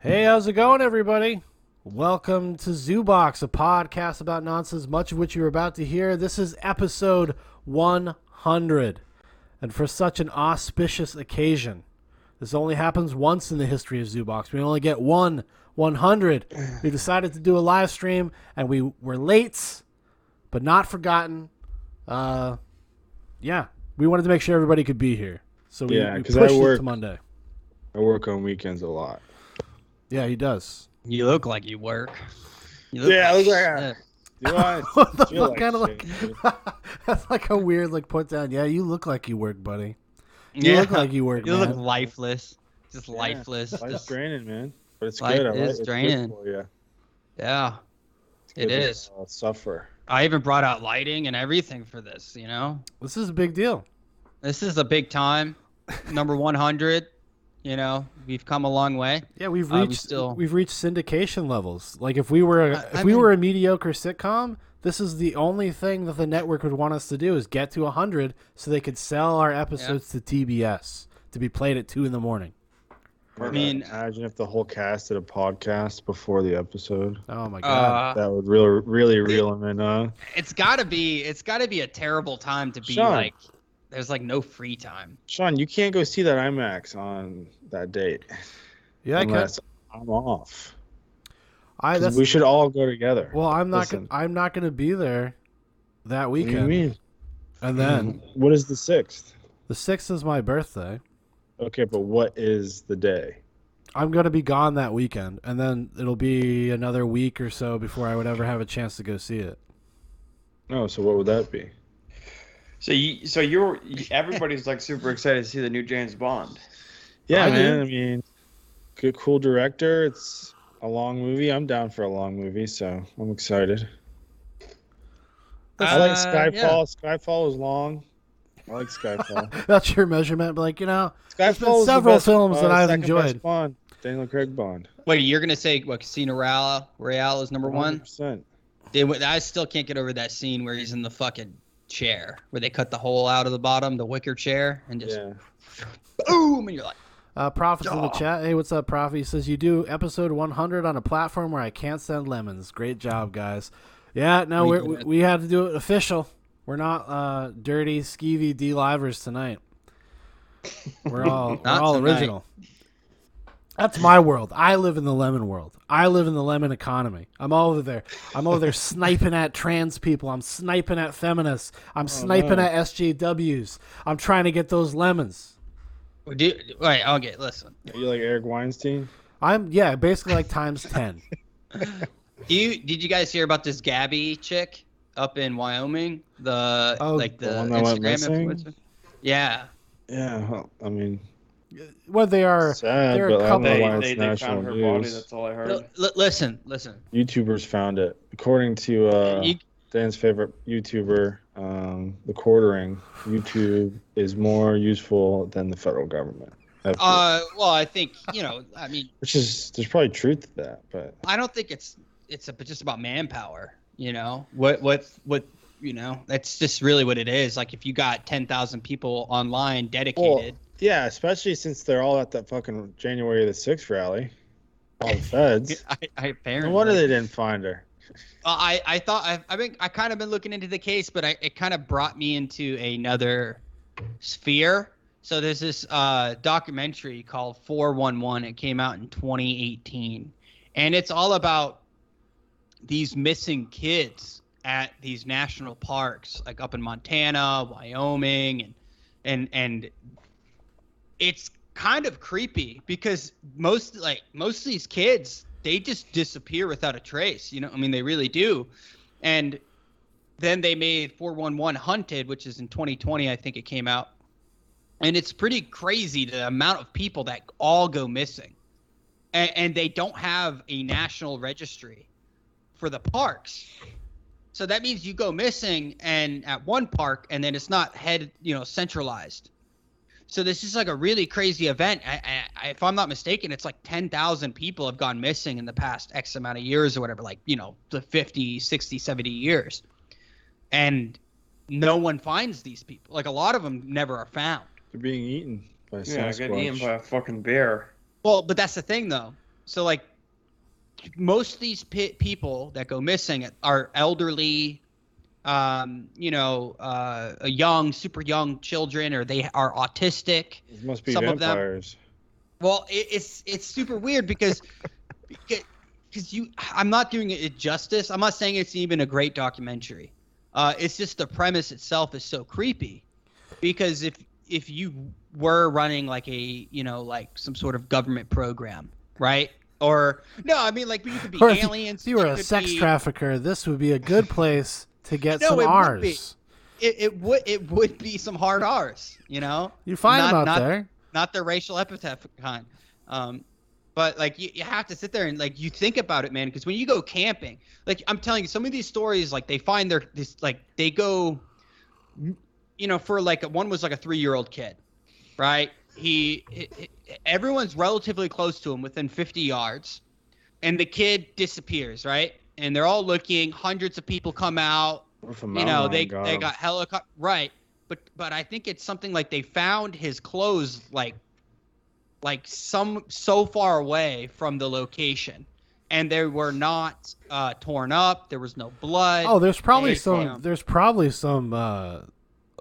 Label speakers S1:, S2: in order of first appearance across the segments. S1: Hey, how's it going, everybody? Welcome to ZooBox, a podcast about nonsense, much of which you're about to hear. This is episode 100. And for such an auspicious occasion, this only happens once in the history of ZooBox. We only get one 100. We decided to do a live stream, and we were late, but not forgotten. Uh, yeah, we wanted to make sure everybody could be here. So we,
S2: Yeah,
S1: we
S2: 'cause I
S1: pushed it
S2: work-
S1: to Monday.
S2: I work on weekends a lot.
S1: Yeah, he does.
S3: You look like you work. You
S2: Yeah, I look like uh, I-
S3: shit.
S2: Do I?
S1: what the
S2: feel
S1: fuck kind of
S2: like
S1: like
S2: shit,
S1: that's like a weird like put down yeah you look like you work buddy you
S3: yeah.
S1: look like you work
S3: you look
S1: man.
S3: lifeless. Just
S2: Yeah.
S3: lifeless.
S2: Life's
S3: just-
S2: draining, man. But it's
S3: Life
S2: good. I like-
S3: is
S2: it's good
S3: draining.
S2: for you.
S3: yeah.
S2: It's
S3: It
S2: good when
S3: is.
S2: you all suffer.
S3: I even brought out lighting and everything for this, you know?
S1: this is a big deal
S3: This is a big time. Number 100, you know, we've come a long way.
S1: yeah we've
S3: Uh, we
S1: reached
S3: still-
S1: we've reached syndication levels like if we were a,
S3: I-
S1: if
S3: I
S1: we
S3: mean-
S1: were a mediocre sitcom this is the only thing that the network would want us to do is get to 100 so they could sell our episodes to tbs to be played at 2 in the morning
S2: I
S3: mean-
S2: imagine if the whole cast did a podcast before the episode.
S1: oh my god
S3: Uh,
S2: That would really, really reel them in. Uh,
S3: it's got to be it's got to be a terrible time to be
S2: Sean.
S3: like there's like no free time.
S2: Sean, you can't go see that IMAX on that date
S1: yeah I can,
S2: unless I'm off.
S1: I,
S2: 'Cause
S1: that's,
S2: We should all go together.
S1: well i'm not gonna,
S2: Listen.
S1: i'm not gonna be there that
S2: what do you
S1: weekend
S2: mean?
S1: and
S3: Mm.
S1: then
S2: What is the sixth?
S1: the 6th is my birthday
S2: Okay, but what is the day?
S1: I'm gonna be gone that weekend, and then it'll be another week or so before I would ever have a chance to go see it.
S2: No, so what would that be?
S4: So you, so you're you- everybody's like super excited to see the new James Bond.
S2: Yeah,
S1: I
S2: man. I mean, good, cool director. It's a long movie. I'm down for a long movie, so I'm excited. I like
S3: Uh,
S2: Skyfall.
S3: yeah.
S2: Skyfall was long. I like Skyfall.
S1: That's your measurement, but like you know,
S2: Skyfall
S1: been
S2: was the
S1: several
S2: best
S1: films
S2: Bond,
S1: that I've
S2: second
S1: enjoyed.
S2: best Bond, Daniel Craig Bond.
S3: Wait, you're going to say what Casino Royale, Royale is number 1?
S2: 100%.
S3: They, went- I still can't get over that scene where he's in the fucking chair, where they cut the hole out of the bottom, the wicker chair, and just
S2: Yeah.
S3: boom, and you're like,
S1: uh, Prophet's in the
S3: Aw.
S1: chat. Hey, what's up, Prophet? He says you do episode 100 on a platform where I can't send lemons. Great job, guys. Yeah, no,
S3: We
S1: we
S3: did
S1: we,
S3: it.
S1: we had to do it official. We're not uh, dirty, skeevy D livers tonight. We're all we're
S3: Not
S1: all
S3: tonight.
S1: original. That's my world. I live in the lemon world. I live in the lemon economy. I'm over there. I'm over there sniping at trans people. I'm sniping at feminists.
S3: Oh,
S1: I'm sniping
S2: no.
S1: at SJWs. I'm trying to get those lemons.
S3: "We do, wait, okay, listen.
S2: Are you like Eric Weinstein?
S1: I'm yeah, basically like times ten.
S3: Do you did you guys hear about this Gabby chick up in Wyoming? The
S1: Oh,
S3: like the,
S2: the one that went
S3: Instagram
S2: missing?
S3: influencer. Yeah,
S2: Yeah. well, I mean,
S1: Well, they are.
S2: sad,
S1: there are a
S2: but I don't
S1: couple-
S2: know
S4: They,
S2: why
S4: they,
S2: it's
S4: they
S2: national
S4: found her body.
S2: news.
S4: That's all I heard.
S3: L- l- listen, listen.
S2: YouTubers found it, according to uh,
S3: You-
S2: Dan's favorite YouTuber, um, the quartering, YouTube is more useful than the federal government. Uh,
S3: uh, well, I think you know. I mean,
S2: Which is there's probably truth to that, but
S3: I don't think it's it's a, just about manpower. You know what what what you know that's just really what it is. Like if you got ten thousand people online dedicated,
S2: yeah, especially since they're all at that fucking January the sixth rally, all the feds.
S3: I, I apparently.
S2: No wonder they didn't find her.
S3: Uh, I I thought I I been I kind of been looking into the case, but I it kind of brought me into another sphere. So there's this uh, documentary called 411. It came out in 2018, and it's all about these missing kids at these national parks, like up in Montana, Wyoming, and and and it's kind of creepy because most like most of these kids they just disappear without a trace you know i mean they really do and then they made 411 hunted which is in 2020 i think it came out and it's pretty crazy the amount of people that all go missing and, and they don't have a national registry for the parks so that means you go missing and at one park and then it's not head you know centralized so this is like a really crazy event. I, I, I, if I'm not mistaken, it's like 10,000 people have gone missing in the past X amount of years or whatever, like, you know, the 50, 60, 70 years. And no one finds these people. Like a lot of them never are found.
S2: They're being eaten by
S4: yeah, I
S2: Sasquatch.
S4: got eaten by a fucking bear.
S3: Well, but that's the thing though. so like most of these pe- people that go missing are elderly um you know uh young super young children or they are autistic
S2: It must be
S3: Some of them-
S2: vampires.
S3: well, it, it's it's super weird because because you I'm not doing it justice. I'm not saying it's even a great documentary. Uh, it's just the premise itself is so creepy because if if you were running like a you know like some sort of government program, right? Or no, I mean like you could be
S1: Or if-
S3: aliens.
S1: If you were
S3: you
S1: a
S3: could
S1: sex
S3: be-
S1: trafficker, this would be a good place to get
S3: No,
S1: some
S3: it would be.
S1: R's.
S3: It, it would it would be some hard R's, you know.
S1: You find
S3: Not-
S1: them out
S3: not-
S1: there.
S3: not the racial epithet kind. Um, but like you, you have to sit there and like you think about it, man. Because when you go camping, like I'm telling you, some of these stories, like they find their this like they go, you know, for like one was like a three year old kid, right? He, he- everyone's relatively close to him, within 50 yards, and the kid disappears, right? And they're all looking. Hundreds of people come out
S2: What if a
S3: you
S2: mountain
S3: know
S2: lion
S3: they they
S2: him?
S3: got helicopter right but but i think it's something like they found his clothes like like some so far away from the location and they were not uh, torn up there was no blood
S1: Oh, there's probably
S3: Hey,
S1: some.
S3: Sam.
S1: There's probably some. Uh,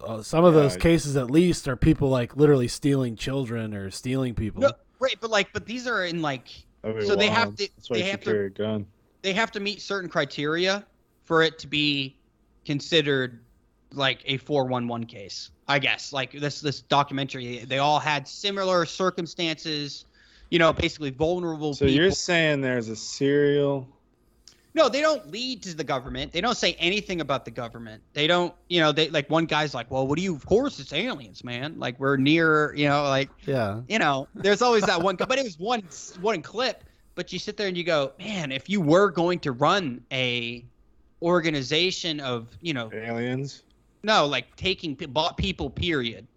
S1: uh, some of
S2: Yeah,
S1: those
S2: I-
S1: cases, at least, are people like literally stealing children or stealing people.
S3: no, right but like but these are in like
S2: That'd be
S3: so they
S2: wild.
S3: have to-
S2: That's why
S3: they
S2: you should
S3: have to-
S2: carry a gun.
S3: they have to meet certain criteria for it to be considered like a 411 case i guess like this this documentary they all had similar circumstances you know basically vulnerable
S2: So
S3: people
S2: you're saying there's a serial?
S3: no they don't lead to the government they don't say anything about the government they don't you know they like one guy's like well what do you of course it's aliens man like we're near you know like
S1: Yeah.
S3: you know, there's always that one. But it was one one clip. But you sit there and you go, man, if you were going to run a organization of, you know,
S2: Aliens?
S3: no, like taking pe- bought people, period,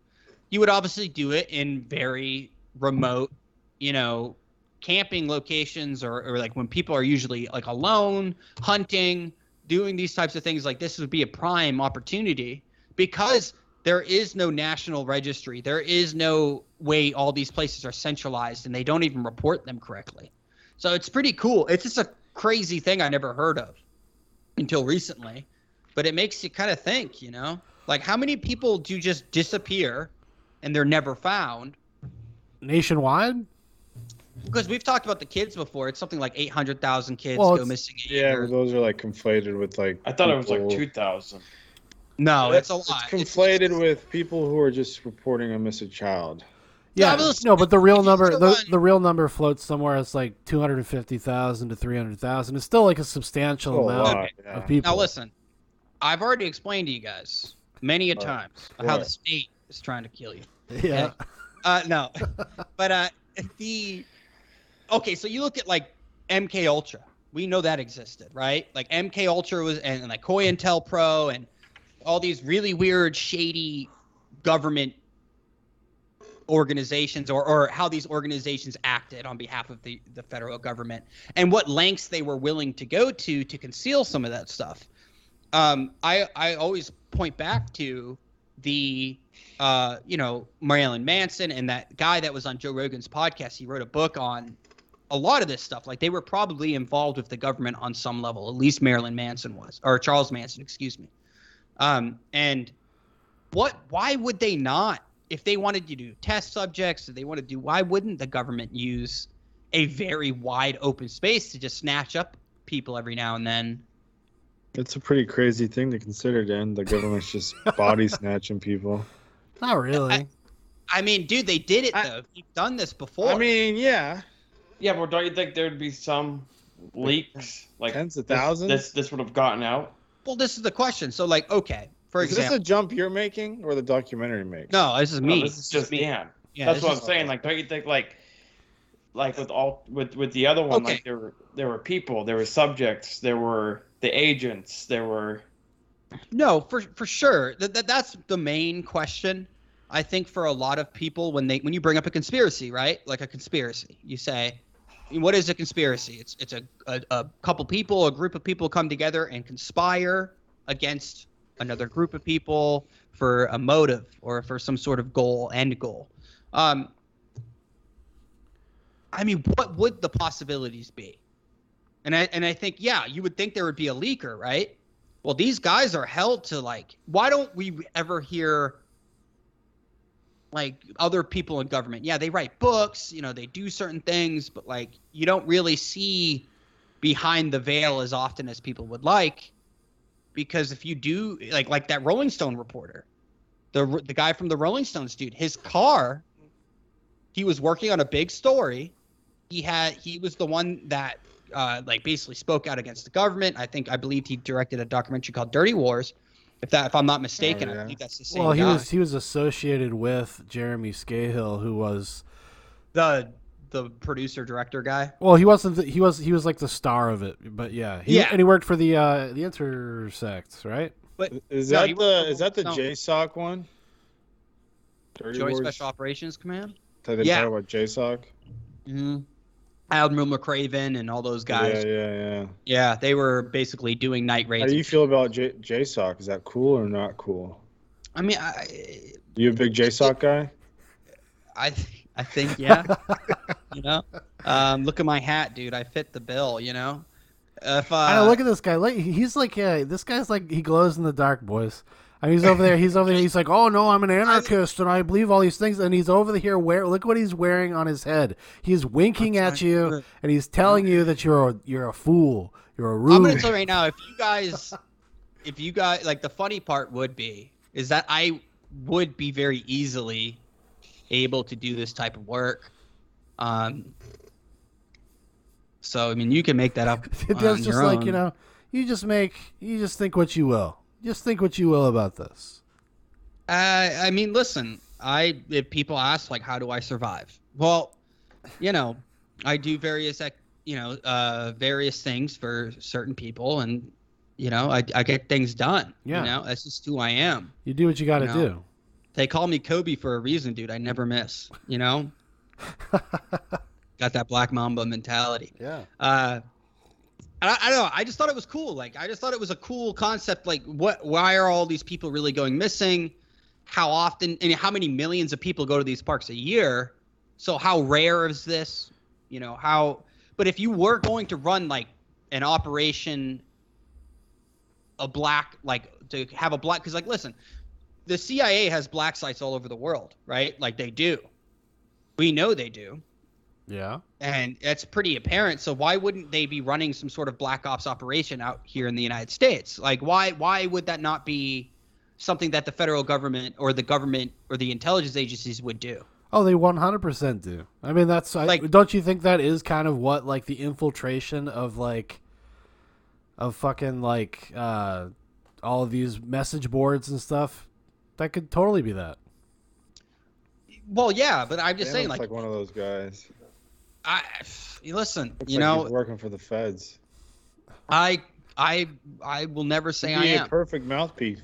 S3: you would obviously do it in very remote, you know, camping locations or, or like when people are usually like alone, hunting, doing these types of things. Like this would be a prime opportunity because there is no national registry. There is no way all these places are centralized and they don't even report them correctly. So it's pretty cool. It's just a crazy thing I never heard of until recently, but it makes you kind of think, you know? Like how many people do just disappear and they're never found?
S1: Nationwide.
S3: Because we've talked about the kids before. It's something like 800,000 kids
S1: Well,
S3: go
S1: it's-
S3: missing a
S2: Yeah,
S3: year.
S2: but those are like conflated with like.
S4: I thought it was like
S2: people-
S4: two thousand.
S3: No, Oh, it's a
S2: It's
S3: lot. It's-
S2: conflated with people who are just reporting a missing child.
S1: Yeah.
S3: Yeah, but-
S1: no, but the real
S3: if you
S1: number.
S3: still
S1: The,
S3: run-
S1: the real number floats somewhere. It's like two hundred and fifty thousand to three hundred thousand. It's still like a
S2: A
S1: substantial amount
S2: lot. yeah.
S1: of people.
S3: Now listen, I've already explained to you guys many a
S2: Right.
S3: times how the
S2: Right.
S3: state is trying to kill you.
S1: Yeah.
S3: Uh, no, but uh, the okay. So you look at like MK Ultra. We know that existed, right? Like MK Ultra was and, and like COINTELPRO Pro and all these really weird, shady government organizations or, or how these organizations acted on behalf of the, the federal government and what lengths they were willing to go to to conceal some of that stuff. Um, I, I always point back to the, uh, you know, Marilyn Manson and that guy that was on Joe Rogan's podcast. He wrote a book on a lot of this stuff. Like they were probably involved with the government on some level, at least Marilyn Manson was, or Charles Manson, excuse me. Um, and what, why would they not? If they wanted to do test subjects, if they want to do, why wouldn't the government use a very wide open space to just snatch up people every now and then.
S2: That's a pretty crazy thing to consider, Dan. The government's just body snatching people.
S1: Not really.
S3: I mean, dude, they did it
S4: I-
S3: though. You've done this before.
S2: I mean, yeah,
S4: Yeah, but don't you think there'd be some leaks? Like
S2: tens of
S4: this-
S2: thousands.
S4: This this would have gotten out.
S3: well, this is the question. So, like, okay, for
S2: is
S3: example,
S2: this a jump you're making or the documentary makes?
S3: no, this is
S4: No,
S3: me.
S4: this is just Dan.
S3: yeah,
S4: That's
S3: this
S4: what I'm
S3: is-
S4: saying. Like, don't you think like, like with all with with the other one,
S3: Okay.
S4: like there were there were people, there were subjects, there were the agents, there were
S3: No, for for sure. That, that that's the main question. I think for a lot of people when they when you bring up a conspiracy, right? Like a conspiracy, you say, "What is a conspiracy? It's it's a a, a couple people, a group of people come together and conspire against another group of people for a motive or for some sort of goal end goal." Um, I mean, what would the possibilities be? And I and I think yeah, you would think there would be a leaker, right? Well, these guys are held to like why don't we ever hear like other people in government? Yeah, they write books, you know, they do certain things, but like you don't really see behind the veil as often as people would like because if you do like like that Rolling Stone reporter, the the guy from the Rolling Stones dude, his car he was working on a big story. He had he was the one that uh, like basically spoke out against the government. I think I believed he directed a documentary called Dirty Wars. If that if I'm not mistaken,
S2: yeah.
S3: I think that's the same.
S1: Well, he
S3: guy.
S1: was he was associated with Jeremy Scahill, who was
S3: the the producer director guy.
S1: well, he wasn't the, he was he was like the star of it, but yeah, he,
S3: Yeah.
S1: and he worked for the uh, the Intersect, right?
S2: Is
S3: No,
S2: that
S3: he was
S2: the is that the
S3: Stone.
S2: JSOC one? Dirty
S3: Joint
S2: Wars?
S3: Special Operations Command.
S2: Did they
S3: Yeah.
S2: talk about JSOC?
S3: Mm-hmm. Admiral McRaven and all those guys.
S2: Yeah, yeah, yeah.
S3: Yeah, they were basically doing night
S2: How
S3: raids.
S2: do you feel about J- JSOC? Is that cool or not cool?
S3: I mean, I,
S2: You a big JSOC guy?
S3: I th- I think yeah. you know, um, look at my hat, dude. I fit the bill. You know, if uh,
S1: I know, look at this guy. Like, he's like, yeah, this guy's like, he glows in the dark, boys. And he's over there. He's over there. He's like, oh no, I'm an anarchist, and I believe all these things. And he's over here. Wear, look what he's wearing on his head. He's winking at you, and he's telling you that you're a, you're a fool. You're a
S3: I'm gonna
S1: rube.
S3: tell you right now, if you guys, if you guys, like the funny part would be is that I would be very easily able to do this type of work. Um. So I mean, you can make that up.
S1: It
S3: on
S1: does
S3: your
S1: just like
S3: own.
S1: you know. You just make. You just think what you will. Just think what you will about this.
S3: Uh, I mean, listen, I if people ask like, how do I survive? Well, you know, I do various, ac- you know, uh, various things for certain people, and you know, I, I get things done.
S1: Yeah.
S3: You know, that's just who I am.
S1: You do what you got to
S3: No.
S1: do.
S3: They call me Kobe for a reason, dude. I never miss. You know. Got that black mamba mentality.
S1: Yeah.
S3: Uh, and I, I don't know. I just thought it was cool. Like I just thought it was a cool concept. Like what? Why are all these people really going missing? How often and how many millions of people go to these parks a year? So how rare is this? You know how? But if you were going to run like an operation, a black like to have a black because like listen, the CIA has black sites all over the world, right? Like they do. We know they do
S1: Yeah.
S3: and that's pretty apparent. So why wouldn't they be running some sort of black ops operation out here in the United States? Like why why would that not be something that the federal government or the government or the intelligence agencies would do?
S1: Oh, they one hundred percent do. I mean, that's I,
S3: Like-
S1: don't you think that is kind of what like the infiltration of like of fucking like uh all of these message boards and stuff? That could totally be that.
S3: Well, yeah, but I'm just
S2: Dan
S3: saying,
S2: looks
S3: like,
S2: like one of those guys.
S3: I, listen,
S2: Looks
S3: you
S2: like
S3: know,
S2: he's working for the feds.
S3: I, I, I will never say
S2: You'd
S3: I
S2: be a
S3: am.
S2: perfect mouthpiece.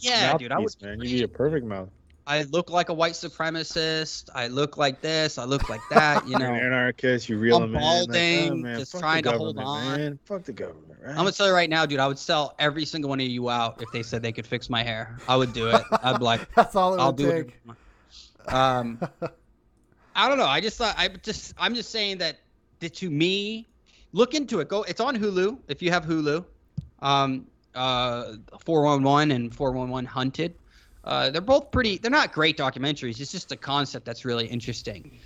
S3: Yeah, dude, I would.
S2: mouthpiece, man. You'd be a perfect mouth.
S3: I look like a white supremacist. I look like this. I look like that. You
S2: You're an
S3: know,
S2: anarchist. You reel
S3: I'm
S2: them in. Like, oh,
S3: balding, just
S2: fuck the
S3: trying to hold
S2: government,
S3: on.
S2: Man. Fuck the government, right?
S3: I'm gonna tell you right now, dude. I would sell every single one of you out if they said they could fix my hair. I would do it. I'd be like,
S1: That's all it
S3: I'll
S1: would
S3: do
S1: take.
S3: it. Um, I don't know. I just thought I just I'm just saying that, that to me, look into it. Go. It's on Hulu if you have Hulu. Um, uh, 411 and 411 Hunted. Uh, they're both pretty. They're not great documentaries. It's just a concept that's really interesting.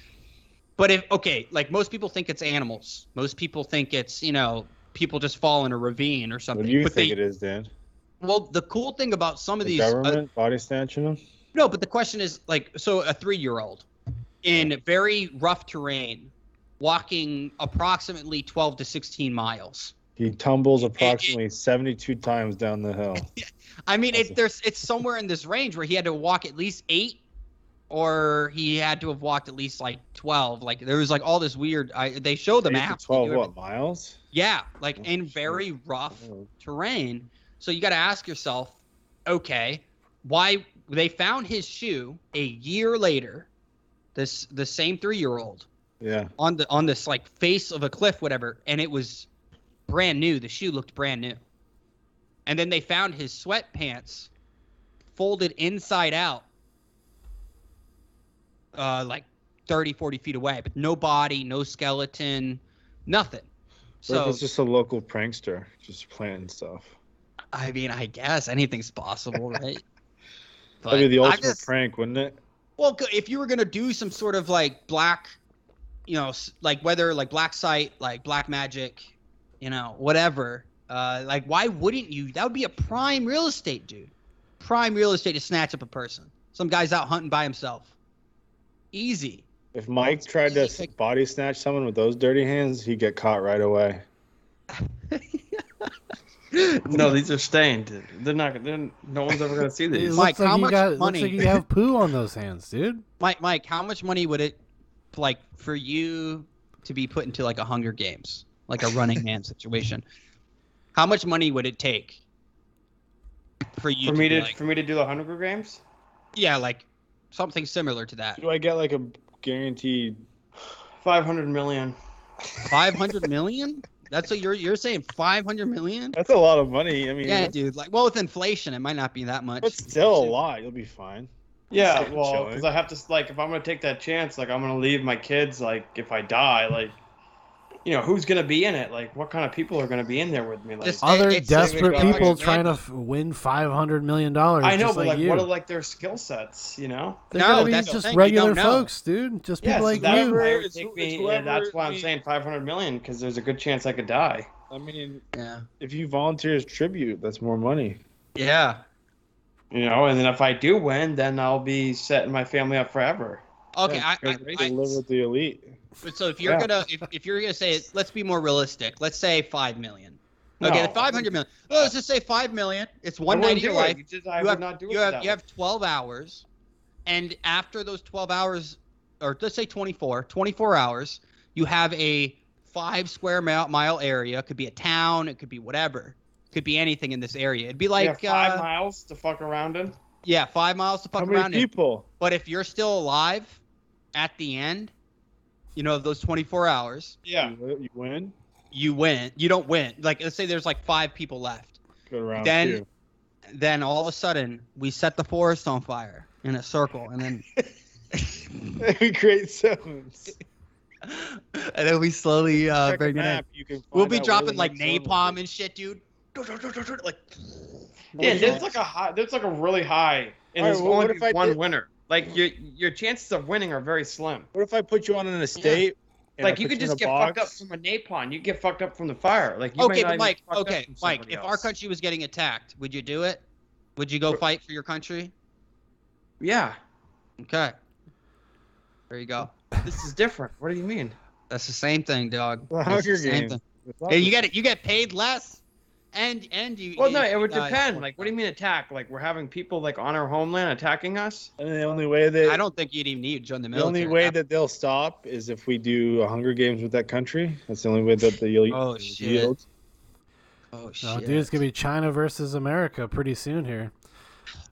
S3: But if okay, like most people think it's animals. Most people think it's you know people just fall in a ravine or something.
S2: what do you
S3: but
S2: think
S3: they,
S2: it is, Dan?
S3: Well, the cool thing about some
S2: The
S3: of these uh,
S2: government body snatching them?
S3: no, but the question is like, so a three year old in very rough terrain, walking approximately 12 to 16 miles.
S2: He tumbles approximately 72 times down the hill.
S3: I mean,
S2: Awesome.
S3: it, there's it's somewhere in this range where he had to walk at least eight, or he had to have walked at least like 12. Like there was like all this weird. I, they show the
S2: Eight to
S3: map. they
S2: 12
S3: do
S2: what miles?
S3: everything. Yeah, like
S2: Oh,
S3: in
S2: shit.
S3: very rough
S2: Oh,
S3: terrain. So you got to ask yourself, okay, why they found his shoe a year later? This the same three year old.
S2: Yeah.
S3: on the on this like face of a cliff, whatever, and it was brand new. The shoe looked brand new. And then they found his sweatpants folded inside out, uh, like 30, 40 feet away, but no body, no skeleton, nothing.
S2: So what if
S3: So
S2: it's just a local prankster just planting stuff.
S3: I mean, I guess anything's possible, right? But
S2: That'd be the
S3: I'm
S2: ultimate
S3: just-
S2: prank, wouldn't it?
S3: Well, c- if you were gonna do some sort of like black, you know, s- like whether like black sight, like black magic, you know, whatever. Uh, like, why wouldn't you? That would be a prime real estate, dude. Prime real estate to snatch up a person. Some guy's out hunting by himself. Easy.
S2: If Mike tried to s- body snatch someone with those dirty hands, he'd get caught right away.
S4: No, these are stained. They're not. They're, no one's ever gonna see
S1: It
S4: these.
S3: Mike,
S1: looks like
S3: how
S1: you
S3: much
S1: got, it
S3: money-
S1: Looks like you have poo on those hands, dude.
S3: Mike, Mike, how much money would it like for you to be put into like a Hunger Games, like a Running Man situation? How much money would it take for you
S4: For
S3: to
S4: me
S3: be
S4: to
S3: like,
S4: for me to do the Hunger Games.
S3: yeah, like something similar to that?
S2: Do I get like a guaranteed?
S4: Five hundred million.
S3: Five hundred million? That's what you're you're saying? Five hundred million?
S2: That's a lot of money. I mean,
S3: Yeah, dude. Like, well, with inflation, it might not be that much.
S2: but still a lot. You'll be fine.
S4: Yeah,
S2: Still
S4: well,
S2: chilling.
S4: because I have to like, if I'm gonna take that chance, like, I'm gonna leave my kids. Like, if I die, like, you know, who's gonna be in it? Like, what kind of people are gonna be in there with me? Like,
S3: Just-
S1: Other
S3: it's-
S1: desperate
S4: Eh, it's-
S1: people
S4: it's-
S1: trying to f- win five hundred million dollars.
S4: I know,
S1: just
S4: but
S1: like,
S4: like,
S1: you.
S4: what are like their skill sets? You know?
S1: They're
S3: No,
S1: gonna be
S3: that's the
S1: just
S3: thing, you
S1: regular
S3: don't know.
S1: folks, dude. Just people
S4: Yeah, so
S1: like
S4: that
S1: you.
S2: whatever-
S4: would
S2: It's who-
S4: take
S2: it's
S4: me,
S2: whoever
S4: and that's why I'm
S2: we-
S4: saying 500 million because there's a good chance I could die.
S2: I mean,
S3: yeah.
S2: if you volunteer as tribute, that's more money.
S3: Yeah.
S4: You know, and then if I do win, then I'll be setting my family up forever.
S3: Okay.
S2: Yeah,
S3: I, I,
S2: You
S3: I,
S2: live with the elite.
S3: But so if you're
S2: Yeah.
S3: gonna if, if you're gonna say it, let's be more realistic. Let's say five million.
S4: No.
S3: Okay, five hundred million. Oh, let's just say five million. It's one
S4: I
S3: night
S4: wouldn't
S3: of your
S4: do it.
S3: life.
S4: You, just, I
S3: you
S4: would
S3: have-
S4: not do it.
S3: You have
S4: without
S3: you have twelve hours, and after those twelve hours, or let's say 24, 24 hours, you have a five square mile, mile area. It could be a town. It could be whatever. Could be anything in this area. It'd be
S4: You
S3: like
S4: have five
S3: uh,
S4: miles to fuck around in.
S3: yeah, five miles to fuck
S2: How
S3: around.
S2: many
S3: in.
S2: people?
S3: But if you're still alive at the end, you know of those twenty four hours.
S4: Yeah.
S2: You wi- You win.
S3: you win. You don't win. Like let's say there's like five people left.
S2: Go to round
S3: Then-
S2: two.
S3: Then all of a sudden we set the forest on fire in a circle, and then
S2: we create zones.
S3: and then we slowly uh,
S2: Check
S3: bring
S2: a
S3: it in.
S2: map, you can
S3: We'll
S2: find
S3: be
S2: out where
S3: dropping
S2: the
S3: like
S2: next zone
S3: napalm
S2: is.
S3: and shit, dude. Like
S4: Yeah, there's like a high, there's like a really high, and
S2: All right,
S4: there's
S2: well, what
S4: only
S2: if
S4: be
S2: I
S4: one
S2: did-
S4: winner. Like your your chances of winning are very slim.
S2: What if I put you on an estate? and I
S4: like you
S2: put
S4: could
S2: in
S4: just
S2: a
S4: get fucked up
S2: box?
S4: from a napalm. You could get fucked up from the fire. Like you may
S3: okay, but
S4: not even
S3: Mike,
S4: get fucked up
S3: okay,
S4: from
S3: Mike,
S4: somebody
S3: if our
S4: else.
S3: country was getting attacked, would you do it? Would you go fight for your country?
S4: yeah,
S3: Okay. There you go.
S4: this is different. What do you mean?
S3: That's the same thing, dog.
S2: The
S3: That's
S2: Hunger
S3: same
S2: Games.
S3: thing.
S2: It's not
S3: Hey,
S2: the
S3: you get you get paid less, and and you.
S4: Well,
S3: you-
S4: no, it would
S3: you die.
S4: depend. Like, what do you mean attack? Like we're having people like on our homeland attacking us.
S2: And the only way that
S3: I don't think you'd even need to join the
S2: the
S3: military.
S2: only way that they'll stop is if we do a Hunger Games with that country. That's the only way that they'll
S3: Oh,
S2: they'll
S3: shit.
S2: yield.
S3: oh shit!
S1: Oh, dude, it's gonna be China versus America pretty soon here.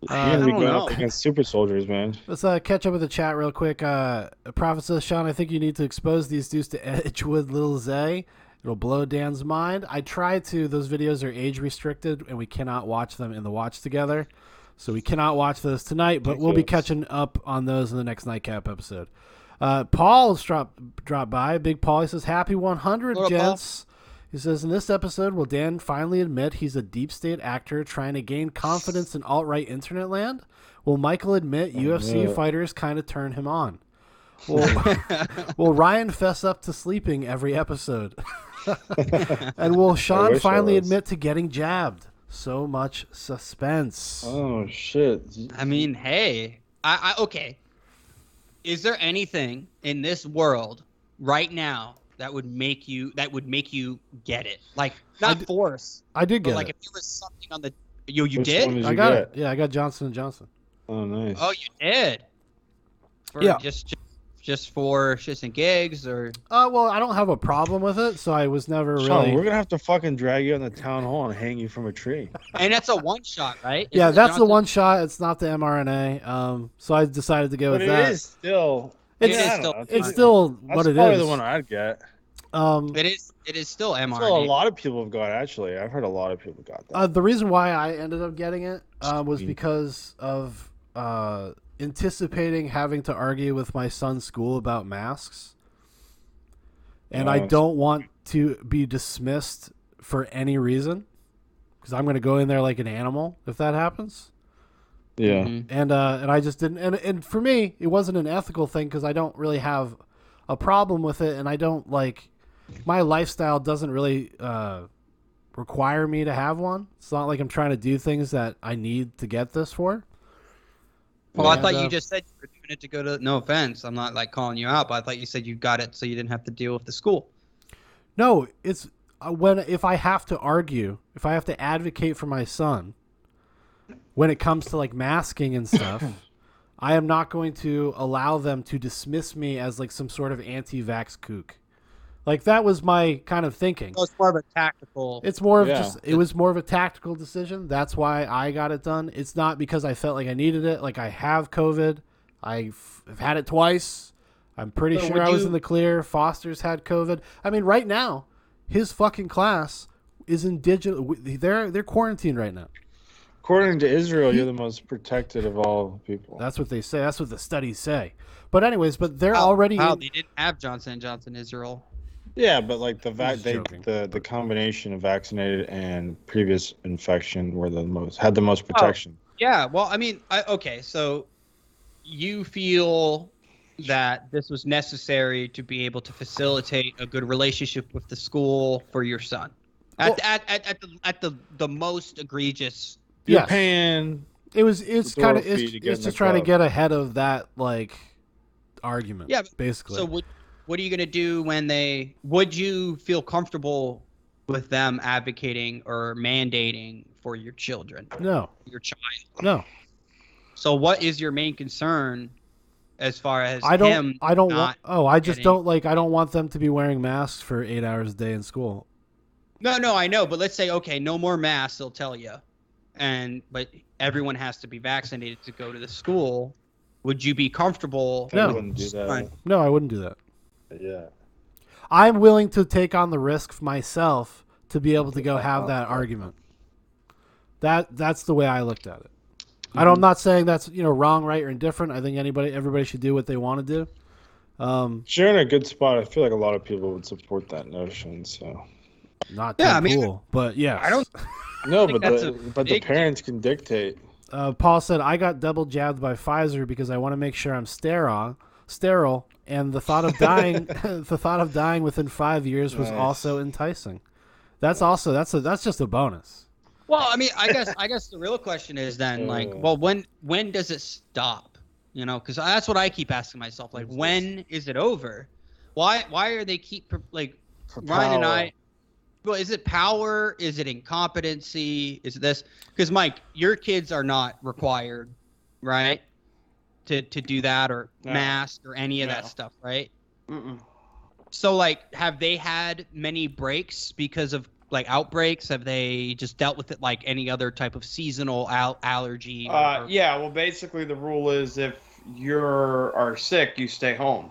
S2: You're
S1: Uh,
S2: gonna be
S4: don't
S2: going
S4: know.
S2: up against super soldiers, man.
S1: Let's uh, catch up with the chat real quick. Uh, Professor Sean, I think you need to expose these dudes to Edgewood Little Zay. It'll blow Dan's mind. I try to. Those videos are age restricted, and we cannot watch them in the watch together. So we cannot watch those tonight, but we'll be
S2: Ridiculous.
S1: catching up on those in the next nightcap episode. Uh, Paul's drop dropped by. Big Paul. He says, "Happy 100,
S3: What up, Paul?
S1: gents." He says, "In this episode, will Dan finally admit he's a deep state actor trying to gain confidence in alt right internet land? Will Michael admit
S2: Oh,
S1: UFC
S2: yeah.
S1: fighters kind of turn him on? Will, will Ryan fess up to sleeping every episode? and will
S2: I
S1: Sean
S2: wish I
S1: finally
S2: was.
S1: admit to getting jabbed? So much suspense.
S2: Oh shit!
S3: I mean, hey, I, I okay. Is there anything in this world right now that would make you that would make you get it? Like not force,
S1: I did
S3: but
S1: get
S3: like
S1: it.
S3: if there was something on the you you
S2: Which one
S3: did?
S2: did
S1: I
S2: you
S1: got
S2: get?
S1: it. Yeah, I got Johnson and Johnson.
S2: Oh nice.
S3: Oh, you did. For
S1: Yeah.
S3: Just just- just for shits and gigs or
S1: Uh, well, I don't have a problem with it, so I was never
S2: Sean,
S1: really.
S2: we're gonna have to fucking drag you in the town hall and hang you from a tree.
S3: and that's a one shot, right?
S1: yeah,
S3: Isn't it
S1: that's the
S3: Johnson-
S1: one shot. It's not the mRNA. Um, so I decided to go
S2: but
S1: with
S2: it is
S1: that.
S2: still.
S1: It's-
S2: I
S3: It is
S2: don't know,
S3: still-
S1: It's
S2: not-
S1: still
S2: That's
S1: what it
S2: probably
S1: is.
S2: the one I'd get.
S1: um,
S3: It is. It is still mRNA.
S2: That's what a lot of people have got. Actually, I've heard a lot of people got that. Mm.
S1: uh, the reason why I ended up getting it uh, was
S2: Sweet.
S1: because of uh, anticipating having to argue with my son's school about masks. And I
S2: Oh.
S1: don't want to be dismissed for any reason because I'm going to go in there like an animal if that happens.
S2: Yeah.
S3: Mhm.
S1: And uh, and I just didn't. And, and for me, it wasn't an ethical thing because I don't really have a problem with it. And I don't like my lifestyle doesn't really uh, require me to have one. It's not like I'm trying to do things that I need to get this for.
S3: Well, I
S1: Yeah,
S3: thought
S1: no.
S3: you just said you were doing it to go to. No offense, I'm not like calling you out, but I thought you said you got it so you didn't have to deal with the school.
S1: No, it's uh, when if I have to argue, if I have to advocate for my son, when it comes to like masking and stuff, I am not going to allow them to dismiss me as like some sort of anti-vax kook. Like that was my kind of thinking.
S3: Well, it's more of a tactical.
S1: It's more of
S2: Yeah.
S1: just it was more of a tactical decision. That's why I got it done. It's not because I felt like I needed it. Like I have COVID. I've I've had it twice. I'm pretty
S3: So
S1: sure
S3: would
S1: I was
S3: you-
S1: in the clear. Foster's had COVID. I mean, right now, his fucking class is in digital. w- They're they're quarantined right now.
S2: According to Israel, you're the most protected of all people.
S1: That's what they say. That's what the studies say. But anyways, but they're
S3: Wow,
S1: already.
S3: wow,
S1: in-
S3: they didn't have Johnson and Johnson Israel.
S2: Yeah, but like the vac,
S1: just
S2: they,
S1: joking.
S2: the the combination of vaccinated and previous infection were the most had the
S3: Oh.
S2: most protection.
S3: Yeah, well, I mean, I, okay, so you feel that this was necessary to be able to facilitate a good relationship with the school for your son. At,
S1: Well-
S3: at, at, at, the, at the, the most egregious.
S2: You're
S1: Yes.
S2: paying.
S1: It was. It's
S2: the door
S1: kind of.
S2: fee
S1: It's,
S2: to get
S1: it's
S2: in
S1: just
S2: the
S1: trying to
S2: club.
S1: get ahead of that like argument.
S3: Yeah, but-
S1: Basically.
S3: So, what, what are you going to do when they. Would you feel comfortable with them advocating or mandating for your children,
S1: no.
S3: your child?
S1: No.
S3: So, what is your main concern as far as
S1: I don't.
S3: him
S1: I don't
S3: not
S1: want. Oh, I just
S3: getting-
S1: don't like. I don't want them to be wearing masks for eight hours a day in school.
S3: No, no, I know, but let's say okay, no more masks. They'll tell you, and but everyone has to be vaccinated to go to the school. Would you be comfortable?
S2: They
S1: No.
S2: wouldn't do that.
S3: Fine.
S1: No, I wouldn't do that.
S2: Yeah.
S1: I'm willing to take on the risk for myself to be able to go have that argument. That that's the way I looked at it. I don't, I'm not saying that's you know wrong, right, or indifferent. I think anybody, everybody should do what they want to do. Um,
S2: You're in a good spot. I feel like a lot of people would support that notion. So
S1: not
S3: Yeah,
S1: yeah,
S3: I mean,
S1: cool, but yeah,
S3: I don't-
S2: no,
S3: think
S2: but
S3: that's
S2: the,
S3: a
S2: but the
S3: big-
S2: parents can dictate.
S1: Uh, Paul said, I got double jabbed by Pfizer because I want to make sure I'm sterile, sterile, and the thought of dying, the thought of dying within five years was
S2: Nice.
S1: also enticing. That's also that's a that's just a bonus.
S3: Well, I mean, I guess I guess the real question is then like,
S2: Uh.
S3: well, when when does it stop? You know, because that's what I keep asking myself. Like, when is it over? Why why are they keep like
S2: for
S3: Ryan and
S2: power.
S3: I. Well, is it power? Is it incompetency? Is it this? Because Mike, your kids are not required, right, to to do that or
S4: No.
S3: mask or any of that
S4: No.
S3: stuff, right?
S4: Mm-mm.
S3: So, like, have they had many breaks because of like outbreaks? Have they just dealt with it like any other type of seasonal al- allergy? or-
S4: Uh,
S3: or-
S4: yeah. Well, basically the rule is if you're are sick, you stay home.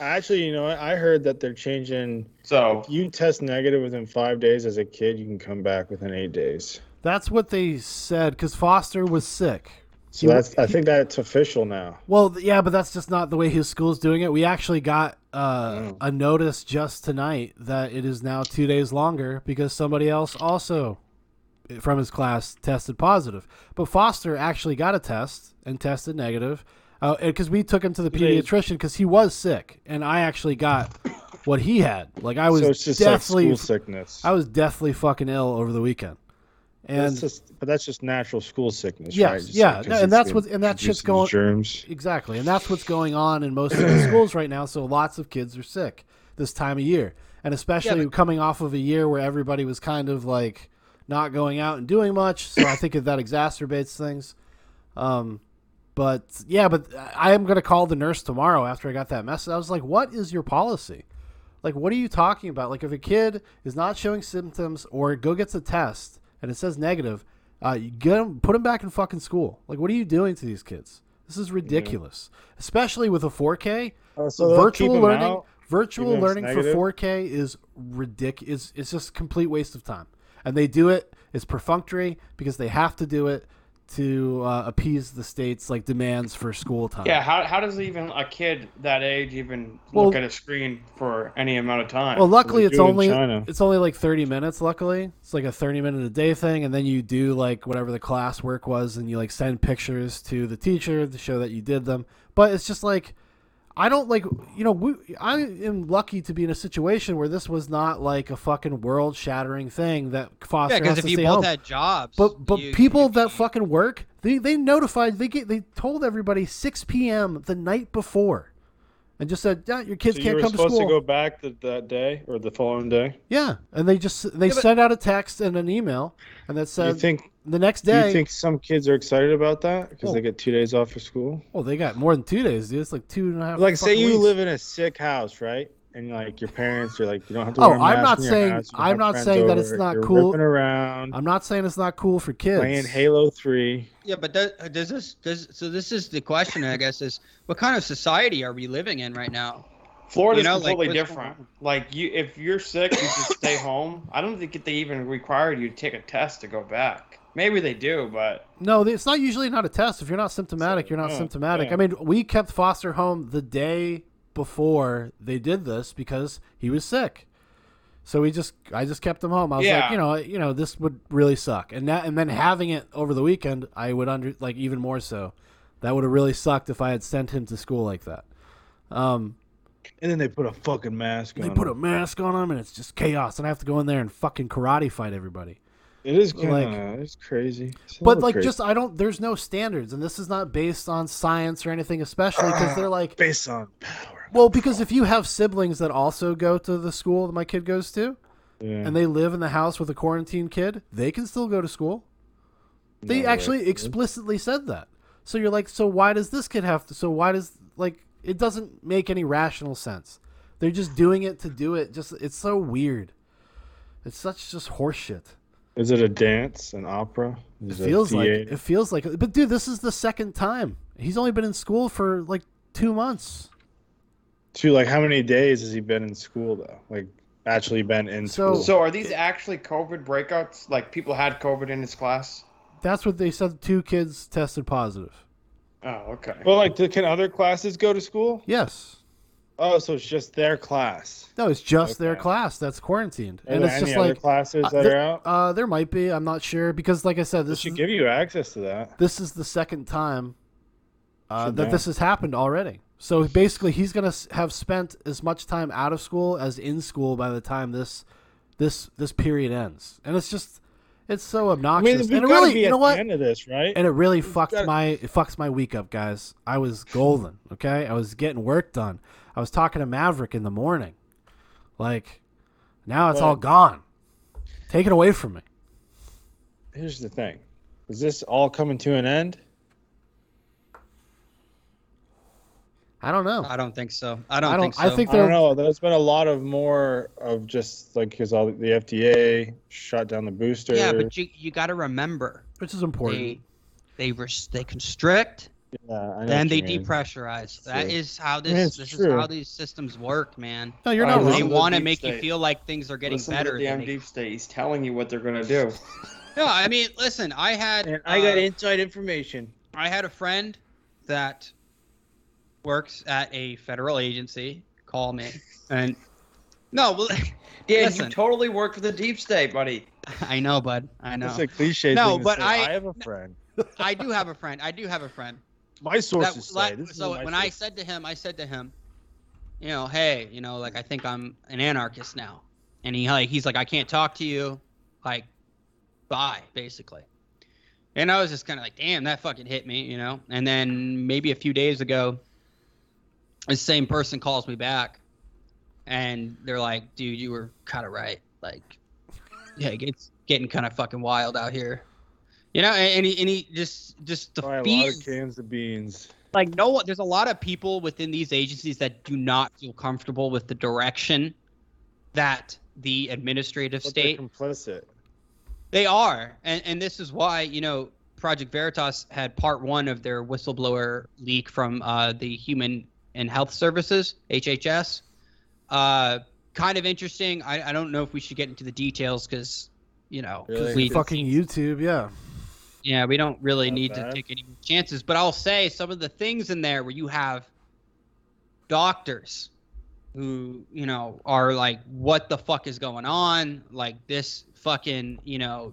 S2: Actually, you know, what? I heard that they're changing.
S4: So
S2: You test negative within five days as a kid, you can come back within eight days.
S1: That's what they said because Foster was sick.
S2: So that's. I think that's official now.
S1: Well, th- yeah, but that's just not the way his school's doing it. We actually got uh,
S2: Mm.
S1: a notice just tonight that it is now two days longer because somebody else also eh, from his class tested positive. But Foster actually got a test and tested negative because we took him to the
S2: They-
S1: pediatrician because he was sick, and I actually got what he had. Like I was
S2: so it's just
S1: deathly,
S2: like school sickness.
S1: I was deathly fucking ill over the weekend, and
S2: that's just, but that's just natural school sickness,
S1: Yes,
S2: right? Just
S1: yeah,
S2: because
S1: no,
S2: it's
S1: and that's
S2: the-
S1: what- and that shit's
S2: producing
S1: going-
S2: germs.
S1: Exactly. And that's what's going on in most of the schools right now. So lots of kids are sick this time of year. And especially
S3: Yeah, but-
S1: coming off of a year where everybody was kind of like not going out and doing much. So I think that exacerbates things. Um, but yeah, but I am going to call the nurse tomorrow after I got that message. I was like, what is your policy? Like, what are you talking about? Like, if a kid is not showing symptoms or go gets a test and it says negative, uh, you get 'em- put them back in fucking school. Like, what are you doing to these kids? This is ridiculous, especially with a 4K.
S2: Oh, so they'll keep
S1: virtual
S2: 'em
S1: learning,
S2: out,
S1: virtual
S2: even if it's
S1: learning for
S2: negative?
S1: 4K is ridiculous. It's, it's just a complete waste of time, and they do it. It's perfunctory because they have to do it to uh, appease the state's like demands for school time.
S4: Yeah, how, how does even a kid that age even
S1: Well-
S4: look at a screen for any amount of time?
S1: Well, luckily
S2: they
S1: it's
S2: do in
S1: only
S2: China.
S1: it's only like 30 minutes. Luckily, it's like a 30 minute a day thing, and then you do like whatever the class work was, and you like send pictures to the teacher to show that you did them. But it's just like I don't like you know we, I am lucky to be in a situation where this was not like a fucking world shattering thing that Foster has
S3: Yeah, because
S1: to
S3: if you
S1: stay
S3: both
S1: home.
S3: had jobs,
S1: But but
S3: you-
S1: people
S3: you-
S1: that fucking work, they they notified they get they told everybody 6 p.m. the night before, and just said, yeah, your kids
S2: So you
S1: can't
S2: were
S1: come to
S2: supposed
S1: school.
S2: to go back th- that day or the following day.
S1: Yeah, and they just they
S3: Yeah, but-
S1: sent out a text and an email, and that
S2: Do you
S1: said
S2: think?
S1: the next
S2: Do
S1: day. Oh.
S2: you think some kids are excited about that because
S1: Well-
S2: they get two days off of school?
S1: well, oh, they got more than two days, dude. It's like two and a half.
S2: Like, say
S1: fucking
S2: you
S1: weeks.
S2: live in a sick house, right? And like your parents are like, you don't have to.
S1: Oh,
S2: wear a
S1: I'm
S2: mask
S1: not
S2: in your
S1: saying-
S2: house, you
S1: I'm
S2: have
S1: not
S2: friends
S1: saying that it's
S2: over,
S1: not
S2: you're
S1: cool.
S2: Ripping around,
S1: I'm not saying it's not cool for kids.
S2: playing Halo Three.
S3: Yeah, but does, does this does so? This is the question, I guess, is what kind of society are we living in right now?
S4: Florida's
S3: You know, like,
S4: completely
S3: what's
S4: different. Like you, if you're sick, you just stay home. I don't think they even require you to take a test to go back. Maybe they do, but
S1: No, it's not usually not a test. If you're not symptomatic, you're not
S2: yeah,
S1: symptomatic.
S2: yeah.
S1: I mean, we kept Foster home the day before they did this because he was sick. So we just, I just kept him home. I was like,
S4: Yeah.
S1: you know, you know, this would really suck. And that, and then having it over the weekend, I would under like even more so. That would have really sucked if I had sent him to school like that. Um,
S2: And then they put a fucking mask on.
S1: they put a
S2: them.
S1: mask on him, and it's just chaos. And I have to go in there and fucking karate fight everybody.
S2: It is kind
S1: like-
S2: of it's crazy. It's a
S1: But
S2: little
S1: like,
S2: crazy.
S1: just I don't. There's no standards, and this is not based on science or anything, especially because they're like,
S2: based on power.
S1: Well, because if you have siblings that also go to the school that my kid goes to,
S2: Yeah.
S1: and they live in the house with a quarantine kid, they can still go to school. They
S2: No way.
S1: actually explicitly said that. So you're like, so why does this kid have to? So why does like it doesn't make any rational sense? They're just doing it to do it. Just it's so weird. It's such just horseshit.
S2: Is it a dance, an opera?
S1: It
S2: Is a
S1: feels like
S2: theater?
S1: it feels like. But dude, this is the second time. He's only been in school for like two months.
S2: Too like how many days has he been in school though? Like actually been in
S1: So-
S2: school.
S4: so are these actually COVID breakouts? Like people had COVID in his class?
S1: That's what they said. Two kids tested positive.
S4: Oh, okay.
S2: well, like th- can other classes go to school?
S1: Yes.
S2: Oh, so it's just their class.
S1: No, it's just their
S2: Okay.
S1: class that's quarantined,
S2: Are
S1: and
S2: there
S1: it's
S2: any
S1: just
S2: other
S1: like
S2: classes
S1: uh,
S2: that
S1: th-
S2: are out.
S1: uh, there might be. I'm not sure because, like I said,
S2: They
S1: this
S2: should
S1: is,
S2: give you access to that.
S1: this is the second time uh,
S2: Should
S1: that
S2: ban.
S1: this has happened already. So basically, he's gonna s- have spent as much time out of school as in school by the time this this this period ends, and it's just it's so
S2: I
S1: obnoxious.
S2: mean, we've
S1: and it
S2: got to
S1: really,
S2: be
S1: you
S2: at
S1: know what?
S2: the end of this, right?
S1: and it really fucked
S2: gotta-
S1: my it fucks my week up, guys. I was golden, okay? I was getting work done. I was talking to Maverick in the morning. Like now it's all
S2: But-
S1: gone. Take it away from me.
S2: Here's the thing: is this all coming to an end?
S1: I don't know.
S3: I don't think so. I don't,
S1: Oh. I don't-
S3: think so.
S1: I think-
S2: I don't
S1: there-
S2: know. There's been a lot of more of just like because all the FDA shut down the booster.
S3: yeah, but you you got to remember
S1: Which is important.
S3: they they res- they constrict,
S2: Yeah, I know
S3: then
S2: what
S3: they
S2: you mean.
S3: depressurize. That
S2: true.
S3: is how
S2: mean,
S3: this
S2: it's
S3: this is
S2: true.
S3: how these systems work, man.
S1: no, you're
S4: I
S1: not
S4: listen
S3: They
S4: to
S1: wrong.
S4: the
S3: want to
S4: deep
S3: make you
S4: state.
S3: feel like things are getting
S4: Listen
S3: better.
S4: To the damn
S3: than they-
S4: deep state. He's telling you what they're gonna do.
S3: No, I mean, listen, I had uh,
S2: inside information.
S3: I had a friend that works at a federal agency. Call me and no, well,
S4: Dan,
S3: Listen.
S4: you totally work for the deep state, buddy.
S3: I know, bud. I know.
S2: That's a cliche.
S3: No,
S2: thing to
S3: but
S2: say.
S3: I-
S2: I have a friend.
S3: I do have a friend. I do have a friend.
S2: My
S3: That-
S2: sources
S3: like,
S2: say this
S3: so
S2: is my
S3: when I
S2: source.
S3: said to him, I said to him, you know, hey, you know, like I think I'm an anarchist now, and he like he's like I can't talk to you, like, bye, basically. And I was just kind of like, damn, that fucking hit me, you know. And then maybe a few days ago, the same person calls me back, and they're like, dude, you were kind of right, like, yeah, it's getting kind of fucking wild out here. You know, and, and he and he just just the
S2: Try a lot
S3: fees
S2: of cans of beans.
S3: like no one there's a lot of people within these agencies that do not feel comfortable with the direction that the administrative
S2: But
S3: state
S2: they're complicit.
S3: they are and and this is why you know project veritas had part one of their whistleblower leak from uh, the human and health services hhs uh, kind of interesting I, I don't know if we should get into the details because you know 'cause
S2: Really?
S3: we
S1: Fucking YouTube, yeah.
S3: Yeah, we don't really
S2: Not
S3: need
S2: bad.
S3: to take any more chances. But I'll say some of the things in there where you have doctors who, you know, are like, what the fuck is going on? Like this fucking, you know,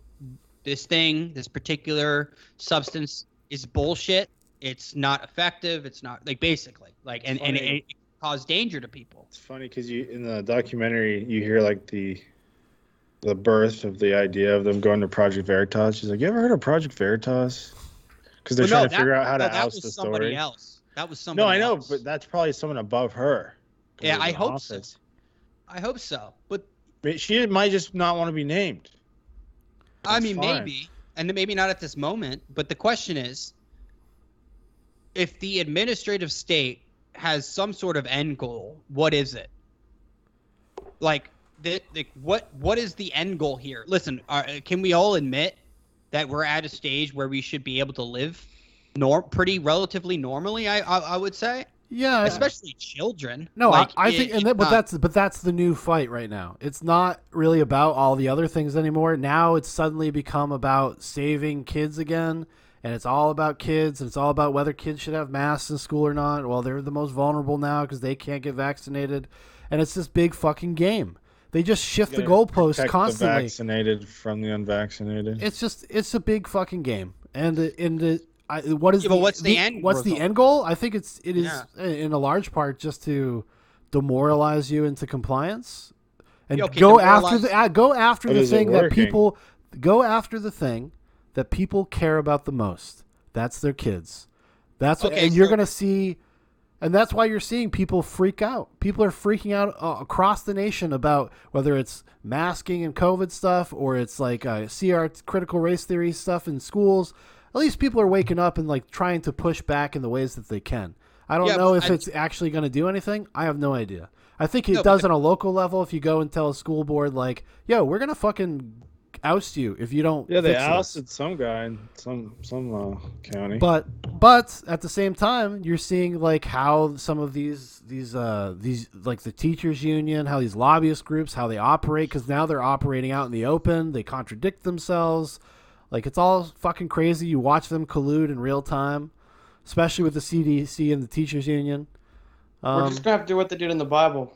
S3: this thing, this particular substance is bullshit. It's not effective. It's not like basically like, and, and
S2: Funny.
S3: it, it caused danger to people.
S2: It's funny because you in the documentary you hear like the the birth of the idea of them going to Project Veritas. She's like, you ever heard of Project Veritas? Because they're
S3: Well,
S2: trying to
S3: no, that-
S2: figure out how to
S3: no, that
S2: oust
S3: was
S2: the
S3: somebody
S2: story.
S3: else. That was somebody
S2: No, I know,
S3: else.
S2: but that's probably someone above her. 'Cause
S3: Yeah,
S2: there's
S3: I
S2: an
S3: hope so.
S2: office.
S3: I hope so. But
S2: But she might just not want to be named.
S3: I
S2: That's
S3: mean,
S2: fine.
S3: maybe, and maybe not at this moment. But the question is, if the administrative state has some sort of end goal, what is it? Like, the, the, what what is the end goal here? Listen, are, can we all admit that we're at a stage where we should be able to live nor pretty relatively normally? I I, I would say,
S1: Yeah,
S3: especially children.
S1: No,
S3: Like,
S1: I, I
S3: it-
S1: think,
S3: it's
S1: and that, but
S3: not-
S1: that's but that's the new fight right now. It's not really about all the other things anymore. Now it's suddenly become about saving kids again, and it's all about kids, and it's all about whether kids should have masks in school or not. Well, they're the most vulnerable now because they can't get vaccinated, and it's this big fucking game. They just shift the
S2: Gotta
S1: goalposts
S2: Protect The
S1: constantly.
S2: vaccinated from the unvaccinated.
S1: it's just it's a big fucking game, and uh, and uh, I, what is
S3: Yeah, but what's the end
S1: What's the
S3: result?
S1: end goal? I think it's it is
S3: Yeah.
S1: i- in a large part just to demoralize you into compliance and
S3: Yeah, okay,
S1: go after
S3: demoralize-
S1: the uh, go after
S2: But
S1: the
S2: is it
S1: thing that
S2: working?
S1: people go after the thing that people care about the most. That's their kids. That's what,
S3: Okay,
S1: and you're
S3: so-
S1: gonna see. And that's why you're seeing people freak out. People are freaking out uh, across the nation about whether it's masking and COVID stuff or it's like uh, CR critical race theory stuff in schools. At least people are waking up and like trying to push back in the ways that they can. I don't
S3: Yeah,
S1: know
S3: but
S1: if
S3: I-
S1: it's actually going to do anything. I have no idea. I think it
S3: No, but
S1: does on a local level. If you go and tell a school board, like, "Yo, we're gonna fucking oust you if you don't."
S2: yeah, they
S1: fix this."
S2: ousted some guy in some some uh, county.
S1: but but at the same time you're seeing like how some of these these uh these like the teachers union how these lobbyist groups how they operate because now they're operating out in the open they contradict themselves like it's all fucking crazy you watch them collude in real time especially with the cdc and the teachers union um,
S4: We're just gonna have to do what they did in the Bible.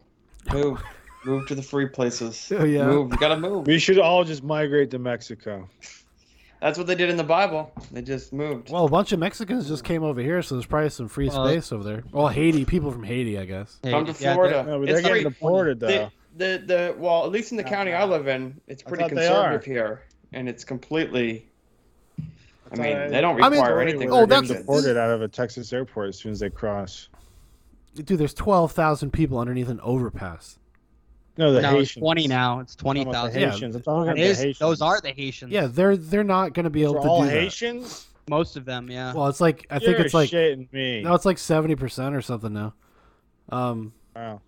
S4: Move, move to the free places.
S1: Oh, yeah.
S4: move. You gotta move.
S2: we should all just migrate to Mexico.
S4: That's what they did in the Bible. They just moved.
S1: well a bunch of mexicans just came over here so there's probably some free
S3: Well-
S1: space over there well haiti people from haiti i guess
S4: Come to
S3: Yeah, they're-
S4: Florida.
S2: No, but they're
S4: It's
S2: getting
S4: free.
S2: deported though.
S4: the, the the well, at least in the county I live in, it's
S2: I
S4: pretty
S2: thought they
S4: conservative here, and it's completely. I mean,
S2: thought I-
S4: they don't
S1: I mean,
S4: require anything.
S1: Oh,
S4: for
S1: that's-
S4: kids.
S2: deported out of a Texas airport as soon as they cross.
S1: dude there's 12000 people underneath an overpass
S2: No, the
S3: No, it's
S2: Haitians.
S3: twenty now. It's twenty
S2: I'm talking about the
S3: thousand.
S1: Yeah,
S2: Haitians. I'm talking about
S3: It
S2: the
S3: is-
S2: Haitians.
S3: those are the Haitians.
S1: yeah they're they're not going to be able
S2: For
S1: to
S2: all
S1: do that.
S2: Haitians.
S3: most of them. Yeah.
S1: Well, it's like I think
S2: You're
S1: it's like
S2: shitting me.
S1: now it's like seventy percent or something now. Um,
S2: Wow.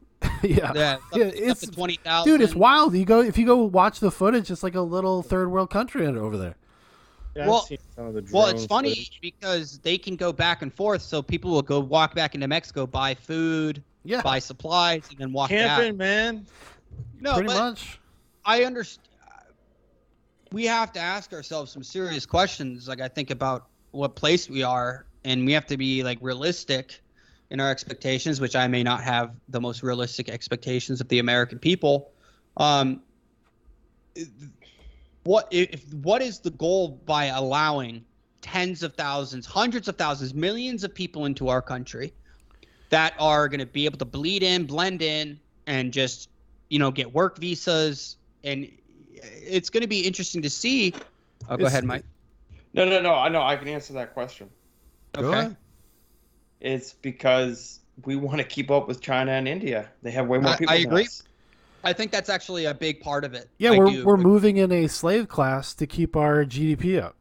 S1: yeah,
S3: yeah,
S1: yeah, it's-
S3: it's up to twenty thousand.
S1: dude, it's wild. You go if you go watch the footage, it's like a little third world country under- over there.
S2: Yeah, I've
S3: well-
S2: seen some of the
S3: Well, it's
S2: drone
S3: funny
S2: footage.
S3: because they can go back and forth, so people will go walk back into Mexico, buy food,
S1: Yeah,
S3: buy supplies, and then walk
S2: Camping,
S3: out.
S2: man.
S3: No,
S1: pretty
S3: but
S1: much.
S3: I understand. We have to ask ourselves some serious questions. Like I think about what place we are, and we have to be like realistic in our expectations, which I may not have the most realistic expectations of the American people. Um, what if what is the goal by allowing tens of thousands, hundreds of thousands, millions of people into our country that are going to be able to bleed in, blend in, and just you know get work visas, and it's going to be interesting to see. Oh, go
S1: It's-
S3: ahead, Mike.
S4: No, no, no. I know. I can answer that question.
S1: Go
S3: Okay.
S1: ahead.
S4: It's because we want to keep up with China and India. They have way more
S3: I-
S4: people.
S3: I
S4: than
S3: agree.
S4: us.
S3: I think that's actually a big part of it.
S1: Yeah,
S3: I
S1: we're
S3: do.
S1: we're moving in a slave class to keep our GDP up.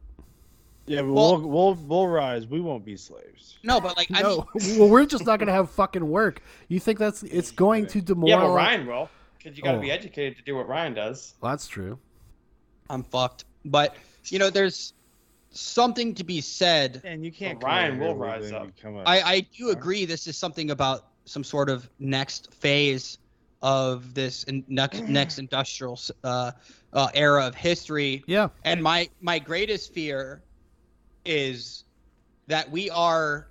S2: Yeah, but
S3: Well-
S2: we'll, we'll we'll rise. We won't be slaves.
S3: No, but like I mean,
S1: no, well, we're just not gonna have fucking work. You think that's it's going to
S4: Yeah,
S1: demoralize?
S4: but Ryan will, because you got to
S1: Oh.
S4: be educated to do what Ryan does.
S1: Well, that's true.
S3: I'm fucked. But you know, there's something to be said
S2: And you
S4: can't
S2: can't.
S4: come over here legally and
S2: I
S3: I, I do agree. This is something about some sort of next phase of this in, next, next industrial uh, uh, era of history.
S1: Yeah,
S3: And my my greatest fear is that we are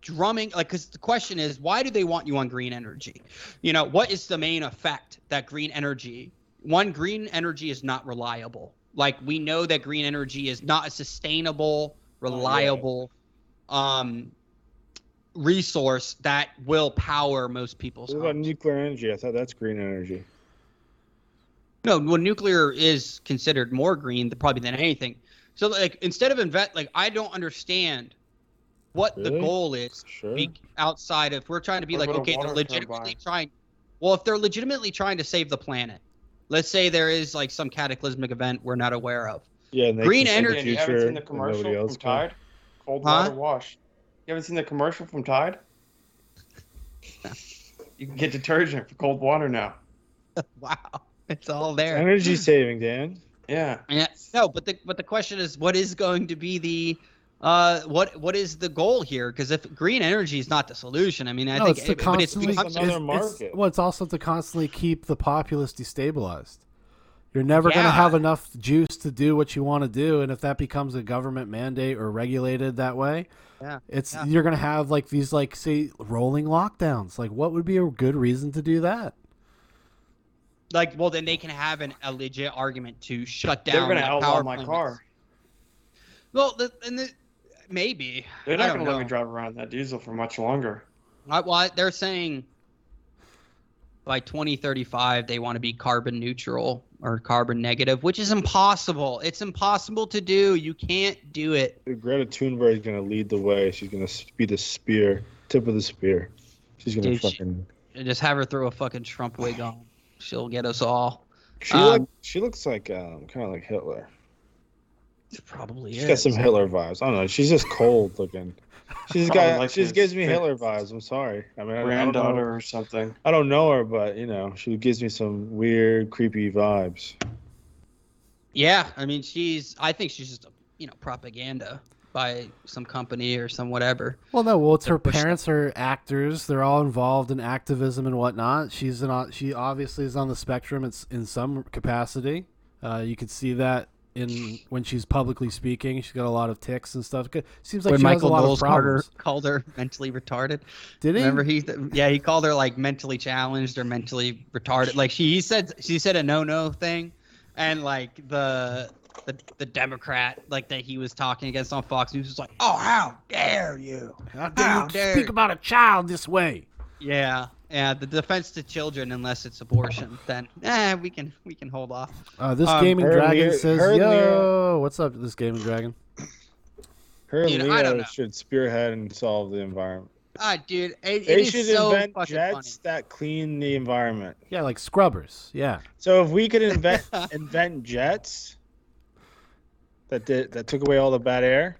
S3: drumming like because the question is why do they want you on green energy you know what is the main effect that green energy one green energy is not reliable like we know that green energy is not a sustainable reliable um resource that will power most people's
S2: What about
S3: homes.
S2: nuclear energy? I thought that's green energy.
S3: No, well, nuclear is considered more green th- probably than anything. So, like, instead of invest, like, I don't understand what the
S2: Really?
S3: goal is
S2: Sure.
S3: be- outside of we're trying to be
S4: What
S3: like,
S4: about a
S3: okay, they're
S4: water
S3: legitimately
S4: turbine?
S3: trying. Well, if they're legitimately trying to save the planet, let's say there is like some cataclysmic event we're not aware of.
S2: Yeah, and they
S3: Green
S2: can see
S3: energy-
S4: Yeah, you haven't
S2: future
S4: seen the
S2: and nobody
S4: commercial
S2: else
S4: from
S2: can.
S4: Tide? Cold
S3: Huh?
S4: water wash. You haven't seen the commercial from Tide? You can get detergent for cold water now.
S3: Wow, it's all there.
S2: Energy saving, Dan.
S4: Yeah.
S3: Yeah, no, but the but the question is, what is going to be the uh, what what is the goal here? Because if green energy is not the solution, I mean, I
S1: no,
S3: think
S1: it's to
S3: it- but it's
S1: constantly.
S2: becomes
S1: it's-
S2: another
S1: it's-
S2: market.
S1: well, it's also to constantly keep the populace destabilized. You're never going to
S3: Yeah.
S1: have enough juice to do what you want to do, and if that becomes a government mandate or regulated that way,
S3: Yeah,
S1: it's
S3: yeah.
S1: you're going to have like these like say rolling lockdowns. Like, what would be a good reason to do that?
S3: like well, then they can have an, a legit argument to shut
S4: They're
S3: down.
S4: going to
S3: that
S4: outlaw
S3: power
S4: my
S3: plant.
S4: car.
S3: Well, the, and the, maybe
S4: They're not
S3: I don't
S4: going to let me
S3: know.
S4: drive around in that diesel for much longer.
S3: I, well, I- they're saying by 2035 they want to be carbon neutral or carbon negative, which is impossible. It's impossible to do. You can't do it.
S2: Greta Thunberg is gonna lead the way. She's gonna s- be the spear, tip of the spear. She's gonna
S3: Dude, she- um,
S2: fucking.
S3: and just have her throw a fucking Trump wig on. She'll get us all.
S2: She,
S3: um,
S2: look, she looks like um, kind of like Hitler.
S3: Probably
S2: She's got some Hitler vibes. I don't know. She's just cold looking. She's got.
S4: Probably like
S2: she just
S4: his
S2: gives me
S4: big
S2: Hitler vibes. I'm sorry. I mean, I- I don't know.
S4: Granddaughter or something.
S2: I don't know her, but you know, she gives me some weird, creepy vibes.
S3: Yeah, I mean, she's. I think she's just, you know, propaganda by some company or some whatever.
S1: Well, no. Well, it's
S3: They're
S1: her
S3: pushed-
S1: parents are actors. They're all involved in activism and whatnot. She's an she obviously is on the spectrum. It's in some capacity. Uh, you could see that in when she's publicly speaking. She's got a lot of tics and stuff. Good- Seems like
S3: when
S1: she
S3: Michael
S1: has a lot
S3: Knowles
S1: of
S3: Carter
S1: problems.
S3: called her mentally retarded,
S1: Did he?
S3: remember he? Yeah, he called her like mentally challenged or mentally retarded. Like she he said, she said a no no thing, and like the. The, the Democrat like that he was talking against on Fox News was like, oh how dare you?
S1: How
S3: How
S1: dare you
S3: dare
S1: speak
S3: you.
S1: about a child this way?
S3: Yeah, yeah. The defense to children, unless it's abortion, then eh, we can we can hold off.
S1: Uh, this
S3: Um,
S1: gaming
S2: her
S1: dragon
S2: Lear-
S1: says,
S2: her
S1: "Yo, what's up, this gaming dragon?"
S2: Her and
S3: You know, I don't
S2: Leo
S3: know.
S2: should spearhead and solve the environment.
S3: Ah, dude, it,
S2: They
S3: it
S2: should
S3: is so
S2: invent
S3: fucking funny.
S2: jets that clean the environment.
S1: Yeah, like scrubbers. Yeah,
S2: So if we could invent invent jets that did that took away all the bad air,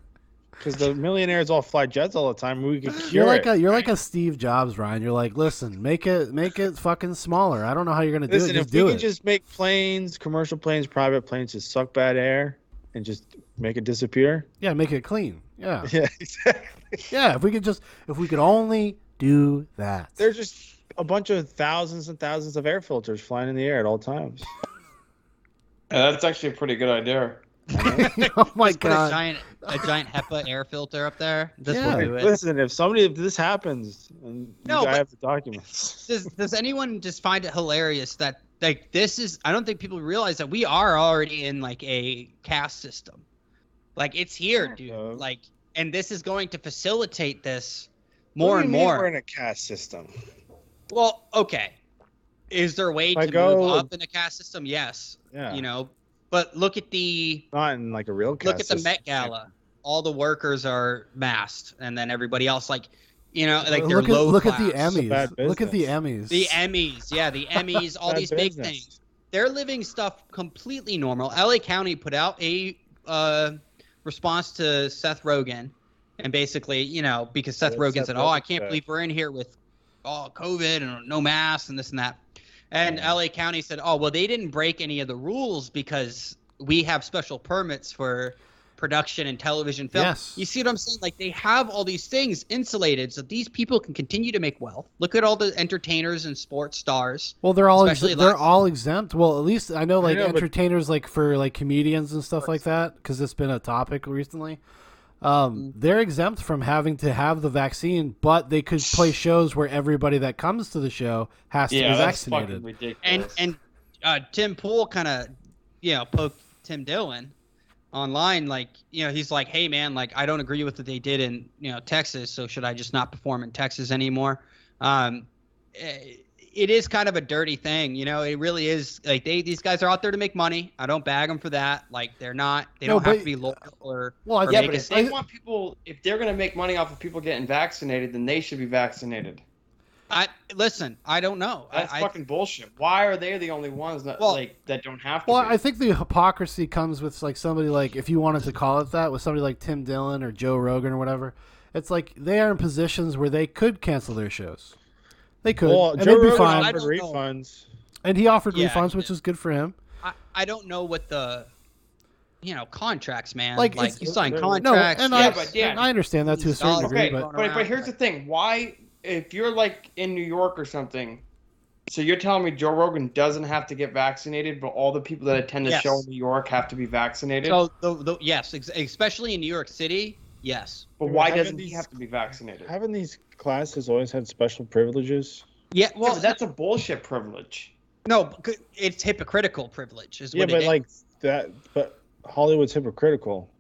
S2: because the millionaires all fly jets all the time, we could cure
S1: you're like
S2: it.
S1: a you're like a Steve Jobs, Ryan. You're like, listen, make it make it fucking smaller. I don't know how you're gonna do it.
S2: Listen, if
S1: Just
S2: we
S1: do
S2: could
S1: it.
S2: just make planes, commercial planes, private planes, just suck bad air and just make it disappear.
S1: Yeah, make it clean. Yeah.
S2: Yeah, exactly.
S1: Yeah, if we could just if we could only do that.
S2: There's just a bunch of thousands and thousands of air filters flying in the air at all times.
S4: Yeah, that's actually a pretty good idea.
S1: oh my
S3: Just put a
S1: god.
S3: giant a giant HEPA air filter up there. This
S1: Yeah.
S3: will do it.
S2: Listen, if somebody if this happens, and
S3: No,
S2: you, I
S3: but-
S2: have the documents.
S3: Does Does anyone just find it hilarious that like this is? I don't think people realize that we are already in like a caste system. Like it's here, dude.
S2: Yeah.
S3: Like, and this is going to facilitate this
S2: What
S3: more
S2: do
S3: and
S2: you mean
S3: more.
S2: We're in a caste system.
S3: Well, okay. Is there a way
S2: If I
S3: to
S2: go-
S3: move up in a caste system? Yes.
S2: Yeah.
S3: You know, but look at the
S2: not in like a real caste
S3: look at the
S2: system.
S3: Met Gala. All the workers are masked, and then everybody else, like, you know, like they're
S1: look at
S3: low
S1: look at the
S3: class.
S2: It's a bad
S1: Emmys. Look at the
S2: business.
S1: Emmys.
S3: The Emmys, yeah, the Emmys, all
S2: Bad
S3: these big
S2: business.
S3: things. They're living stuff completely normal. LA County put out a uh, response to Seth Rogen, and basically, you know, because Seth
S2: Yeah,
S3: Rogen
S2: Seth
S3: said, "Oh, I
S2: Rogen's
S3: can't
S2: back.
S3: believe we're in here with all COVID and no masks and this and that," and
S2: Yeah.
S3: LA County said, "Oh, well, they didn't break any of the rules because we have special permits for production and television film.
S1: Yes.
S3: You see what I'm saying? Like they have all these things insulated so these people can continue to make wealth. Look at all the entertainers and sports stars.
S1: Well, they're all ex-
S3: Especially
S1: they're
S3: last-
S1: all exempt. Well, at least I know like
S2: know, but-
S1: entertainers like for like comedians and stuff like that because it's been a topic recently.
S3: Mm.
S1: Um, they're exempt from having to have the vaccine, but they could play shows where everybody that comes to the show has to
S4: Yeah,
S1: be
S4: that's fucking
S1: vaccinated.
S4: ridiculous.
S3: And and uh, Tim Pool kind of you know poked Tim Dillon online like you know he's like hey man like I don't agree with what they did in you know Texas so should I just not perform in Texas anymore? Um, eh, it is kind of a dirty thing, you know. It really is like they these guys are out there to make money. I don't bag them for that. Like they're not they
S1: No,
S3: don't have
S1: but-
S3: to be loyal or
S1: Well, I
S3: or
S4: yeah,
S1: think
S4: but
S3: make
S4: if
S3: it-
S4: they
S1: I-
S4: want people, if they're gonna make money off of people getting vaccinated, then they should be vaccinated.
S3: I listen, I don't know. I,
S4: That's
S3: I,
S4: fucking bullshit. Why are they the only ones that
S3: Well-
S4: like that don't have to?
S1: Well,
S4: be?
S1: I think the hypocrisy comes with like somebody like if you wanted to call it that with somebody like Tim Dillon or Joe Rogan or whatever. It's like they are in positions where they could cancel their shows. They could,
S2: Well,
S1: and
S2: Joe
S1: they'd be
S2: Rogan
S1: fine.
S2: offered
S3: I don't know.
S2: refunds.
S1: And he offered
S3: Yeah,
S1: refunds,
S3: he
S1: which
S3: did.
S1: is good for him.
S3: I, I don't know what the you know contracts man
S1: Like,
S3: like,
S1: it's-
S3: you sign
S2: No,
S1: No,
S3: contracts
S1: and
S4: yeah,
S1: I,
S4: but yeah.
S1: and I understand that to a certain
S3: Solid.
S1: degree,
S4: okay,
S1: but
S4: but, but here's the thing: why, if you're like in New York or something, so you're telling me Joe Rogan doesn't have to get vaccinated, but all the people that attend the
S3: Yes.
S4: show in New York have to be vaccinated?
S3: so the, the, yes ex- especially in new york city yes
S4: but
S2: Dude,
S4: why
S2: haven't
S4: doesn't he
S2: these-
S4: have to be vaccinated?
S2: Haven't these classes always had special privileges?
S3: yeah
S4: Well,
S3: well
S4: that's a bullshit privilege.
S3: no c- it's hypocritical privilege is
S2: Yeah,
S3: what it
S2: but
S3: is.
S2: like that, but Hollywood's hypocritical.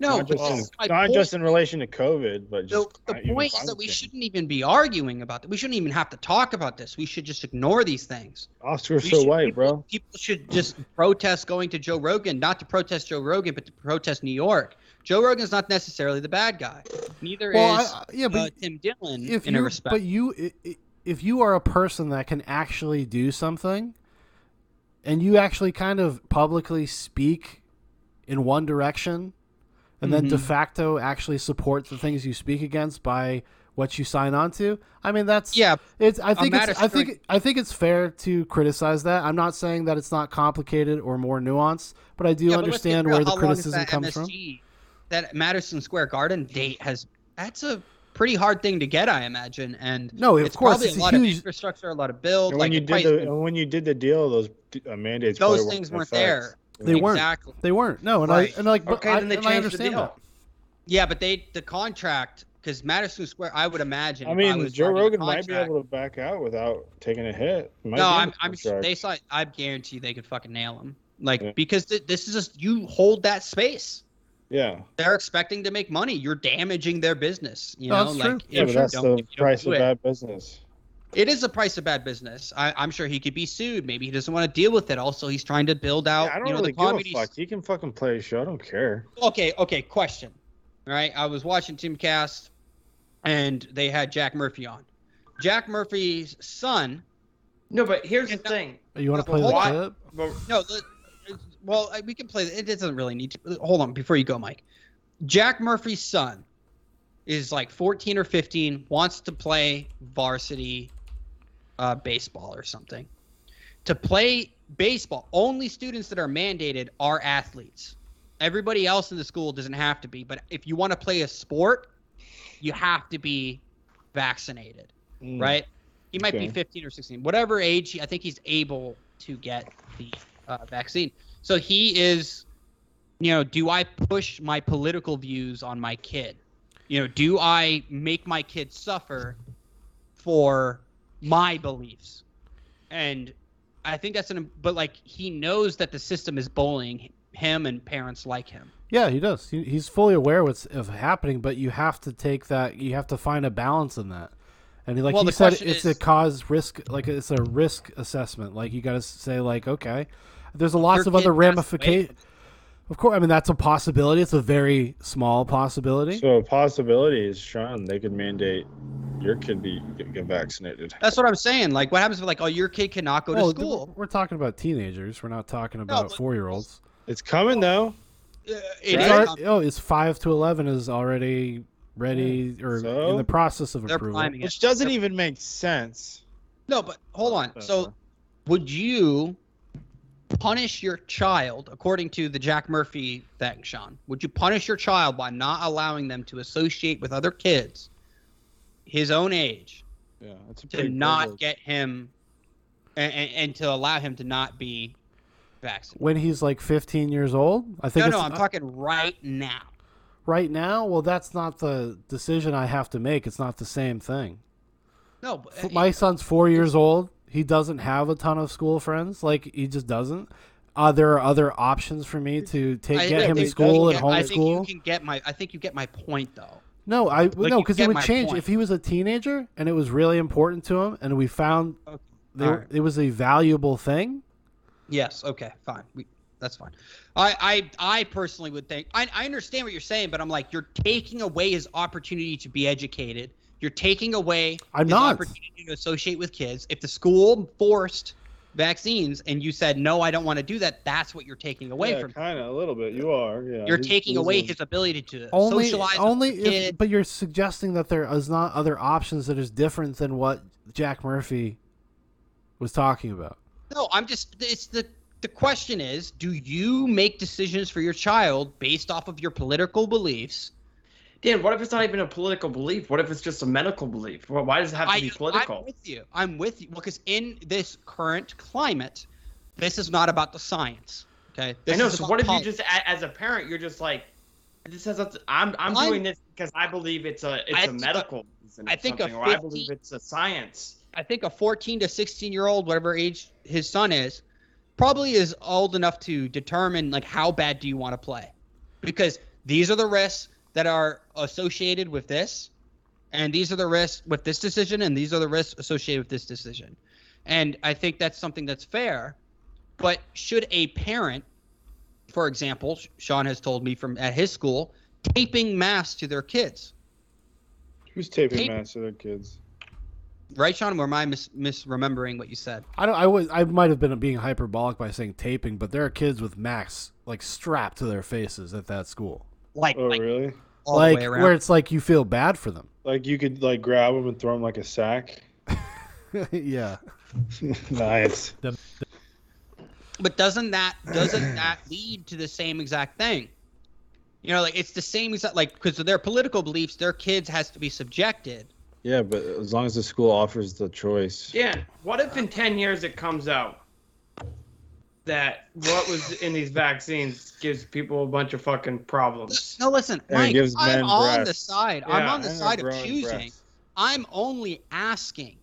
S3: no
S2: not
S3: but
S2: just,
S3: this
S2: in,
S3: is my
S2: not
S3: point.
S2: just in relation to COVID, but
S3: the,
S2: just
S3: the
S2: not even
S3: point is
S2: climate
S3: that we
S2: change.
S3: shouldn't even be arguing about that we shouldn't even have to talk about this we should just ignore these things
S2: Oscars
S3: we
S2: so
S3: should-
S2: white, bro.
S3: people should just protest going to Joe Rogan, not to protest Joe Rogan, but to protest New York. Joe Rogan's not necessarily the bad guy. Neither
S1: well,
S3: is
S1: I, yeah,
S3: uh,
S1: but
S3: Tim Dillon
S1: if
S3: in
S1: you,
S3: a respect.
S1: but you, i- i- if you are a person that can actually do something, and you actually kind of publicly speak in one direction, and then de
S3: Mhm.
S1: facto actually support the things you speak against by what you sign on to, I mean that's
S3: yeah,
S1: It's. I think. It's,
S3: matter
S1: I think. I think it's fair to criticize that. I'm not saying that it's not complicated or more nuanced, but I do
S3: yeah, but let's get
S1: understand
S3: real.
S1: where the
S3: How long has
S1: criticism
S3: that
S1: comes from.
S3: MSG, That Madison Square Garden date has that's a pretty hard thing to get, I imagine. And
S1: No, of
S3: it's
S1: course,
S3: probably
S1: it's a
S3: a lot of
S1: huge-
S3: infrastructure, a lot of build.
S2: And
S3: Like
S2: when you
S3: it
S2: did
S3: probably-
S2: the and when you did the deal, those uh, mandates.
S3: those
S2: probably
S3: things
S2: in
S3: weren't
S2: effect.
S3: there.
S1: They weren't.
S3: exactly.
S1: They weren't. No, and
S3: Right.
S1: I and like. but
S4: Okay,
S1: I,
S4: then they
S1: and I
S4: changed the
S1: understand
S4: deal.
S1: that.
S3: Yeah, but they the contract because Madison Square. I would imagine.
S2: I
S3: if
S2: mean,
S3: was
S2: Joe
S3: running a
S2: Rogan might be
S3: contract-
S2: able to back out without taking a hit. Might
S3: No,
S2: be
S3: I'm,
S2: under
S3: I'm sure
S2: contract.
S3: they saw. I guarantee they could fucking nail him. Like
S2: Yeah.
S3: because th- this is just you hold that space.
S2: Yeah,
S3: They're expecting to make money. You're damaging their business. You
S1: No,
S3: know,
S1: that's
S3: like
S1: true.
S3: if
S2: yeah,
S3: you
S2: but that's
S3: don't-
S2: the
S3: if you don't
S2: price
S3: do
S2: of
S3: it.
S2: bad business.
S3: It is the price of bad business. I, I'm sure he could be sued. Maybe he doesn't want to deal with it. Also, he's trying to build out.
S2: Yeah, I don't
S3: you know,
S2: really
S3: the
S2: give
S3: comedy
S2: a fuck. He can fucking play a show. I don't care.
S3: okay, okay, question. All right, I was watching Timcast, and they had Jack Murphy on. Jack Murphy's son.
S4: No, but here's the
S3: And-
S4: thing.
S1: You want to
S3: Well,
S1: play the
S4: why-
S1: clip?
S4: But
S3: No, the, well, I- we can play. It doesn't really need to. Hold on, before you go, Mike. Jack Murphy's son is like 14 or 15, wants to play varsity uh, baseball or something. To play baseball, only students that are mandated are athletes. Everybody else in the school doesn't have to be, but if you want to play a sport, you have to be vaccinated
S2: Mm.
S3: right? He might
S2: Okay.
S3: be 15 or 16, whatever age. I think he's able to get the uh, vaccine. So he is, you know, do I push my political views on my kid? You know, do I make my kid suffer for my beliefs? And I think that's an, but like he knows that the system is bullying him and parents like him.
S1: Yeah, he does. He, he's fully aware what's of happening, but you have to take that. You have to find a balance in that. And he, like
S3: Well,
S1: he
S3: the
S1: said,
S3: question
S1: it's
S3: is-
S1: a cause risk. Like it's a risk assessment. Like you got to say, like, okay, there's a lots
S3: Your
S1: of other
S3: kid passed away.
S1: ramifications. Of course, I mean that's a possibility. It's a very small possibility.
S2: So a possibility is, Sean, they could mandate your kid be get, get vaccinated.
S3: That's what I'm saying. Like, what happens if, like, oh, your kid cannot go to
S1: Well, th-
S3: school?
S1: We're talking about teenagers. We're not talking about
S3: but-
S1: four year olds.
S2: It's coming though.
S3: Uh, it
S1: It's
S3: is
S1: alre-
S3: com-
S1: oh, it's five to eleven is already ready or in
S2: So?
S1: the process of
S3: They're
S1: approval.
S3: priming it.
S2: Which doesn't even make sense.
S3: No, but hold on. So, would you punish your child, according to the Jack Murphy thing, Sean, would you punish your child by not allowing them to associate with other kids his own age
S2: Yeah, that's a
S3: to not get him and, and, and to allow him to not be vaccinated?
S1: When he's like 15 years old, I think
S3: No,
S1: it's
S3: no, I'm talking right now.
S1: right now. Well, that's not the decision I have to make. It's not the same thing.
S3: No, but-
S1: F- my son's four years old. He doesn't have a ton of school friends. Like he just doesn't. Uh, there are other options for me to take
S3: I-
S1: get
S3: I
S1: him to
S3: think-
S1: school and
S3: I think you
S1: homeschool.
S3: can get my. I think you get my point though.
S1: No, I no
S3: you
S1: because it
S3: get
S1: would
S3: my
S1: change
S3: point.
S1: if he was a teenager and it was really important to him, and we found
S3: Okay.
S1: there,
S3: All right.
S1: it was a valuable thing.
S3: Yes. Okay. Fine. We, that's fine. I, I I personally would think I, I understand what you're saying, but I'm like you're taking away his opportunity to be educated. You're taking away
S1: I'm
S3: his
S1: not.
S3: opportunity to associate with kids. If the school forced vaccines and you said no, I don't want to do that, that's what you're taking away
S2: yeah,
S3: from.
S2: Kind of a little bit. You are.
S4: Uh,
S2: Yeah.
S3: You're
S2: He's-
S3: taking
S2: he's
S3: away
S2: a-
S3: his ability to
S1: Only,
S3: socialize
S1: only
S3: with the kid.
S1: if, but you're suggesting that there is not other options that is different than what Jack Murphy was talking about.
S3: No, I'm just it's the the question is, do you make decisions for your child based off of your political beliefs?
S4: Dan, what if it's not even a political belief? What if it's just a medical belief? Why why does it have to be
S3: I'm
S4: political?
S3: with you. I'm with you because in this current climate, this is not about the science. Okay.
S4: I
S3: This
S4: know.
S3: is
S4: So
S3: about
S4: what if you
S3: politics.
S4: just, a- as a parent, you're just like, this has. nothing- I'm I'm
S3: I'm-
S4: doing this because I believe it's a
S3: I
S4: it's a
S3: think a-
S4: medical. reason or
S3: I think a
S4: something, or I
S3: 50
S4: believe it's a science.
S3: I think a 14 to 16 year old, whatever age his son is, probably is old enough to determine like how bad do you want to play, because these are the risks that are associated with this, and these are the risks with this decision, and these are the risks associated with this decision, and I think that's something that's fair, but should a parent, for example, Sean has told me from at his school, taping masks to their kids,
S2: Who's taping
S3: tape-
S2: masks to their kids?
S3: right, Sean? Or am I mis- misremembering what you said?
S1: I don't. I was. I might have been being hyperbolic by saying taping, but there are kids with Max like strapped to their faces at that school,
S3: Like,
S2: Oh,
S3: like
S2: really?
S3: all
S1: like
S3: the way around.
S1: where it's like you feel bad for them.
S2: Like you could like grab them and throw them like a sack.
S1: yeah.
S2: nice.
S3: but doesn't that doesn't that lead to the same exact thing? You know, like it's the same exact like because of their political beliefs, their kids has to be subjected.
S2: Yeah, but as long as the school offers the choice.
S4: Dan, what if in 10 years it comes out that what was in these vaccines gives people a bunch of fucking problems?
S3: No, listen,
S2: And it
S3: Mike,
S2: gives
S3: I'm
S2: men
S3: on
S2: breasts.
S3: the side. I'm
S4: Yeah,
S3: on the
S2: And they're
S3: side of
S2: growing
S3: choosing.
S2: breasts.
S3: I'm only asking,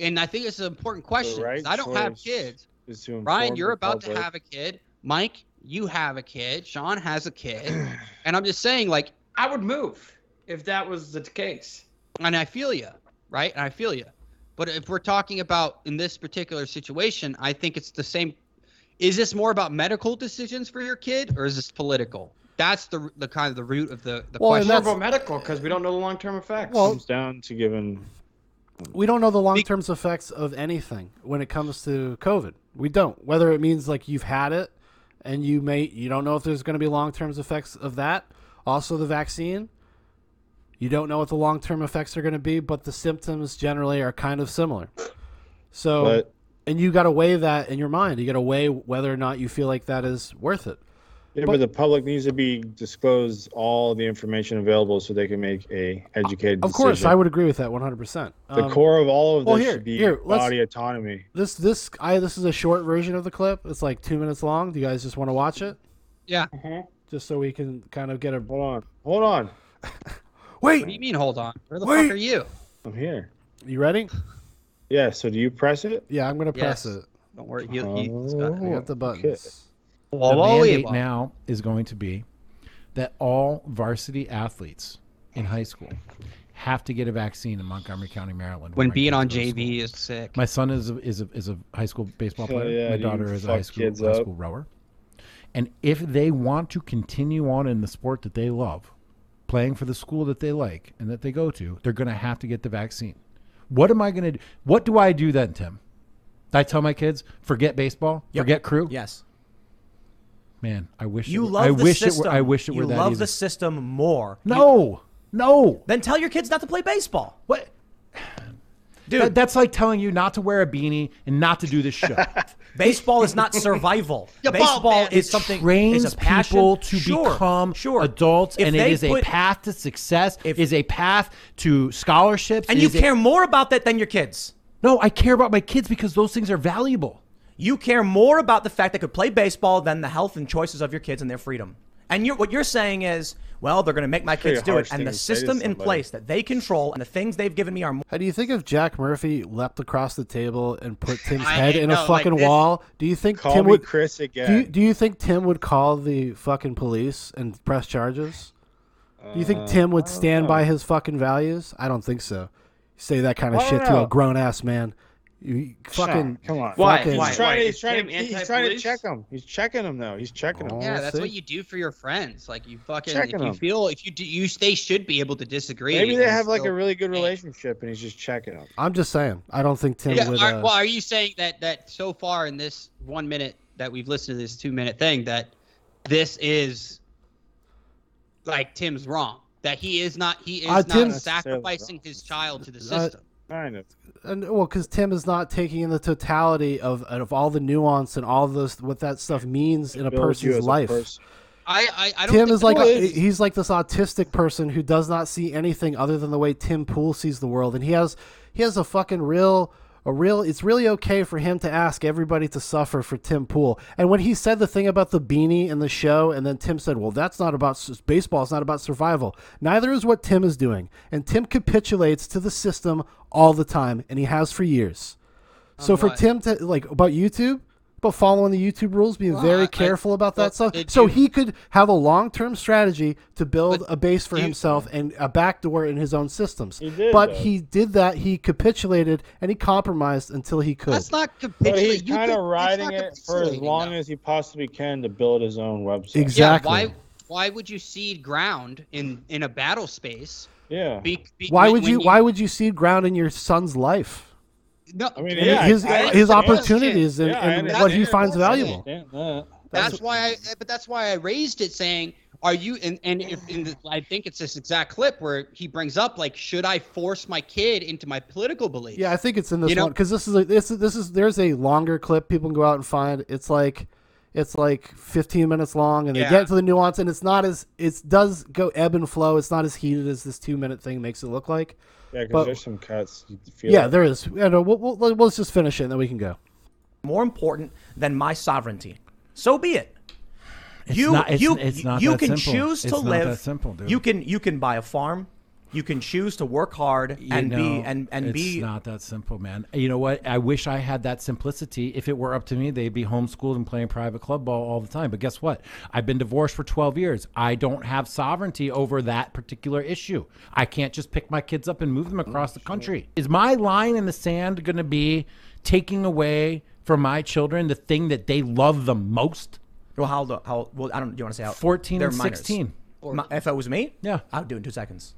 S3: and I think it's an important question. 'cause
S2: right
S3: I don't have
S2: choice.
S3: kids.
S2: Is to
S3: Brian,
S2: inform
S3: you're
S2: the
S3: about to
S2: public.
S3: have a kid. Mike, you have a kid. Sean has a kid, and I'm just saying, like,
S4: I would move if that was the case.
S3: and I feel you, right? And I feel you. But if we're talking about in this particular situation, I think it's the same. Is this more about medical decisions for your kid, or is this political? That's the the kind of the root of the the
S1: Well, and
S3: question.
S4: More
S1: that's-
S4: about medical because we don't know the long term effects.
S1: Well,
S2: comes down to giving.
S1: We don't know the long term effects of anything when it comes to COVID. We don't. Whether it means like you've had it and you may you don't know if there's going to be long term effects of that. Also the vaccine. You don't know what the long term effects are going to be, but the symptoms generally are kind of similar. So
S2: But
S1: and you got to weigh that in your mind. You got to weigh whether or not you feel like that is worth it.
S2: Yeah,
S1: But-
S2: but the public needs to be disclosed all the information available so they can make a educated
S1: Of course,
S2: decision.
S1: I would agree with that 100%.
S2: The
S1: Um,
S2: core of all of this
S1: well, here-
S2: should be
S1: here, let's-
S2: body autonomy.
S1: this this I this is a short version of the clip. It's like 2 minutes long. Do you guys just want to watch it?
S3: yeah.
S2: Mm-hmm.
S1: just so we can kind of get a
S2: Hold on, hold on.
S3: What do you
S1: wait.
S3: mean? Hold on. Where the
S1: Wait.
S3: fuck are you?
S2: I'm here.
S1: You ready?
S2: Yeah. So do you press it?
S1: Yeah, I'm gonna press
S3: Yes.
S1: it.
S3: Don't worry. You, you, it's got-
S1: I
S2: Oh.
S1: got the buttons.
S3: Whoa,
S5: the
S3: whoa,
S5: mandate
S3: whoa.
S5: now is going to be that all varsity athletes in high school have to get a vaccine in Montgomery County, Maryland. where
S3: when
S5: my
S3: being on
S5: kids go to school.
S3: JV is sick.
S5: My son is a, is a, is a high school baseball
S2: Hell
S5: player.
S2: yeah,
S5: my
S2: dude,
S5: daughter is a high
S2: fuck
S5: school
S2: kids
S5: high
S2: up.
S5: school rower. And if they want to continue on in the sport that they love, playing for the school that they like and that they go to, they're going to have to get the vaccine. What am I going to do? What do I do then, Tim? I tell my kids, forget baseball,
S6: Yep.
S5: forget crew.
S6: Yes.
S5: Man, I wish
S6: You
S5: it were,
S6: love
S5: I
S6: the
S5: wish
S6: system.
S5: it were I wish it were
S6: you
S5: that
S6: love
S5: easy.
S6: the system more.
S5: no. No.
S6: Then tell your kids not to play baseball.
S5: What?
S6: Dude.
S5: That- that's like telling you not to wear a beanie and not to do this show.
S6: Baseball is not survival.
S3: Your ball
S6: Baseball
S3: bat
S6: is something
S5: Trains
S6: is a passion.
S5: people to
S6: Sure,
S5: become
S6: sure.
S5: adults,
S6: If
S5: and it
S6: they
S5: is a
S6: put-
S5: path to success. is a path to scholarships.
S6: And
S5: it
S6: you
S5: is a-
S6: care more about that than your kids.
S5: no, I care about my kids because those things are valuable.
S6: You care more about the fact they could play baseball than the health and choices of your kids and their freedom. And you're, what you're saying is, well, they're going to make my
S2: Pretty
S6: kids do it,
S2: harsh
S6: and
S2: thing
S6: the
S2: to say to
S6: system in
S2: somebody.
S6: place that they control and the things they've given me are. More
S1: How do you think if Jack Murphy leapt across the table and put Tim's
S3: I-
S1: head in
S3: no,
S1: a
S3: like
S1: fucking
S3: this-
S1: wall? Do you think
S2: Call
S1: Tim
S2: me
S1: would?
S2: Chris again.
S1: do, you, do you think Tim would call the fucking police and press charges? Do you think Tim
S2: Uh,
S1: would stand by his fucking values? I don't think so. You say that kind of
S2: I
S1: shit
S2: don't
S1: to a
S2: know.
S1: grown ass man. You fucking
S2: Sean, come on.
S4: Why?
S1: fucking-
S4: Why?
S2: He's trying, to,
S4: Why?
S2: he's, trying to,
S4: Is Tim
S2: he's trying to
S4: anti-police?
S2: check him. He's checking him though. He's checking him.
S1: Oh.
S3: Yeah, that's
S1: see.
S3: what you do for your friends. Like you fucking,
S2: Checking
S3: if you
S2: them.
S3: feel, if you do, you they should be able to disagree.
S2: Maybe they
S3: and
S2: have like a
S3: still-
S2: really good relationship, and he's just checking him.
S1: I'm just saying. I don't think Tim
S3: Yeah,
S1: would.
S3: are,
S1: uh,
S3: well, are you saying that that so far in this one minute that we've listened to this two minute thing that this is like Tim's wrong that he is not he is
S1: Uh,
S3: not
S1: Tim's-
S3: sacrificing his child to the
S1: Uh,
S3: system.
S2: Kind of.
S1: and, well, because Tim is not taking in the totality of of all the nuance and all those what that stuff means in a
S2: Builds you
S1: person's
S2: as a
S1: life.
S2: person.
S3: I I, I don't.
S1: Tim
S3: think
S1: is like
S3: Well,
S1: a, he's like this autistic person who does not see anything other than the way Tim Pool sees the world, and he has he has a fucking real a real. It's really okay for him to ask everybody to suffer for Tim Pool. And when he said the thing about the beanie in the show, and then Tim said, "Well, that's not about s- baseball. It's not about survival. Neither is what Tim is doing." And Tim capitulates to the system all the time, and he has for years. So for
S3: what?
S1: Tim to like about YouTube, about following the YouTube rules, being
S3: Well,
S1: very
S3: I- I-
S1: careful about that
S3: well,
S1: stuff.
S3: did
S1: So
S3: you-
S1: he could have a long-term strategy to build
S3: But
S1: a base for
S3: you-
S1: himself and a backdoor in his own systems.
S2: He did,
S1: but
S2: though.
S1: he did that. He capitulated and he compromised until he could.
S3: That's not
S2: But
S3: capitulating.
S2: he's kind of riding it for as long as he possibly can to build his own website.
S1: Exactly.
S3: Yeah, why why would you cede ground in in a battle space?
S2: Yeah.
S3: Be, be-
S1: why
S3: when-
S1: would
S3: when
S1: you? Why would you see ground in your son's life?
S3: No,
S2: I mean,
S1: And
S2: yeah,
S1: his
S2: I
S1: his
S2: understand.
S1: opportunities and,
S2: Yeah, I
S1: and
S2: understand.
S1: what he finds
S3: That's-
S1: valuable.
S2: I understand that.
S3: That's,
S1: That's-
S3: why I. eh, But that's why I raised it, saying, "Are you?" And and if, in the, I think it's this exact clip where he brings up, like, "Should I force my kid into my political beliefs?"
S1: Yeah, I think it's in this
S3: You know-
S1: one because this is a, this is- this is there's a longer clip people can go out and find. It's like it's like 15 minutes long, and they
S3: Yeah.
S1: get to the nuance, and it's not as it does go ebb and flow. It's not as heated as this two minute thing makes it look like.
S2: Yeah, because
S1: But-
S2: there's some cuts. You feel
S1: Yeah,
S2: it.
S1: there is. And uh, we'll, we'll, let's just finish it, and then we can go.
S6: more important than my sovereignty. So be it.
S5: It's
S6: you
S5: not- it's-
S6: you
S5: it's not
S6: you
S5: that
S6: can
S5: simple.
S6: choose to
S5: It's not
S6: live.
S5: that simple, dude.
S6: You can you can buy a farm. You can choose to work hard
S5: You
S6: and be
S5: know,
S6: and and
S5: it's
S6: be.
S5: not that simple, man. You know what? I wish I had that simplicity. If it were up to me, they'd be homeschooled and playing private club ball all the time. But guess what? I've been divorced for 12 years. I don't have sovereignty over that particular issue. I can't just pick my kids up and move them across the country. Is my line in the sand going to be taking away from my children the thing that they love the most?
S6: well, how old- how well I don't. You want to say how?
S5: 14
S6: they're
S5: and
S6: minors.
S5: 16.
S6: My, if it was me,
S5: Yeah.
S6: I'd do it in two seconds.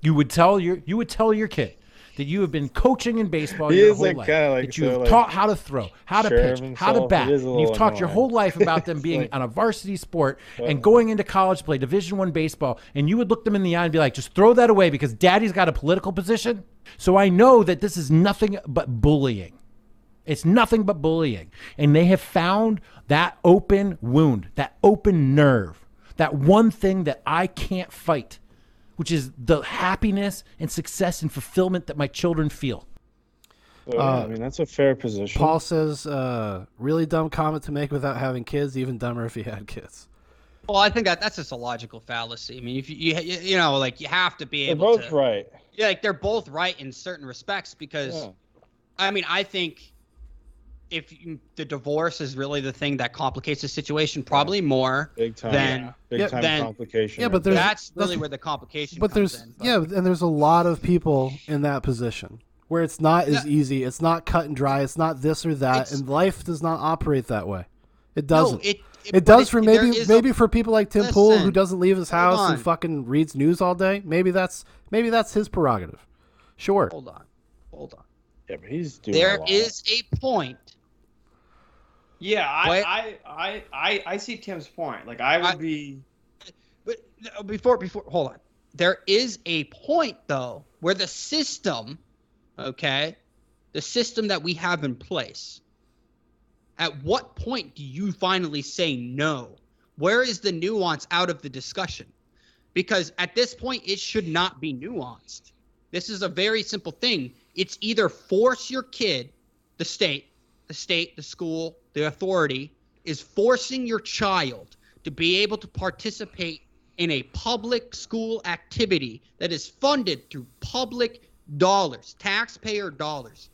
S5: You would tell your you would tell your kid that you have been coaching in baseball
S2: He
S5: your
S2: is,
S5: whole
S2: like,
S5: life.
S2: kinda like
S5: that you have
S2: so, like,
S5: taught how to throw, how to
S2: sure of
S5: pitch, how to
S2: himself.
S5: bat.
S2: It is a
S5: And you've
S2: little
S5: talked your
S2: annoying.
S5: whole life about them being on a varsity sport
S2: uh,
S5: and going into college to play Division One baseball, and you would look them in the eye and be like, "Just throw that away because Daddy's got a political position." So I know that this is nothing but bullying. It's nothing but bullying. And they have found that open wound, that open nerve, that one thing that I can't fight, which is the happiness and success and fulfillment that my children feel.
S2: So, yeah, I mean, that's a fair position.
S1: uh, Paul
S3: Mm-hmm.
S1: says, uh, really dumb comment to make without having kids, even dumber if he had kids.
S3: Well, I think that that's just a logical fallacy. I mean, if you you, you know, like, you have to be
S2: They're
S3: able
S2: both
S3: to.
S2: right.
S3: Yeah, like they're both right in certain respects because,
S2: Yeah.
S3: I mean, I think if you, the divorce is really the thing that complicates the situation probably more
S2: Big time.
S3: than
S2: Big
S1: Yeah,
S2: time
S3: then-
S2: complication.
S1: Yeah, but
S2: right
S1: there's-
S3: that's really
S1: that's-
S3: where the complication.
S1: But
S3: comes
S1: there's
S3: in,
S1: yeah, and there's a lot of people in that position where it's not as easy. It's not cut and dry. It's not this or that,
S3: It's-
S1: and life does not operate that way. It
S3: no,
S1: doesn't.
S3: it
S1: It does for
S3: but there
S1: maybe
S3: is a-
S1: maybe for people like Tim Pool who
S3: Listen,
S1: doesn't leave his house and
S3: on.
S1: fucking reads news all day. Maybe that's maybe that's his prerogative. Sure.
S3: hold on, hold on.
S2: Yeah, but he's doing
S3: There
S2: a lot.
S3: is a point.
S4: Yeah,
S3: Wait.
S4: I, I, I, I, I see Tim's point. Like I would
S3: I-
S4: be.
S3: But no, before before hold on. There is a point though where the system, okay, the system that we have in place, at what point do you finally say no? Where is the nuance out of the discussion? Because at this point, it should not be nuanced. This is a very simple thing. It's either force your kid, the state, the state, the school, the authority is forcing your child to be able to participate in a public school activity that is funded through public dollars, taxpayer dollars,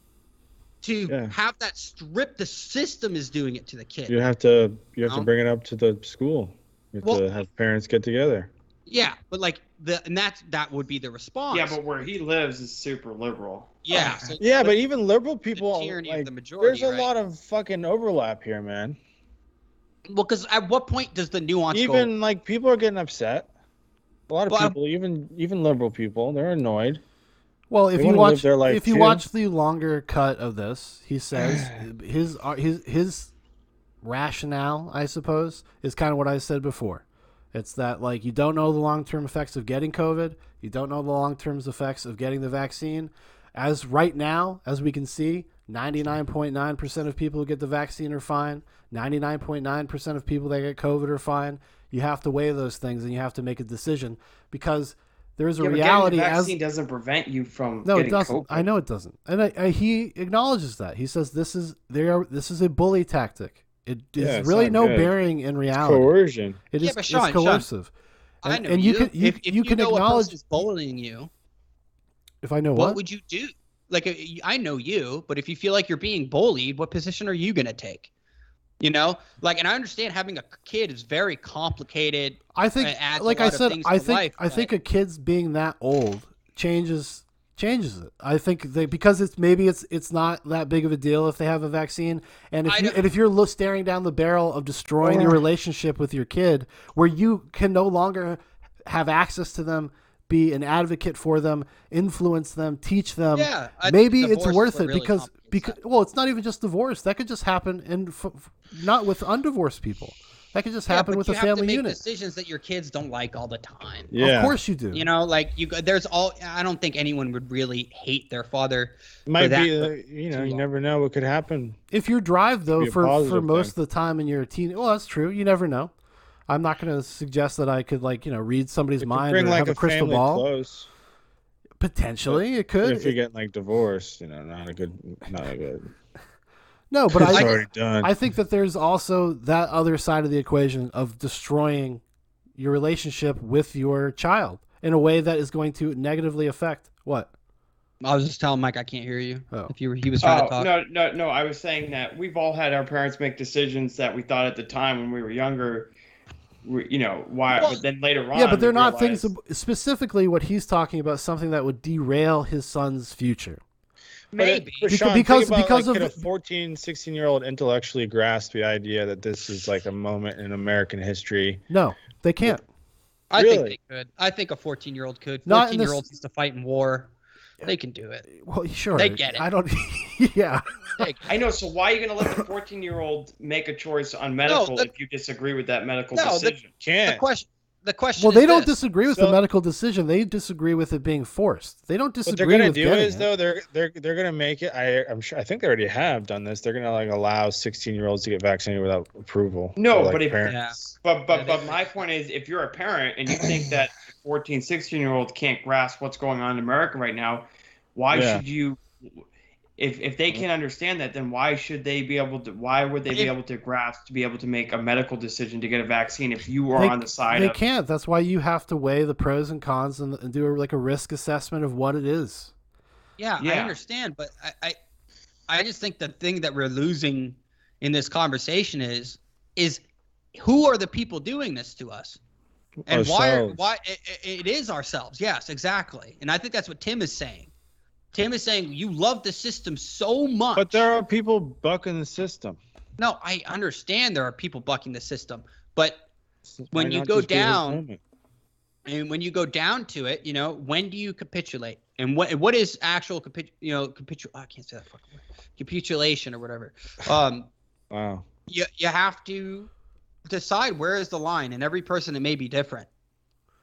S3: to
S2: Yeah.
S3: have that strip. The system is doing it to the kid.
S2: You have to you have
S3: No.
S2: to bring it up to the school. You have
S3: Well-
S2: to have parents get together.
S3: Yeah, but like the and that's that would be the response.
S4: Yeah, but where he lives is super liberal.
S3: yeah, so-
S2: Yeah, but even liberal people
S3: people, tyranny of
S2: like,
S3: like, the majority,
S2: there's
S3: there's
S2: a
S3: a right?
S2: lot
S3: lot
S2: of fucking overlap here, man.
S3: well, because at what point does the nuance go?
S2: even like people are getting upset. A lot of
S3: Well, I'm-
S2: people, even even liberal people, they're annoyed.
S1: Well, if
S2: They
S1: you
S2: wanna live
S1: watch
S2: their life
S1: if you
S2: too.
S1: watch the longer cut of this, he says his ar- his his rationale, I suppose, is kind of what I said before. It's that like you don't know the long-term effects of getting COVID, you don't know the long-term effects of getting the vaccine. As right now, as we can see, 99.9% of people who get the vaccine are fine. 99.9% of people that get COVID are fine. You have to weigh those things and you have to make a decision because there is a
S4: Yeah, but getting the
S1: reality as
S4: vaccine doesn't prevent you from
S1: no, it
S4: getting
S1: doesn't.
S4: COVID.
S1: I know it doesn't, and I, I, he acknowledges that. He says this is they are this is a bully tactic. It is
S2: Yeah, it's
S1: really
S2: not
S1: no
S2: good.
S1: bearing in reality.
S2: Coercion.
S1: It
S3: Yeah,
S1: is
S3: but Sean,
S1: it's
S3: Sean,
S1: coercive.
S3: I
S1: And-
S3: know
S1: and you can- you-
S3: if, if
S1: you
S3: you
S1: can
S3: know
S1: acknowledge-
S3: a person's bullying you,
S1: If I know
S3: what?
S1: what,
S3: would you do? Like, uh, you- I know you, but if you feel like you're being bullied, what position are you gonna take? You know, like, and I understand having a kid is very complicated.
S1: I think,
S3: it adds a
S1: like I
S3: lot of
S1: said,
S3: things
S1: I
S3: to
S1: think
S3: life,
S1: I think
S3: but-
S1: a kid's being that old changes changes it. I think they because it's maybe it's it's not that big of a deal if they have a vaccine, and
S3: I
S1: if you,
S3: don't-
S1: and if you're lo- staring down the barrel of destroying your relationship with your kid, where you can no longer have access to them, be an advocate for them, influence them, teach them.
S3: Yeah, I think
S1: maybe it's
S3: divorce is
S1: worth
S3: what
S1: it
S3: really
S1: because
S3: complicates
S1: because well, it's not even just divorce. That could just happen and f- f- not with undivorced people. That could just
S3: Yeah,
S1: happen
S3: but
S1: with
S3: you
S1: a
S3: have to
S1: family
S3: make
S1: unit.
S3: Decisions that your kids don't like all the time.
S2: Yeah,
S1: Of course you do.
S3: You know, like you. go- There's all. I don't think anyone would really hate their father.
S2: might
S3: that
S2: be.
S3: for
S2: uh, You know,
S3: too
S2: you
S3: long.
S2: never know what could happen.
S1: if you drive though
S2: be a
S1: for, for
S2: positive
S1: most
S2: thing.
S1: of the time and you're a teen well that's true you never know i'm not going to suggest that i could like you know read somebody's
S2: It could
S1: mind
S2: bring
S1: or
S2: like
S1: have a,
S2: a
S1: crystal
S2: family
S1: ball
S2: close.
S1: potentially it could
S2: if you're getting like divorced, you know, not a good, not a good.
S1: no but
S2: it's
S1: i
S2: already done.
S1: I think that there's also that other side of the equation of destroying your relationship with your child in a way that is going to negatively affect what
S3: I was just telling Mike I can't hear you.
S1: Oh.
S3: If you were, he was trying to
S4: Oh
S3: talk.
S4: no, no, no! I was saying that we've all had our parents make decisions that we thought at the time when we were younger, we, you know, why?
S3: Well-
S4: but then later on,
S1: yeah but they're
S4: we
S1: not things
S4: realized-
S1: ab- specifically what he's talking about something that would derail his son's future
S3: Maybe.
S2: But
S1: Beca-
S2: uh, Sean,
S1: because-
S2: think about,
S1: because
S2: like,
S1: of
S2: could
S1: the-
S2: a 14, 16 year old intellectually grasp the idea that this is like a moment in American history.
S1: no they can't
S3: I
S2: Really?
S3: think they could. I think a 14 year old could.
S1: Not
S3: 14
S1: in
S3: year
S1: this-
S3: olds used to fight in war. They can do it.
S1: well sure
S3: They get it.
S1: i don't yeah
S4: I know. So why are you going to let the fourteen-year-old make a choice on medical
S3: the-
S4: if you disagree with that medical
S3: No, the-
S4: decision?
S3: The
S2: Can't.
S3: question. The question.
S1: Well,
S3: is
S1: they don't
S3: this.
S1: disagree with the
S2: So-
S1: medical decision. They disagree with it being forced. They don't
S2: what they're
S1: disagree
S2: gonna
S1: with
S2: do
S1: getting
S2: is
S1: it.
S2: though they're they're they're gonna make it. I I'm sure. I think they already have done this. They're gonna like allow 16 year olds to get vaccinated without approval.
S4: No,
S2: Or, like,
S4: but if-
S2: parent-
S3: Yeah.
S4: But
S3: Yeah,
S4: but
S3: they-
S4: but my point is, if you're a parent and you think that 14, 16 year olds can't grasp what's going on in America right now, why
S2: Yeah.
S4: should you? If if they can't understand that, then why should they be able to? Why would they be
S3: If-
S4: able to grasp to be able to make a medical decision to get a vaccine if you are
S1: They-
S4: on the side
S1: They
S4: of?
S1: can't. That's why you have to weigh the pros and cons and, and do a, like a risk assessment of what it is.
S3: Yeah, I
S4: Yeah.
S3: understand, but I, I, I just think the thing that we're losing in this conversation is, is who are the people doing this to us, and why? Are,
S2: Ourselves.
S3: why it, it is ourselves? Yes, exactly. And I think that's what Tim is saying. Tim is saying you love the system so much.
S2: But there are people bucking the system.
S3: no, I understand there are people bucking the system, but When
S2: Why
S3: you
S2: not
S3: go
S2: just be his
S3: down-
S2: moment?
S3: And when you go down to it, you know, when do you capitulate? And what what is actual capit you know capitu- oh, I can't say that fucking word. capitulation or whatever. Um,
S2: Wow.
S3: you you have to decide where is the line, and every person it may be different.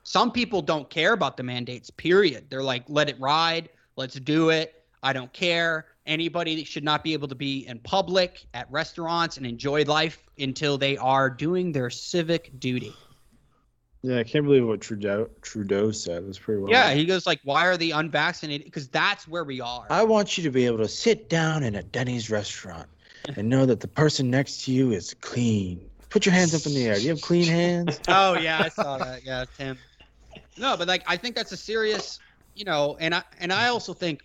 S3: Some people don't care about the mandates. Period. They're like, let it ride. Let's do it. I don't care. Anybody should not be able to be in public, at restaurants, and enjoy life until they are doing their civic duty.
S2: Yeah, I can't believe what Trudeau Trudeau said. That's pretty well.
S3: Yeah, he goes like, "Why are the unvaccinated?" Because that's where we are.
S2: I want you to be able to sit down in a Denny's restaurant and know that the person next to you is clean. Put your hands up in the air. Do you have clean hands?
S3: oh yeah, I saw that. Yeah, it's him. No, but like I think that's a serious, you know, and I and I also think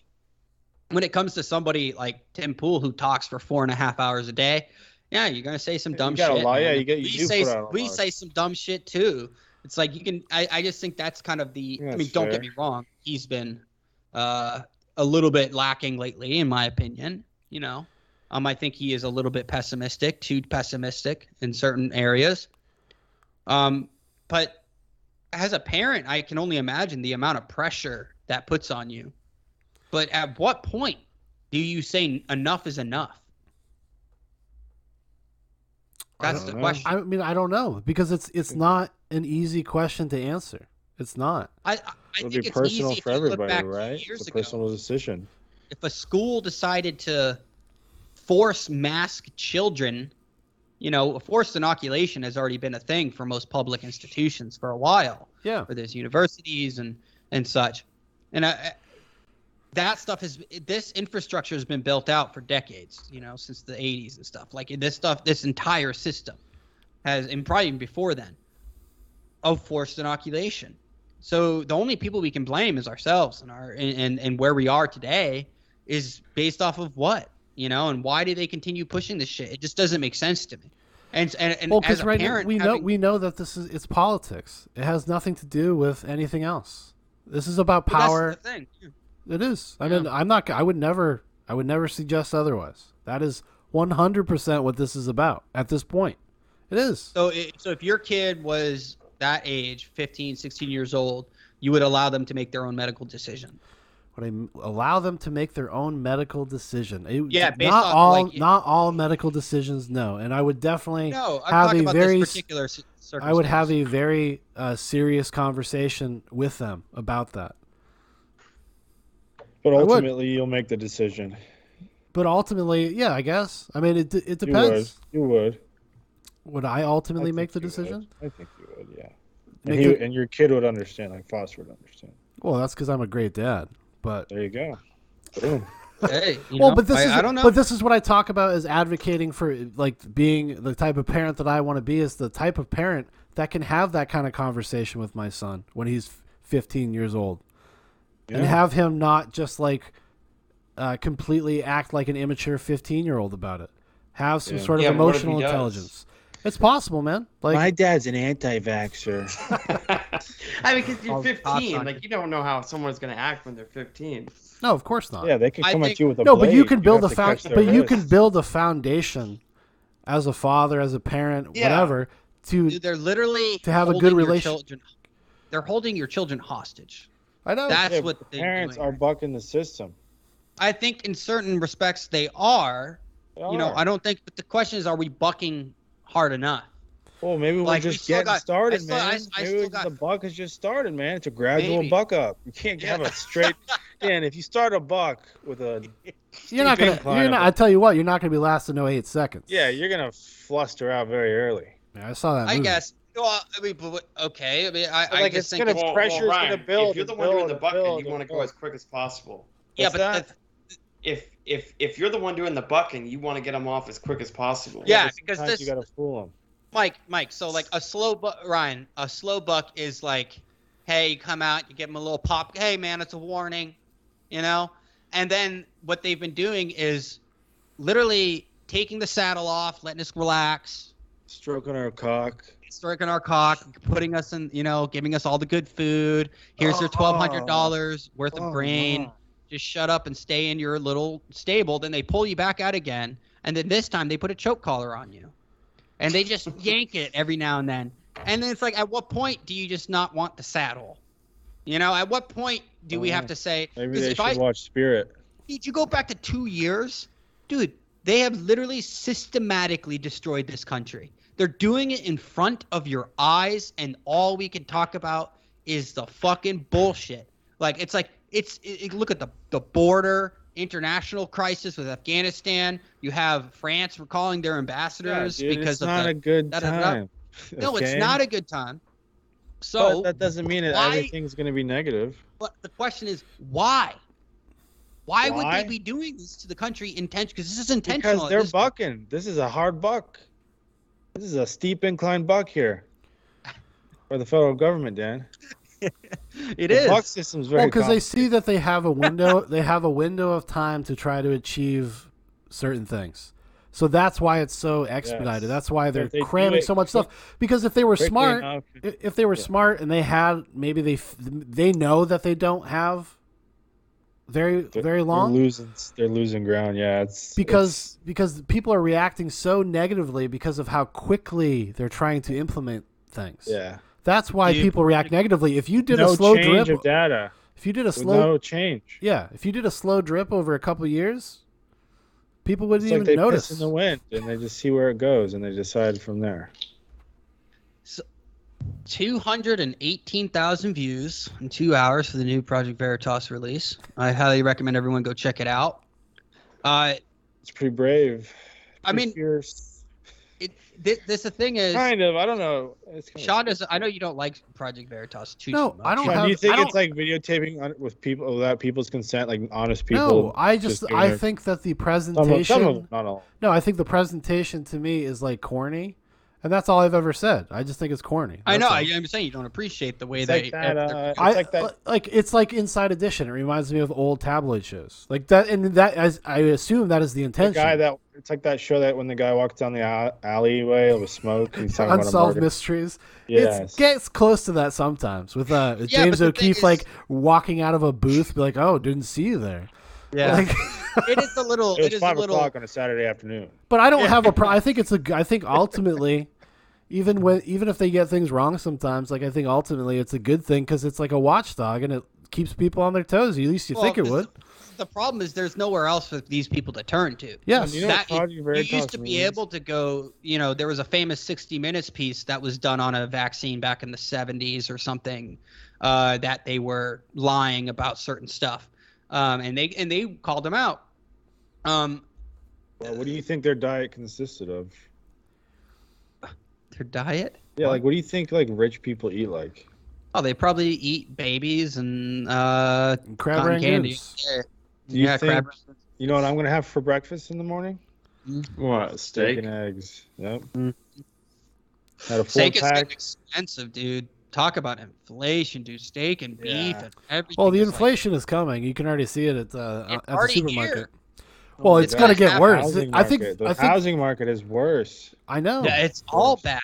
S3: when it comes to somebody like Tim Pool who talks for four and a half hours a day, yeah, you're gonna say some
S2: You
S3: dumb
S2: gotta
S3: shit.
S2: lie. Yeah,
S3: man.
S2: you get- you
S3: we
S2: do
S3: say
S2: put out a
S3: we
S2: lot.
S3: say some dumb shit too. It's like you can. I, I just think that's kind of the. I
S2: That's
S3: mean, don't
S2: fair.
S3: get me wrong. He's been uh, a little bit lacking lately, in my opinion. You know, um, I think he is a little bit pessimistic, too pessimistic in certain areas. Um, but as a parent, I can only imagine the amount of pressure that puts on you. But at what point do you say enough is enough?
S2: I
S3: That's
S2: don't
S3: the
S2: know.
S3: question.
S1: I mean, I don't know because it's it's not an easy question to answer. It's not.
S3: I, I I
S2: It'll
S3: think
S2: be
S3: it's
S2: personal
S3: easy
S2: for
S3: if you look
S2: everybody,
S3: back
S2: right?
S3: Years
S2: It's a
S3: ago,
S2: personal decision.
S3: if a school decided to force mask children, you know, forced inoculation has already been a thing for most public institutions for a while,
S1: Yeah.
S3: where there's universities and and such, and I, I- that stuff has this infrastructure has been built out for decades, you know, since the 80s and stuff. Like this stuff, this entire system has, and probably even before then, of forced inoculation. So the only people we can blame is ourselves and our and, and, and where we are today is based off of what you know and why do they continue pushing this shit? It just doesn't make sense to me. And and, and
S1: Well,
S3: as
S1: because
S3: a
S1: right
S3: parent,
S1: now we know
S3: having-
S1: we know that this is it's politics. It has nothing to do with anything else. This is about
S3: but that's
S1: power.
S3: the thing.
S1: It is. I
S3: Yeah.
S1: mean, I'm not. I would never. I would never suggest otherwise. That is 100 percent what this is about at this point. It is.
S3: So i so if your kid was that age, 15, 16 years old, you would allow them to make their own medical decision.
S1: Would I m- allow them to make their own medical decision? It-
S3: Yeah, based
S1: not
S3: off,
S1: all.
S3: like, it-
S1: not all medical decisions. No, and I would definitely
S3: No, I'm
S1: have
S3: talking
S1: a
S3: about
S1: very.
S3: this
S1: s-
S3: particular ci- circumstance.
S1: I would have a very uh, serious conversation with them about that.
S2: But
S1: would.
S2: ultimately, you'll make the decision.
S1: But ultimately, yeah, I guess. I mean, it d- it
S2: You would.
S1: depends.
S2: You would.
S1: Would I
S2: I
S1: ultimately
S2: think
S1: make the
S2: you would.
S1: decision?
S2: I think you would. Yeah. And,
S1: Make
S2: he,
S1: the-
S2: and your kid would understand. Like Foster would understand.
S1: well, that's because I'm a great dad. But
S2: There you go. Boom.
S3: Hey, you
S1: well,
S3: know,
S1: but this
S3: I,
S1: is
S3: I don't know.
S1: but this is what I talk about as advocating for like being the type of parent that I want to be is the type of parent that can have that kind of conversation with my son when he's 15 years old and
S2: Yeah.
S1: have him not just like uh, completely act like an immature 15 year old about it. Have some
S2: Yeah.
S1: sort of
S4: Yeah, but what if he
S1: emotional
S4: does?
S1: intelligence. It's possible, man. Like
S2: My dad's an anti-vaxxer.
S4: I mean, because
S3: All
S4: you're
S3: the thoughts on
S4: 15,
S3: it.
S4: like you don't know how someone's gonna act when they're 15.
S1: no, of course not.
S2: Yeah, they could
S3: I
S2: come
S3: think-
S2: at you with a
S1: no, but you
S2: blade.
S1: can build a
S2: have to
S1: found,
S2: catch their
S1: but you
S2: wrist.
S1: can build a foundation as a father, as a parent,
S4: Yeah.
S1: whatever to
S3: Dude, they're literally
S1: To have a
S3: holding
S1: good
S3: your
S1: relation-
S3: children- They're holding your children hostage.
S1: I know.
S3: That's
S2: Yeah,
S3: what
S2: but
S3: they
S2: parents are bucking the system.
S3: I think in certain respects they are.
S2: They
S3: you know,
S2: are.
S3: I don't think. But the question is, are we bucking hard enough?
S2: Well, maybe we're
S3: Like, we
S2: just
S3: still
S2: getting
S3: got- I
S2: started,
S3: still- I-
S2: man.
S3: I
S2: maybe
S3: still
S2: we-
S3: got-
S2: the buck is just started, man. It's a gradual
S3: Maybe.
S2: buck up. You can't have a straight. man, if you start a buck with a
S1: You're not
S2: Big
S1: gonna.
S2: climb
S1: You're
S2: up
S1: not.
S2: it.
S1: I tell you what, you're not gonna be last to know eight seconds.
S2: yeah, you're gonna fluster out very early.
S1: Yeah, I saw that.
S3: I
S1: movie.
S3: guess. Well, I mean, but, what- okay. I mean, I,
S2: But,
S3: I
S2: like,
S3: just
S2: it's
S3: think
S2: gonna
S3: it's,
S2: Well, pressure's well, gonna Ryan, build
S4: If you're the
S2: and
S4: one doing
S2: build
S4: the
S2: and
S4: bucket,
S2: build
S4: you
S2: and
S4: want to go
S2: build.
S4: as quick as possible.
S3: yeah.
S2: What's
S3: But
S2: that?
S3: that's-
S4: If if if you're the one doing the bucking, you want to get them off as quick as possible.
S3: Yeah,
S2: but
S3: because
S2: sometimes
S3: this-
S2: you gotta fool them.
S3: Mike, Mike. So like a slow buck, Ryan. A slow buck is like, hey, you come out, you give them a little pop. Hey, man, it's a warning, you know. And then what they've been doing is literally taking the saddle off, letting us relax,
S2: Stroking our cock.
S3: stroking our cock, putting us in, you know, giving us all the good food. Here's your twelve
S2: Oh,
S3: hundred dollars worth of grain. Just shut up and stay in your little stable. Then they pull you back out again, and then this time they put a choke collar on you, and they just yank it every now and then. And then it's like, at what point do you just not want the saddle? You know, at what point do we have to say?
S2: Uh, Maybe
S3: 'cause
S2: they
S3: if
S2: should
S3: I-
S2: watch Spirit.
S3: did you go back to two years? Dude, they have literally systematically destroyed this country. They're doing it in front of your eyes, and all we can talk about is the fucking bullshit. Like it's like it's it, it- look at the the border international crisis with Afghanistan. You have France recalling their ambassadors
S2: dude,
S3: because
S2: it's
S3: of
S2: not
S3: the,
S2: a good
S3: da, da, da, da.
S2: time.
S3: no, it's not a good time. So,
S2: But that doesn't mean that
S3: why-
S2: everything's going to be negative.
S3: but the question is why? Why, would
S2: Why?
S3: they be doing this to the country intentional? Because this is intentional.
S2: Because
S3: at
S2: they're
S3: this point.
S2: bucking. This is a hard buck. This is a steep incline buck here for the federal government, Dan.
S3: It
S2: the
S3: is.
S2: buck system's very
S1: Well, because they
S2: complicated.
S1: see that they have a window, they have a window of time to try to achieve certain things. So that's why it's so expedited.
S2: Yes.
S1: That's why they're
S2: They do
S1: cramming
S2: it
S1: so much stuff. Because if they were
S2: Quickly
S1: smart,
S2: enough.
S1: i- if they were smart and they had maybe they f- they know that they don't have very
S2: They're-
S1: very long
S2: They're losing, they're losing ground. Yeah, it's
S1: because because people are reacting so negatively because of how quickly they're trying to implement things.
S2: it's- yeah.
S1: That's why
S3: Dude.
S1: people react negatively. If you did
S2: no
S1: a slow
S2: change
S1: drip,
S2: of data.
S1: if you did a
S2: With
S1: slow
S2: no change.
S1: yeah, if you did a slow drip over a couple years, people wouldn't
S2: It's
S1: even
S2: like they
S1: notice.
S2: piss in the wind and they just see where it goes and they decide from there.
S3: 218,000 views in two hours for the new Project Veritas release. I highly recommend everyone go check it out. Uh,
S2: It's pretty brave.
S3: I
S2: Pretty
S3: mean,
S2: fierce.
S3: it, this, this the thing is,
S2: kind of. I don't know. It's kind of-
S3: Sean does. I know you don't like Project Veritas too.
S1: No,
S3: much.
S1: I don't
S2: Sean,
S1: have-
S2: do you think
S1: I
S2: it's like videotaping on, with people without people's consent, like honest people?
S1: no, I just,
S2: doing
S1: I
S2: their-
S1: think that the
S2: some
S1: presentation.
S2: of, some of them, not all.
S1: no, I think the presentation to me is like corny, and that's all I've ever said. I just think it's corny.
S3: I know.
S1: That's all.
S3: I, am saying you don't appreciate the way
S2: It's
S3: they.
S2: like that,
S3: they're-
S2: uh,
S1: I,
S2: It's like that-
S1: like it's like Inside Edition. It reminds me of old tabloid shows like that, and that as I assume that is the
S2: The
S1: intention.
S2: guy that it's like that show that when the guy walks down the al- alleyway with smoke, he's talking
S1: Unsolved
S2: about a murder.
S1: mysteries. It
S2: Yes.
S1: gets close to that sometimes with uh, with
S3: Yeah, but
S1: James
S3: the thing
S1: O'Keefe
S3: is-
S1: like walking out of a booth, be like, "Oh, didn't see you there."
S3: yeah,
S1: Like,
S3: it is a little.
S2: It
S3: It
S2: was
S3: is a
S2: five
S3: little.
S2: o'clock on a Saturday afternoon.
S1: But I don't have a pro- I think it's a. g- I think ultimately, even when even if they get things wrong sometimes, like I think ultimately it's a good thing because it's like a watchdog and it keeps people on their toes. At least you
S3: Well,
S1: think it
S3: this-
S1: would.
S3: The problem is there's nowhere else for these people to turn to.
S1: Yes.
S2: You know what
S3: that
S2: Project
S3: you, you
S2: Veritas
S3: used to be
S2: means?
S3: able to go you know there was a famous 60 minutes piece that was done on a vaccine back in the 70s or something uh, that they were lying about certain stuff um, and they and they called them out um,
S2: Well, what do you think their diet consisted of?
S3: their diet
S2: Yeah, like what do you think like rich people eat like?
S3: oh they probably eat babies and uh,
S1: Crab
S3: cotton candy
S1: rangoons.
S3: yeah,
S2: Do you
S3: yeah
S2: think-
S3: crab rangoons.
S2: You know what I'm gonna have for breakfast in the morning?
S4: What
S2: Steak
S4: steak?
S2: and eggs. Yep.
S3: Mm.
S2: Had a four
S3: steak is
S2: pack.
S3: expensive dude talk about inflation dude steak and beef
S2: Yeah.
S3: and everything
S1: Well, the
S3: is like-
S1: inflation is coming. You can already see it at uh,
S3: It's
S1: at the
S3: already
S1: supermarket.
S3: here.
S1: Well,
S3: my
S1: it's going to
S3: God.
S1: get worse.
S2: Housing
S1: I think.
S2: market. The
S1: I think.
S2: housing market is worse.
S1: I know.
S3: yeah, it's all bad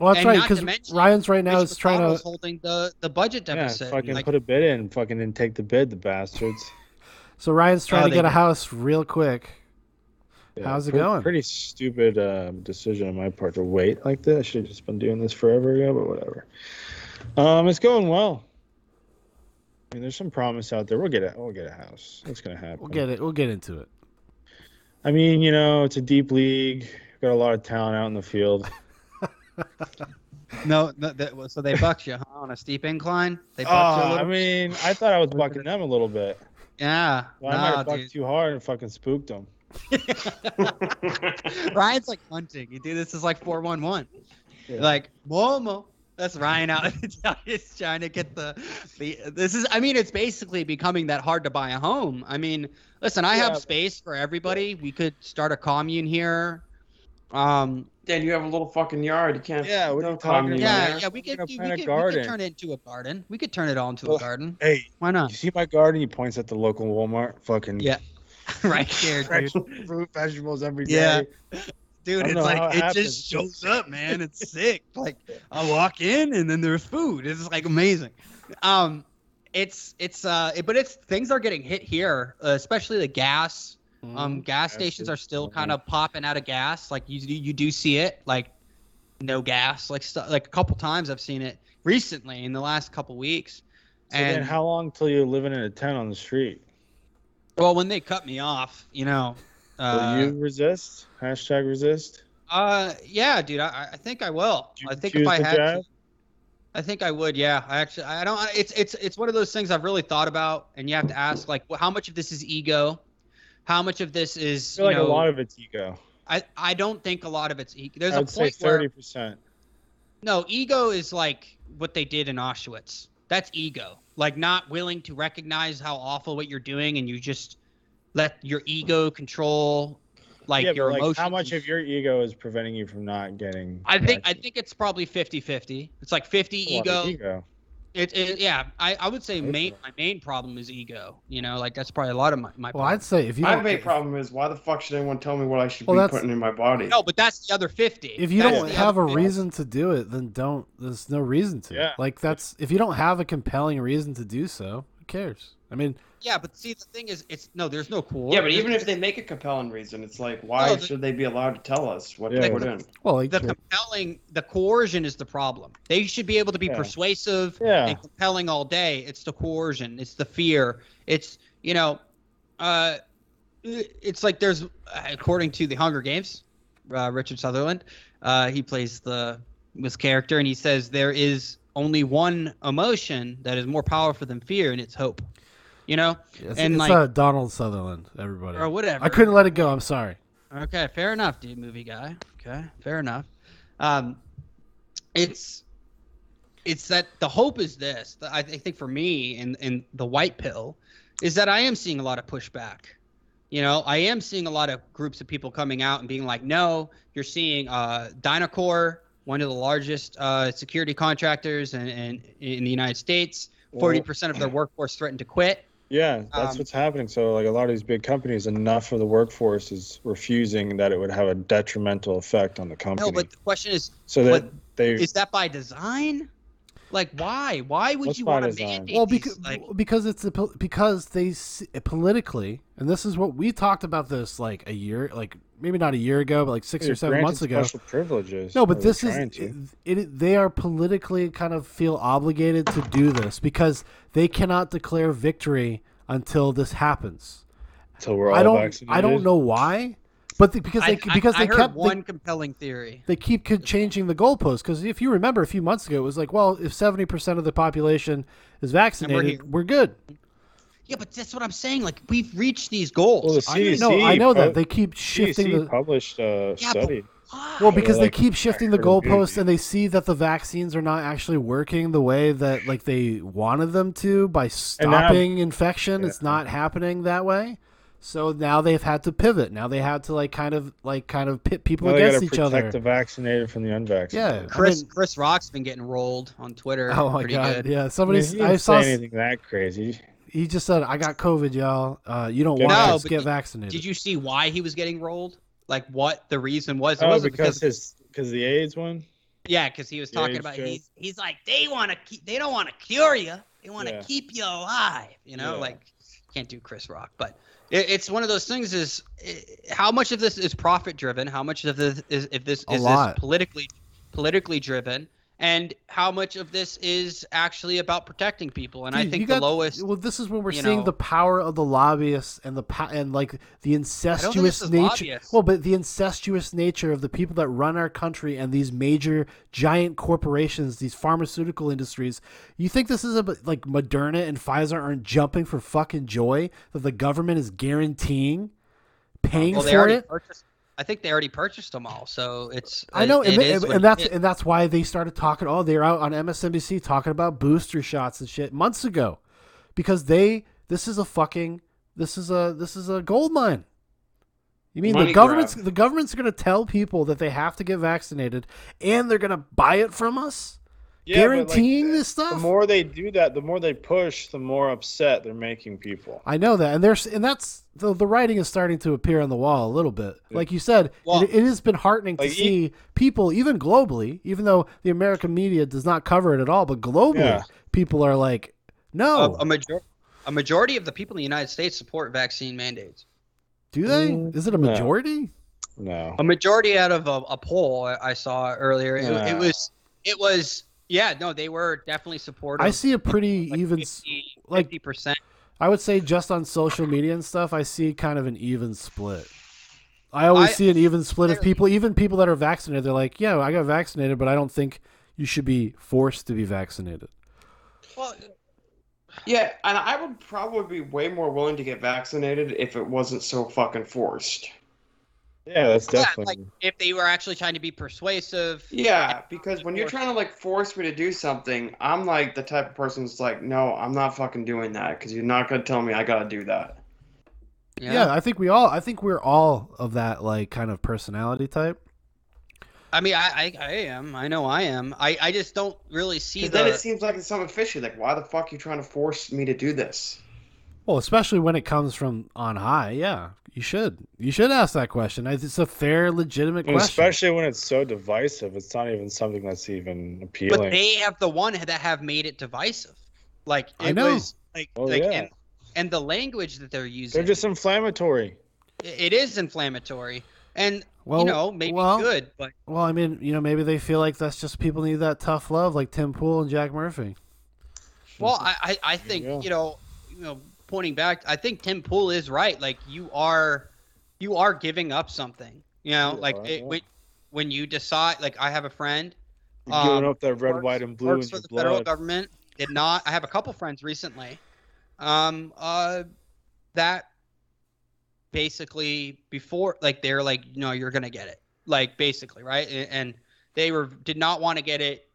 S1: Well, that's
S3: and
S1: right
S3: not to
S1: because
S3: mention,
S1: Ryan's right now
S3: Mitch
S1: is trying
S3: McConnell's
S1: to.
S3: holding the, the budget deficit.
S2: Yeah, fucking
S3: Like,
S2: put a bid in. Fucking didn't take the bid, the bastards.
S1: So Ryan's trying
S3: Oh,
S1: to
S3: they
S1: get a
S3: did.
S1: house real quick.
S2: Yeah,
S1: How's it
S2: pretty,
S1: going?
S2: Pretty stupid um, decision on my part to wait like this. I should have just been doing this forever ago, but whatever. Um, it's going well. I mean, there's some promise out there. We'll get it. We'll get a house. It's gonna happen.
S1: We'll get it. We'll get into it.
S2: I mean, you know, it's a deep league. We've got a lot of talent out in the field.
S3: no, no that, well, so they bucked you huh, on a steep incline. They
S2: Oh,
S3: bucked you a
S2: I
S3: little.
S2: mean, I thought I was bucking them a little bit.
S3: yeah,
S2: Well, I might
S3: nah,
S2: have bucked
S3: dude.
S2: too hard and fucking spooked them.
S3: Ryan's like hunting. You do this is like four one one.
S2: Yeah.
S3: Like Momo. That's Ryan out. It's trying to get the the. This is. I mean, it's basically becoming that hard to buy a home. I mean, listen, I
S2: Yeah,
S3: have
S2: but-
S3: space for everybody. We could start a commune here. Um,
S4: Dan, you have a little fucking yard. You can't.
S2: Yeah, what are
S4: no
S2: you talking
S4: commune
S2: about?
S3: Yeah,
S4: there.
S2: Yeah.
S3: yeah, we
S2: We're
S3: could,
S2: gonna
S3: we,
S2: plant a
S3: could, we
S2: garden.
S3: could turn it into a garden. We could turn it all into a
S2: Ugh.
S3: garden.
S2: Hey,
S3: Why
S2: you
S3: not?
S2: see my garden? He points at the local Walmart. Fucking
S3: Yeah, right there, dude.
S2: fresh fruit, vegetables every day.
S3: Yeah.
S2: I
S3: Dude,
S2: don't
S3: it's
S2: know how
S3: like
S2: it
S3: it
S2: happens.
S3: just shows up, man. It's sick. Like I walk in and then there's food. It's like amazing. Um, it's it's uh, it, but it's things are getting hit here, uh, especially the gas. Um, gas
S2: Mm-hmm. Gas
S3: stations
S2: is-
S3: are still
S2: mhm.
S3: kind of popping out of gas. Like you do, you do see it. Like no gas. Like stu like a couple times I've seen it recently in the last couple weeks.
S2: So then how long till you're living in a tent on the street?
S3: Well, when they cut me off, you know.
S2: Will
S3: Uh,
S2: you resist? Hashtag resist.
S3: uh, yeah, dude. I, I think I will.
S2: Do you
S3: I think
S2: choose
S3: if I
S2: the
S3: had, to,
S2: jab?
S3: I think I would. Yeah, I actually, I don't. It's it's it's one of those things I've really thought about, and you have to ask like, well, how much of this is ego, how much of this is
S2: I feel like
S3: you know,
S2: a lot of it's ego.
S3: I, I don't think a lot of it's ego. There's
S2: I
S3: a
S2: would say
S3: point
S2: thirty
S3: where
S2: percent.
S3: no ego is like what they did in Auschwitz. That's ego, like not willing to recognize how awful what you're doing, and you just let your ego control like
S2: yeah,
S3: your
S2: but like
S3: emotions.
S2: how much of your ego is preventing you from not getting?
S3: I think I
S2: action?
S3: think it's probably 50-50. It's like 50
S2: It's a lot
S3: ego.
S2: of ego.
S3: It, it yeah. I, I would say main my main problem is ego. You know, like that's probably a lot of my my.
S1: Well, I'd say if you
S4: My
S1: don't-
S4: big problem is why the fuck should anyone tell me what I should
S1: Well,
S4: be
S1: that's-
S4: putting in my body?
S3: No, but that's the other fifty.
S1: if you
S3: That's
S1: don't
S3: the
S1: have a
S3: other 50.
S1: reason to do it, then don't. There's no reason to.
S2: Yeah.
S1: Like that's if you don't have a compelling reason to do so, who cares? I mean,
S3: yeah, but see, the thing is, it's no, there's no core.
S4: Yeah, but even if they make a compelling reason, it's like why
S3: No, the-
S4: should they be allowed to tell us what
S2: Yeah.
S4: to put in?
S1: well, like,
S3: the compelling, the coercion is the problem. They should be able to be
S2: Yeah.
S3: persuasive
S2: Yeah.
S3: and compelling all day. It's the coercion. It's the fear. It's you know, uh, it's like there's according to the Hunger Games, uh, Richard Sutherland, uh, he plays the this character, and he says there is only one emotion that is more powerful than fear, and it's hope. You know,
S1: it's,
S3: and
S1: it's,
S3: like
S1: uh, Donald Sutherland, everybody.
S3: or whatever.
S1: I couldn't let it go. I'm sorry.
S3: Okay, fair enough, dude. Movie guy. Okay, fair enough. Um, it's it's that the hope is this. I th- I think for me and and the white pill is that I am seeing a lot of pushback. You know, I am seeing a lot of groups of people coming out and being like, "No, you're seeing uh, Dynacore, one of the largest uh, security contractors in, in in the United States, forty percent of their workforce threatened to quit."
S2: Yeah, that's
S3: Um,
S2: what's happening. So, like a lot of these big companies, enough of the workforce is refusing that it would have a detrimental effect on the company.
S3: No, but the question is,
S2: so that
S3: but
S2: they
S3: is that by design? Like, why? Why would
S2: What's
S3: you
S2: by
S3: want to
S2: design?
S3: mandate
S1: Well,
S3: these,
S1: because
S3: like,
S1: because it's a, pol- because they s- politically, and this is what we talked about this like a year, like maybe not a year ago, but like six
S2: they're
S1: or seven
S2: granted
S1: months ago.
S2: special privileges.
S1: No, but
S2: or they're
S1: this is
S2: trying to.
S1: it, it- They are politically kind of feel obligated to do this because they cannot declare victory until this happens.
S2: So we're all
S1: I don't.
S2: vaccinated.
S1: I don't know why, but the, because they
S3: I,
S1: because
S3: I,
S1: they
S3: I heard
S1: kept they-
S3: one compelling theory.
S1: they keep c- changing the goalposts because if you remember a few months ago, it was like, well, if seventy percent of the population is vaccinated,
S3: here.
S1: we're, good.
S3: Yeah, but that's what I'm saying. Like, we've reached these goals.
S2: Well, the
S3: I-
S2: CDC,
S1: no, I know that
S2: pub-
S1: they keep shifting
S2: CDC
S1: the
S2: published a
S3: Yeah, but-
S2: study.
S3: why?
S1: Well, because
S2: like,
S1: they keep shifting the
S2: for the
S1: goalposts
S2: movie.
S1: and they see that the vaccines are not actually working the way that like they wanted them to by stopping infection. It's not happening that way. So now they've had to pivot. Now they had to like kind of like kind of pit people
S2: Now they
S1: against
S2: gotta
S1: each
S2: protect
S1: other.
S2: the vaccinated from the unvaccinated.
S1: Yeah. I
S3: Chris
S1: mean-
S3: Chris Rock's been getting rolled on Twitter.
S1: Oh my
S3: pretty
S1: god.
S3: good.
S1: Yeah,
S2: I, mean,
S1: somebody
S2: he
S1: s-
S2: didn't
S1: I saw
S2: say
S1: s-
S2: anything that crazy.
S1: he just said I got covid, y'all. Uh, you don't
S2: No,
S1: want us to
S3: but
S1: get
S3: did-
S1: vaccinated.
S3: Did you see why he was getting rolled? Like, what the reason was? It
S2: Oh,
S3: wasn't
S2: because his because the AIDS one.
S3: yeah, because he was
S2: Yeah,
S3: talking
S2: he's
S3: about
S2: joking.
S3: he's he's like they want to keep they don't want to cure you, they want to
S2: Yeah.
S3: keep you alive. You know,
S2: Yeah.
S3: like can't do Chris Rock, but it, it's one of those things. Is eh, how much of this is profit driven? How much of this is if this
S1: A
S3: is this
S1: lot.
S3: politically politically driven? And how much of this is actually about protecting people? And I
S1: Dude,
S3: think
S1: you
S3: the
S1: got-
S3: lowest.
S1: Well, this is when we're
S3: you
S1: seeing
S3: know-
S1: the power of the lobbyists and the pa- and like the incestuous
S3: is
S1: nature.
S3: lobbyists.
S1: Well, but the incestuous nature of the people that run our country and these major giant corporations, these pharmaceutical industries. You think this is a like Moderna and Pfizer aren't jumping for fucking joy that the government is guaranteeing paying
S3: well, they
S1: for
S3: already
S1: it?
S3: purchased. I think they already purchased them all, so it's.
S1: I know,
S3: it,
S1: and,
S3: it
S1: and-
S3: is what
S1: and
S3: it
S1: that's
S3: is.
S1: and that's why they started talking. Oh, they're out on MSNBC talking about booster shots and shit months ago, because they this is a fucking this is a this is a gold mine. You mean the
S4: Money
S1: government's
S4: grab.
S1: the government's going to tell people that they have to get vaccinated, and they're going to buy it from us,
S2: Yeah, but, like,
S1: guaranteeing
S2: the-
S1: this
S2: The
S1: stuff.
S2: more they do that, the more they push, the more upset they're making people.
S1: I know that, and there's and that's the the writing is starting to appear on the wall a little bit. Like you said,
S3: Well-
S1: it, it has been heartening to
S2: Like, e-
S1: see people, even globally, even though the American media does not cover it at all, but globally,
S2: Yeah.
S1: people are like,
S3: a,
S1: no,
S3: a major- a majority of the people in the United States support vaccine mandates.
S1: do they?
S2: Mm,
S1: Is it a
S2: no.
S1: majority?
S2: No.
S3: A majority out of a, a poll I I saw earlier. It, it
S2: Yeah.
S3: was, it was, yeah, no, they were definitely supportive.
S1: I see a pretty even, s- like-
S3: fifty percent.
S1: I would say just on social media and stuff, I see kind of an even split. I always
S3: I-
S1: see an even split of
S3: clearly-
S1: people, even people that are vaccinated. They're like, yeah, I got vaccinated, but I don't think you should be forced to be vaccinated.
S3: Well,
S4: Yeah, and I would probably be way more willing to get vaccinated if it wasn't so fucking forced.
S2: Yeah, that's
S3: Yeah,
S2: definitely.
S3: like if they were actually trying to be persuasive.
S4: Yeah, because when you're trying to like force me to do something, I'm like the type of person that's like, no, I'm not fucking doing that because you're not gonna tell me I gotta do that.
S1: Yeah. I think we all I think we're all of that like kind of personality type.
S3: I mean, I, I, I am. I know I am. I, I just don't really see
S4: 'Cause then it
S3: the.
S4: seems like it's something fishy. Like, why the fuck you trying to force me to do this?
S1: Well, especially when it comes from on high, yeah. You should. You should ask that question. It's a fair, legitimate
S2: And
S1: question.
S2: especially when it's so divisive, it's not even something that's even appealing.
S3: But they have the one that have made it divisive. Like it
S1: I know.
S3: was like
S2: Oh,
S3: like
S2: yeah.
S3: and, and the language that they're using.
S2: They're just inflammatory.
S3: it is inflammatory, and
S1: Well,
S3: you know maybe
S1: well-
S3: good, but
S1: Well, I mean, you know, maybe they feel like that's just people need that tough love, like Tim Pool and Jack Murphy.
S3: Well, I, I, I think
S2: go.
S3: you know, you know, pointing back, I think Tim Pool is right. Like you are, you are giving up something. You know,
S2: You
S3: like
S2: are,
S3: it,
S2: yeah.
S3: when when you decide, like I have a friend,
S2: You're giving
S3: Um,
S2: up that red,
S3: works-
S2: white, and blue
S3: works
S2: in
S3: for
S2: your
S3: the federal
S2: blood.
S3: government, did not. I have a couple friends recently, um, uh, that basically before, like they're like, no, you're gonna get it, like basically, right? A- And they were did not want to get it,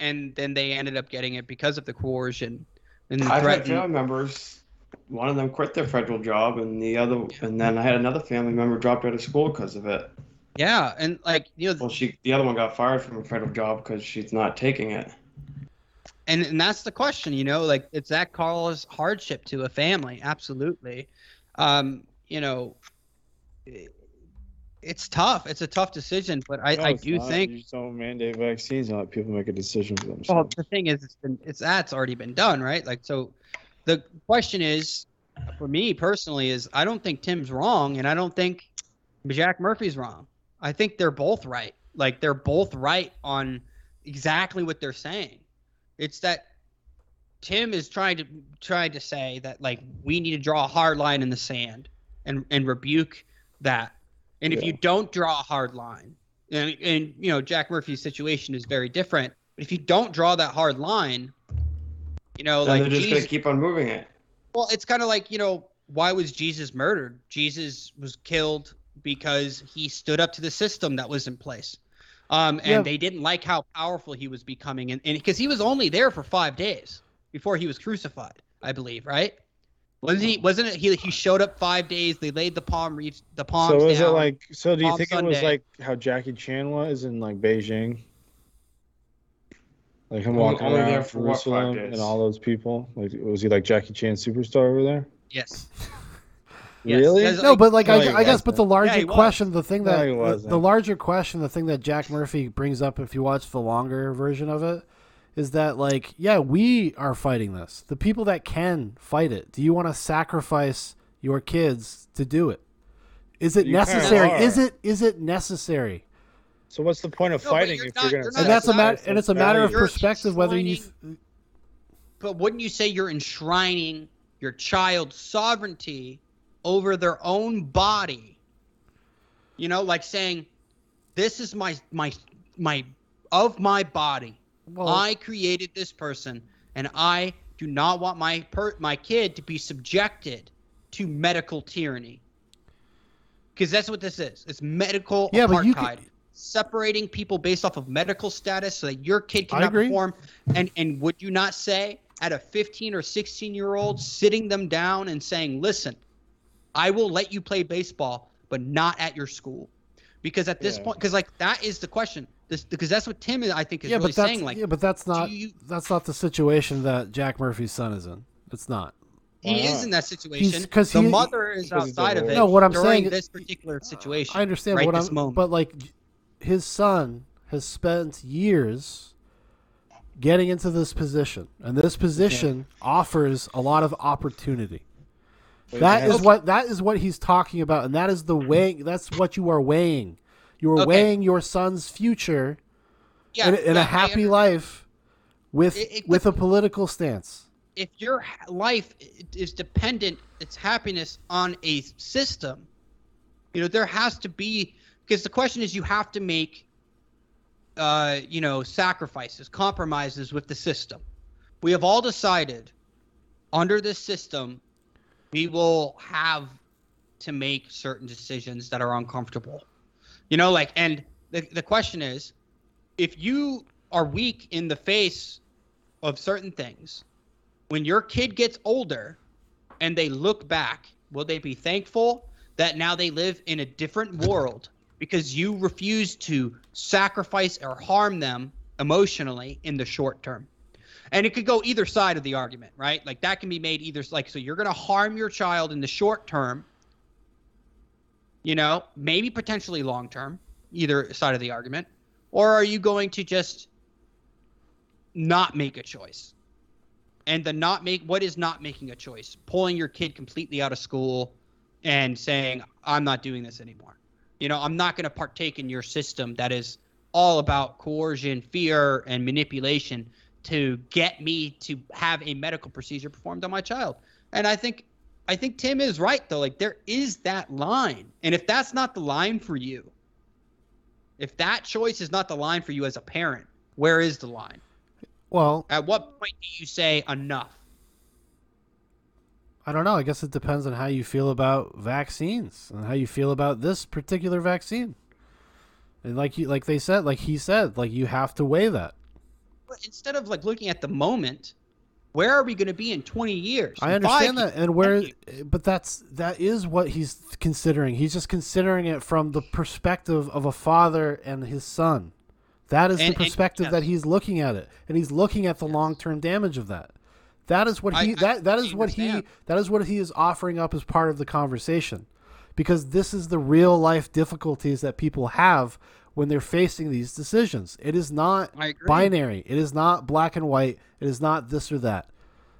S3: and then they ended up getting it because of the coercion and the
S4: I've
S3: threat.
S4: had family members. One of them quit their federal job, and the other, and then I had another family member dropped out of school because of it.
S3: Yeah, and like you know,
S4: Well, she, the other one got fired from her federal job because she's not taking it.
S3: and and that's the question you know like it's that cause hardship to a family absolutely um you know it- it's tough it's a tough decision but i
S2: No,
S3: i
S2: it's
S3: do
S2: not.
S3: think
S2: You just don't mandate vaccines and let people make a decision for
S3: well
S2: themselves.
S3: the thing is it's been it's that's already been done right like so the question is for me personally is i don't think tim's wrong and i don't think jack murphy's wrong i think they're both right like they're both right on exactly what they're saying it's that tim is trying to trying to say that like we need to draw a hard line in the sand and and rebuke that and if
S2: Yeah.
S3: you don't draw a hard line and, and you know Jack Murphy's situation is very different. But if you don't draw that hard line, you know,
S4: And
S3: like
S4: they're just
S3: Jesus,
S4: gonna keep on moving it.
S3: well, it's kind of like you know, why was Jesus murdered? Jesus was killed because he stood up to the system that was in place, um, and
S1: Yeah.
S3: they didn't like how powerful he was becoming, and because he was only there for five days before he was crucified, I believe, right? Wasn't he? Wasn't it? He, he showed up five days. They laid the palm wreath, the palms
S2: So was
S3: down.
S2: it like? So do you
S3: Palm
S2: think it was
S3: Sunday.
S2: like how Jackie Chan was in like Beijing? Like him
S4: Only-
S2: walking
S4: only
S2: around
S4: there for what, five
S2: Jerusalem
S4: days?
S2: and all those people. Like was he like Jackie Chan superstar over there?
S3: yes.
S2: Really?
S3: Yes.
S1: No, but like
S2: No,
S1: I,
S2: he
S1: I guess, but the larger
S3: Yeah, he was.
S1: question, the thing
S2: No,
S1: that
S2: he
S1: the- the,
S2: wasn't.
S1: larger question, the thing that Jack Murphy brings up, if you watch the longer version of it, is that like, yeah, we are fighting this. The people that can fight it. Do you want to sacrifice your kids to do it? Is it
S2: You kinda
S1: necessary?
S2: are.
S1: Is it is it necessary?
S2: So what's the point of
S3: No, but
S2: fighting
S3: you're
S2: if
S3: not-
S2: you're
S3: you're
S2: gonna?
S3: not
S1: and that's a matter,
S2: sacrifice
S1: and
S2: those
S1: it's a matter of
S3: You're
S2: values?
S1: perspective whether you.
S3: enshrining But wouldn't you say you're enshrining your child's sovereignty over their own body? You know, like saying, "This is my my my of my body.
S1: Well-
S3: I created this person, and I do not want my per- my kid to be subjected to medical tyranny." Because that's what this is. It's medical
S1: Yeah, but you
S3: apartheid.
S1: could-
S3: separating people based off of medical status so that your
S1: I
S3: kid cannot
S1: agree.
S3: perform and and would you not say at a 15 or 16 year old sitting them down and saying listen i will let you play baseball but not at your school because at this
S2: Yeah.
S3: point because like that is the question this because that's what tim i think is
S1: yeah,
S3: really
S1: but that's
S3: saying like
S1: yeah, but that's not
S3: you-
S1: that's not the situation that Jack Murphy's son is in. It's not.
S3: he
S2: Why
S3: is
S2: not?
S3: in that situation
S1: 'cause
S3: the
S1: he-
S3: mother is
S2: Because it's
S3: outside of it
S2: divorce.
S1: No, what I'm
S3: during
S1: saying-
S3: this particular situation
S1: I understand
S3: right
S1: what
S3: this
S1: I'm,
S3: moment.
S1: but like, j- his son has spent years getting into this position, and this position offers a lot of opportunity.
S2: But
S1: That
S2: it
S1: is
S2: has-
S1: what that is what he's talking about, and that is the weighing. That's what you are weighing. You are
S3: Okay.
S1: weighing your son's future
S3: yeah,
S1: in, a- in
S3: yeah,
S1: a
S3: I
S1: happy
S3: under-
S1: life with
S3: It- it
S1: with a political stance.
S3: if your ha- life i- is dependent its happiness on a system you know there has to be because the question is you have to make uh you know sacrifices compromises with the system we have all decided under this system, we will have to make certain decisions that are uncomfortable. You know, like, and the, the question is if you are weak in the face of certain things, when your kid gets older and they look back, will they be thankful that now they live in a different world because you refuse to sacrifice or harm them emotionally in the short term? And it could go either side of the argument, right? Like that can be made either like so you're going to harm your child in the short term, you know, maybe potentially long term, either side of the argument, or are you going to just not make a choice? And the not make what is not making a choice? Pulling your kid completely out of school and saying, "I'm not doing this anymore." You know, I'm not going to partake in your system that is all about coercion, fear, and manipulation to get me to have a medical procedure performed on my child. And I think I think Tim is right though. Like there is that line. And if that's not the line for you, if that choice is not the line for you as a parent, where is the line?
S1: Well,
S3: At what point do you say enough?
S1: I don't know. I guess it depends on how you feel about vaccines and how you feel about this particular vaccine. And like you, like they said, like he said, like you have to weigh that.
S3: But instead of like looking at the moment, where are we going to be in 20 years?
S1: I
S3: In
S1: understand
S3: five
S1: that, and where, eh, but that's that is what he's considering. He's just considering it from the perspective of a father and his son. That is
S3: And- and-
S1: the perspective
S3: yes.
S1: that he's looking at it, and he's looking at the long term damage of that. That is what
S3: I-
S1: he
S3: I
S1: that that is
S3: completely
S1: what he
S3: understand.
S1: that is what he is offering up as part of the conversation, because this is the real life difficulties that people have when they're facing these decisions. It is not
S3: I agree.
S1: binary. It is not black and white. It is not this or that.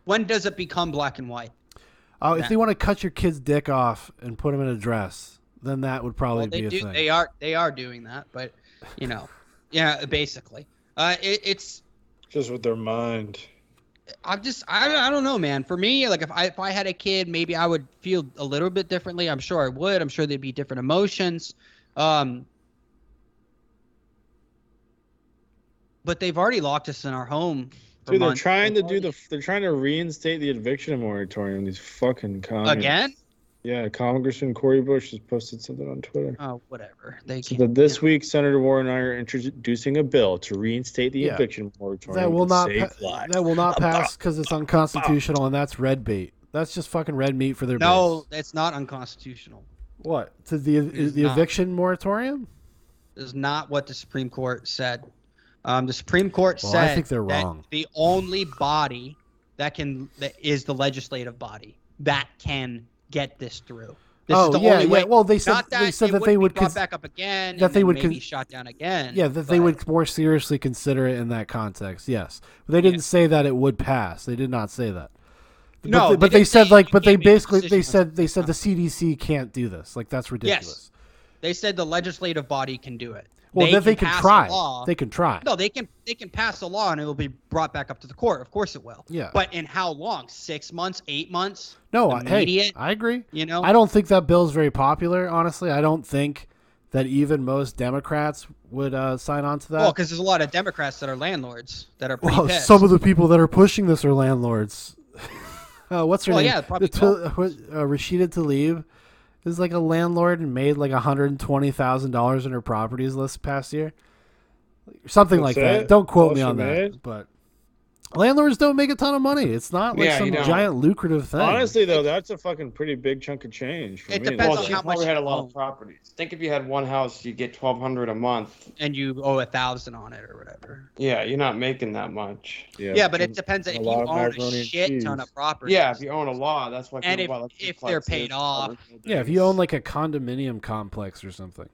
S3: When does it become black and white?
S1: Oh, if they want to cut your kid's dick off and put him in a dress, then that would probably
S3: Well, they
S1: be a
S3: do.
S1: thing.
S3: They are. They are doing that, but you know, yeah, basically, uh, it, it's.
S2: Just with their mind.
S3: I'm just. I, I. don't know, man. For me, like if I if I had a kid, maybe I would feel a little bit differently. I'm sure I would. I'm sure there'd be different emotions. Um. But they've already locked us in our home. for
S2: Dude, they're
S3: months.
S2: trying to
S3: They've
S2: do the. They're trying to reinstate the eviction moratorium. These fucking
S3: already-
S2: commies.
S3: again.
S2: Yeah, Congressman Cory Bush has posted something on Twitter.
S3: Oh, whatever. They
S2: So
S3: can.
S2: that this week, Senator Warren and I are introducing a bill to reinstate the
S1: Yeah.
S2: eviction moratorium.
S1: that will
S2: to
S1: not
S2: save
S1: pa-
S2: lives.
S1: that will not pass because it's unconstitutional and that's red bait. That's just fucking red meat for their
S3: No,
S1: base.
S3: it's not unconstitutional.
S1: What to the
S3: is
S1: the
S3: not.
S1: eviction moratorium?
S3: is not what the Supreme Court said. Um, the Supreme Court
S1: Well, I
S3: said
S1: think they're
S3: that
S1: wrong.
S3: the only body that can that is the legislative body that can get this through. This
S1: Oh,
S3: is the
S1: yeah,
S3: only
S1: yeah.
S3: way.
S1: Well, they said-
S3: Not
S1: they said
S3: it
S1: that they
S3: wouldn't
S1: would
S3: be brought
S1: cons-
S3: back up again.
S1: that
S3: and
S1: they
S3: then
S1: would
S3: maybe
S1: cons-
S3: shot down again.
S1: Yeah, that they
S3: but-
S1: would more seriously consider it in that context. Yes, but they didn't say that it would pass. They did not say that. But
S3: No,
S1: they,
S3: they
S1: but they
S3: didn't
S1: said
S3: say
S1: like,
S3: you
S1: but they
S3: can't make a
S1: basically they
S3: decision.
S1: said they said the CDC can't do this. Like that's ridiculous.
S3: They said the legislative body can do it.
S1: Well, then they can
S3: pass a
S1: try.
S3: law.
S1: They can try.
S3: No, they can they can pass a law and it will be brought back up to the court. Of course it will.
S1: Yeah.
S3: But in how long? Six months? Eight months?
S1: No, I, hey,
S3: Immediate,
S1: I uh, agree.
S3: you know?
S1: I don't think that bill's very popular. Honestly, I don't think that even most Democrats would uh, sign on to that.
S3: Well, because there's a lot of Democrats that are landlords that are pretty
S1: Well,
S3: pissed.
S1: some of the people that are pushing this are landlords. uh, what's her
S3: Well,
S1: name?
S3: yeah, probably
S1: The Tal- uh, Rashida Tlaib is like a landlord and made like hundred and twenty thousand dollars in her properties this past year, something like
S2: That's
S1: that.
S2: it?
S1: Don't quote
S2: All
S1: me
S2: she
S1: on that,
S2: made?
S1: but. Landlords don't make a ton of money. It's not like
S4: Yeah,
S1: some
S4: you don't.
S1: giant lucrative thing.
S2: Honestly, though, that's a fucking pretty big chunk of change for
S3: It
S2: me.
S3: depends
S4: Well,
S3: on
S4: she
S3: how
S4: probably
S3: much
S4: had a
S3: you
S4: lot
S3: own.
S4: of properties. Think if you had one house, you get twelve hundred a month.
S3: and you owe a thousand on it or whatever.
S4: Yeah, you're not making that much.
S3: Yeah, but it depends if
S2: a
S3: you
S2: lot of
S3: own
S2: macaroni
S3: a
S2: and
S3: shit ton
S2: cheese.
S3: of property.
S4: Yeah, if you own a lot, that's why.
S3: And
S4: people
S3: if-
S4: buy, like,
S3: if they're
S4: duplexes,
S3: paid off.
S1: Yeah, if you own like a condominium complex or something.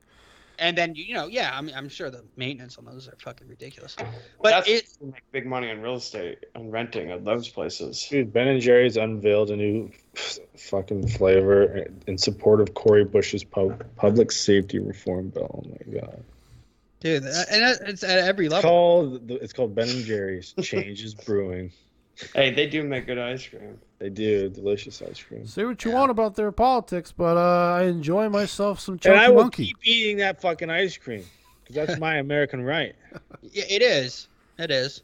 S3: and then you know, yeah, I mean, I'm sure the maintenance on those are fucking ridiculous. But
S4: That's-
S3: it,
S4: You make big money on real estate and renting of those places.
S2: Dude, Ben and Jerry's unveiled a new fucking flavor in support of Cory Bush's pub- public safety reform bill. Oh my god!
S3: dude, that- and that- it's at every
S2: It's
S3: level.
S2: called it's called Ben and Jerry's. Change is brewing.
S4: Hey, they do make good ice cream.
S2: They do delicious ice cream.
S1: Say what you want about their politics, but uh, I enjoy myself some
S2: And
S1: chunky
S2: I will
S1: monkey.
S2: keep eating that fucking ice cream because that's my American right.
S3: Yeah, It is. It is.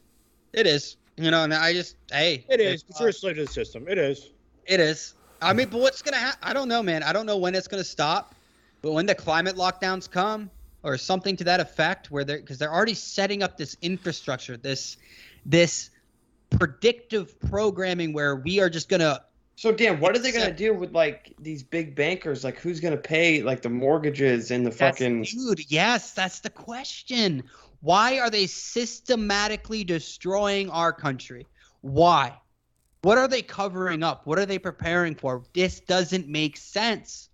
S3: It is. You know, and I just hey,
S2: It is. It's you're a slave to the system. It is.
S3: It is. I mean, but what's gonna happen? I don't know, man. I don't know when it's gonna stop. But when the climate lockdowns come, or something to that effect, where they're because they're already setting up this infrastructure, this this predictive programming where we are just gonna
S4: So Dan, what are they gonna
S3: Except-
S4: do with like these big bankers? Like who's gonna pay like the mortgages and the
S3: That's-
S4: fucking
S3: dude. Yes, that's the question. Why are they systematically destroying our country? Why? What are they covering up? What are they preparing for? This doesn't make sense.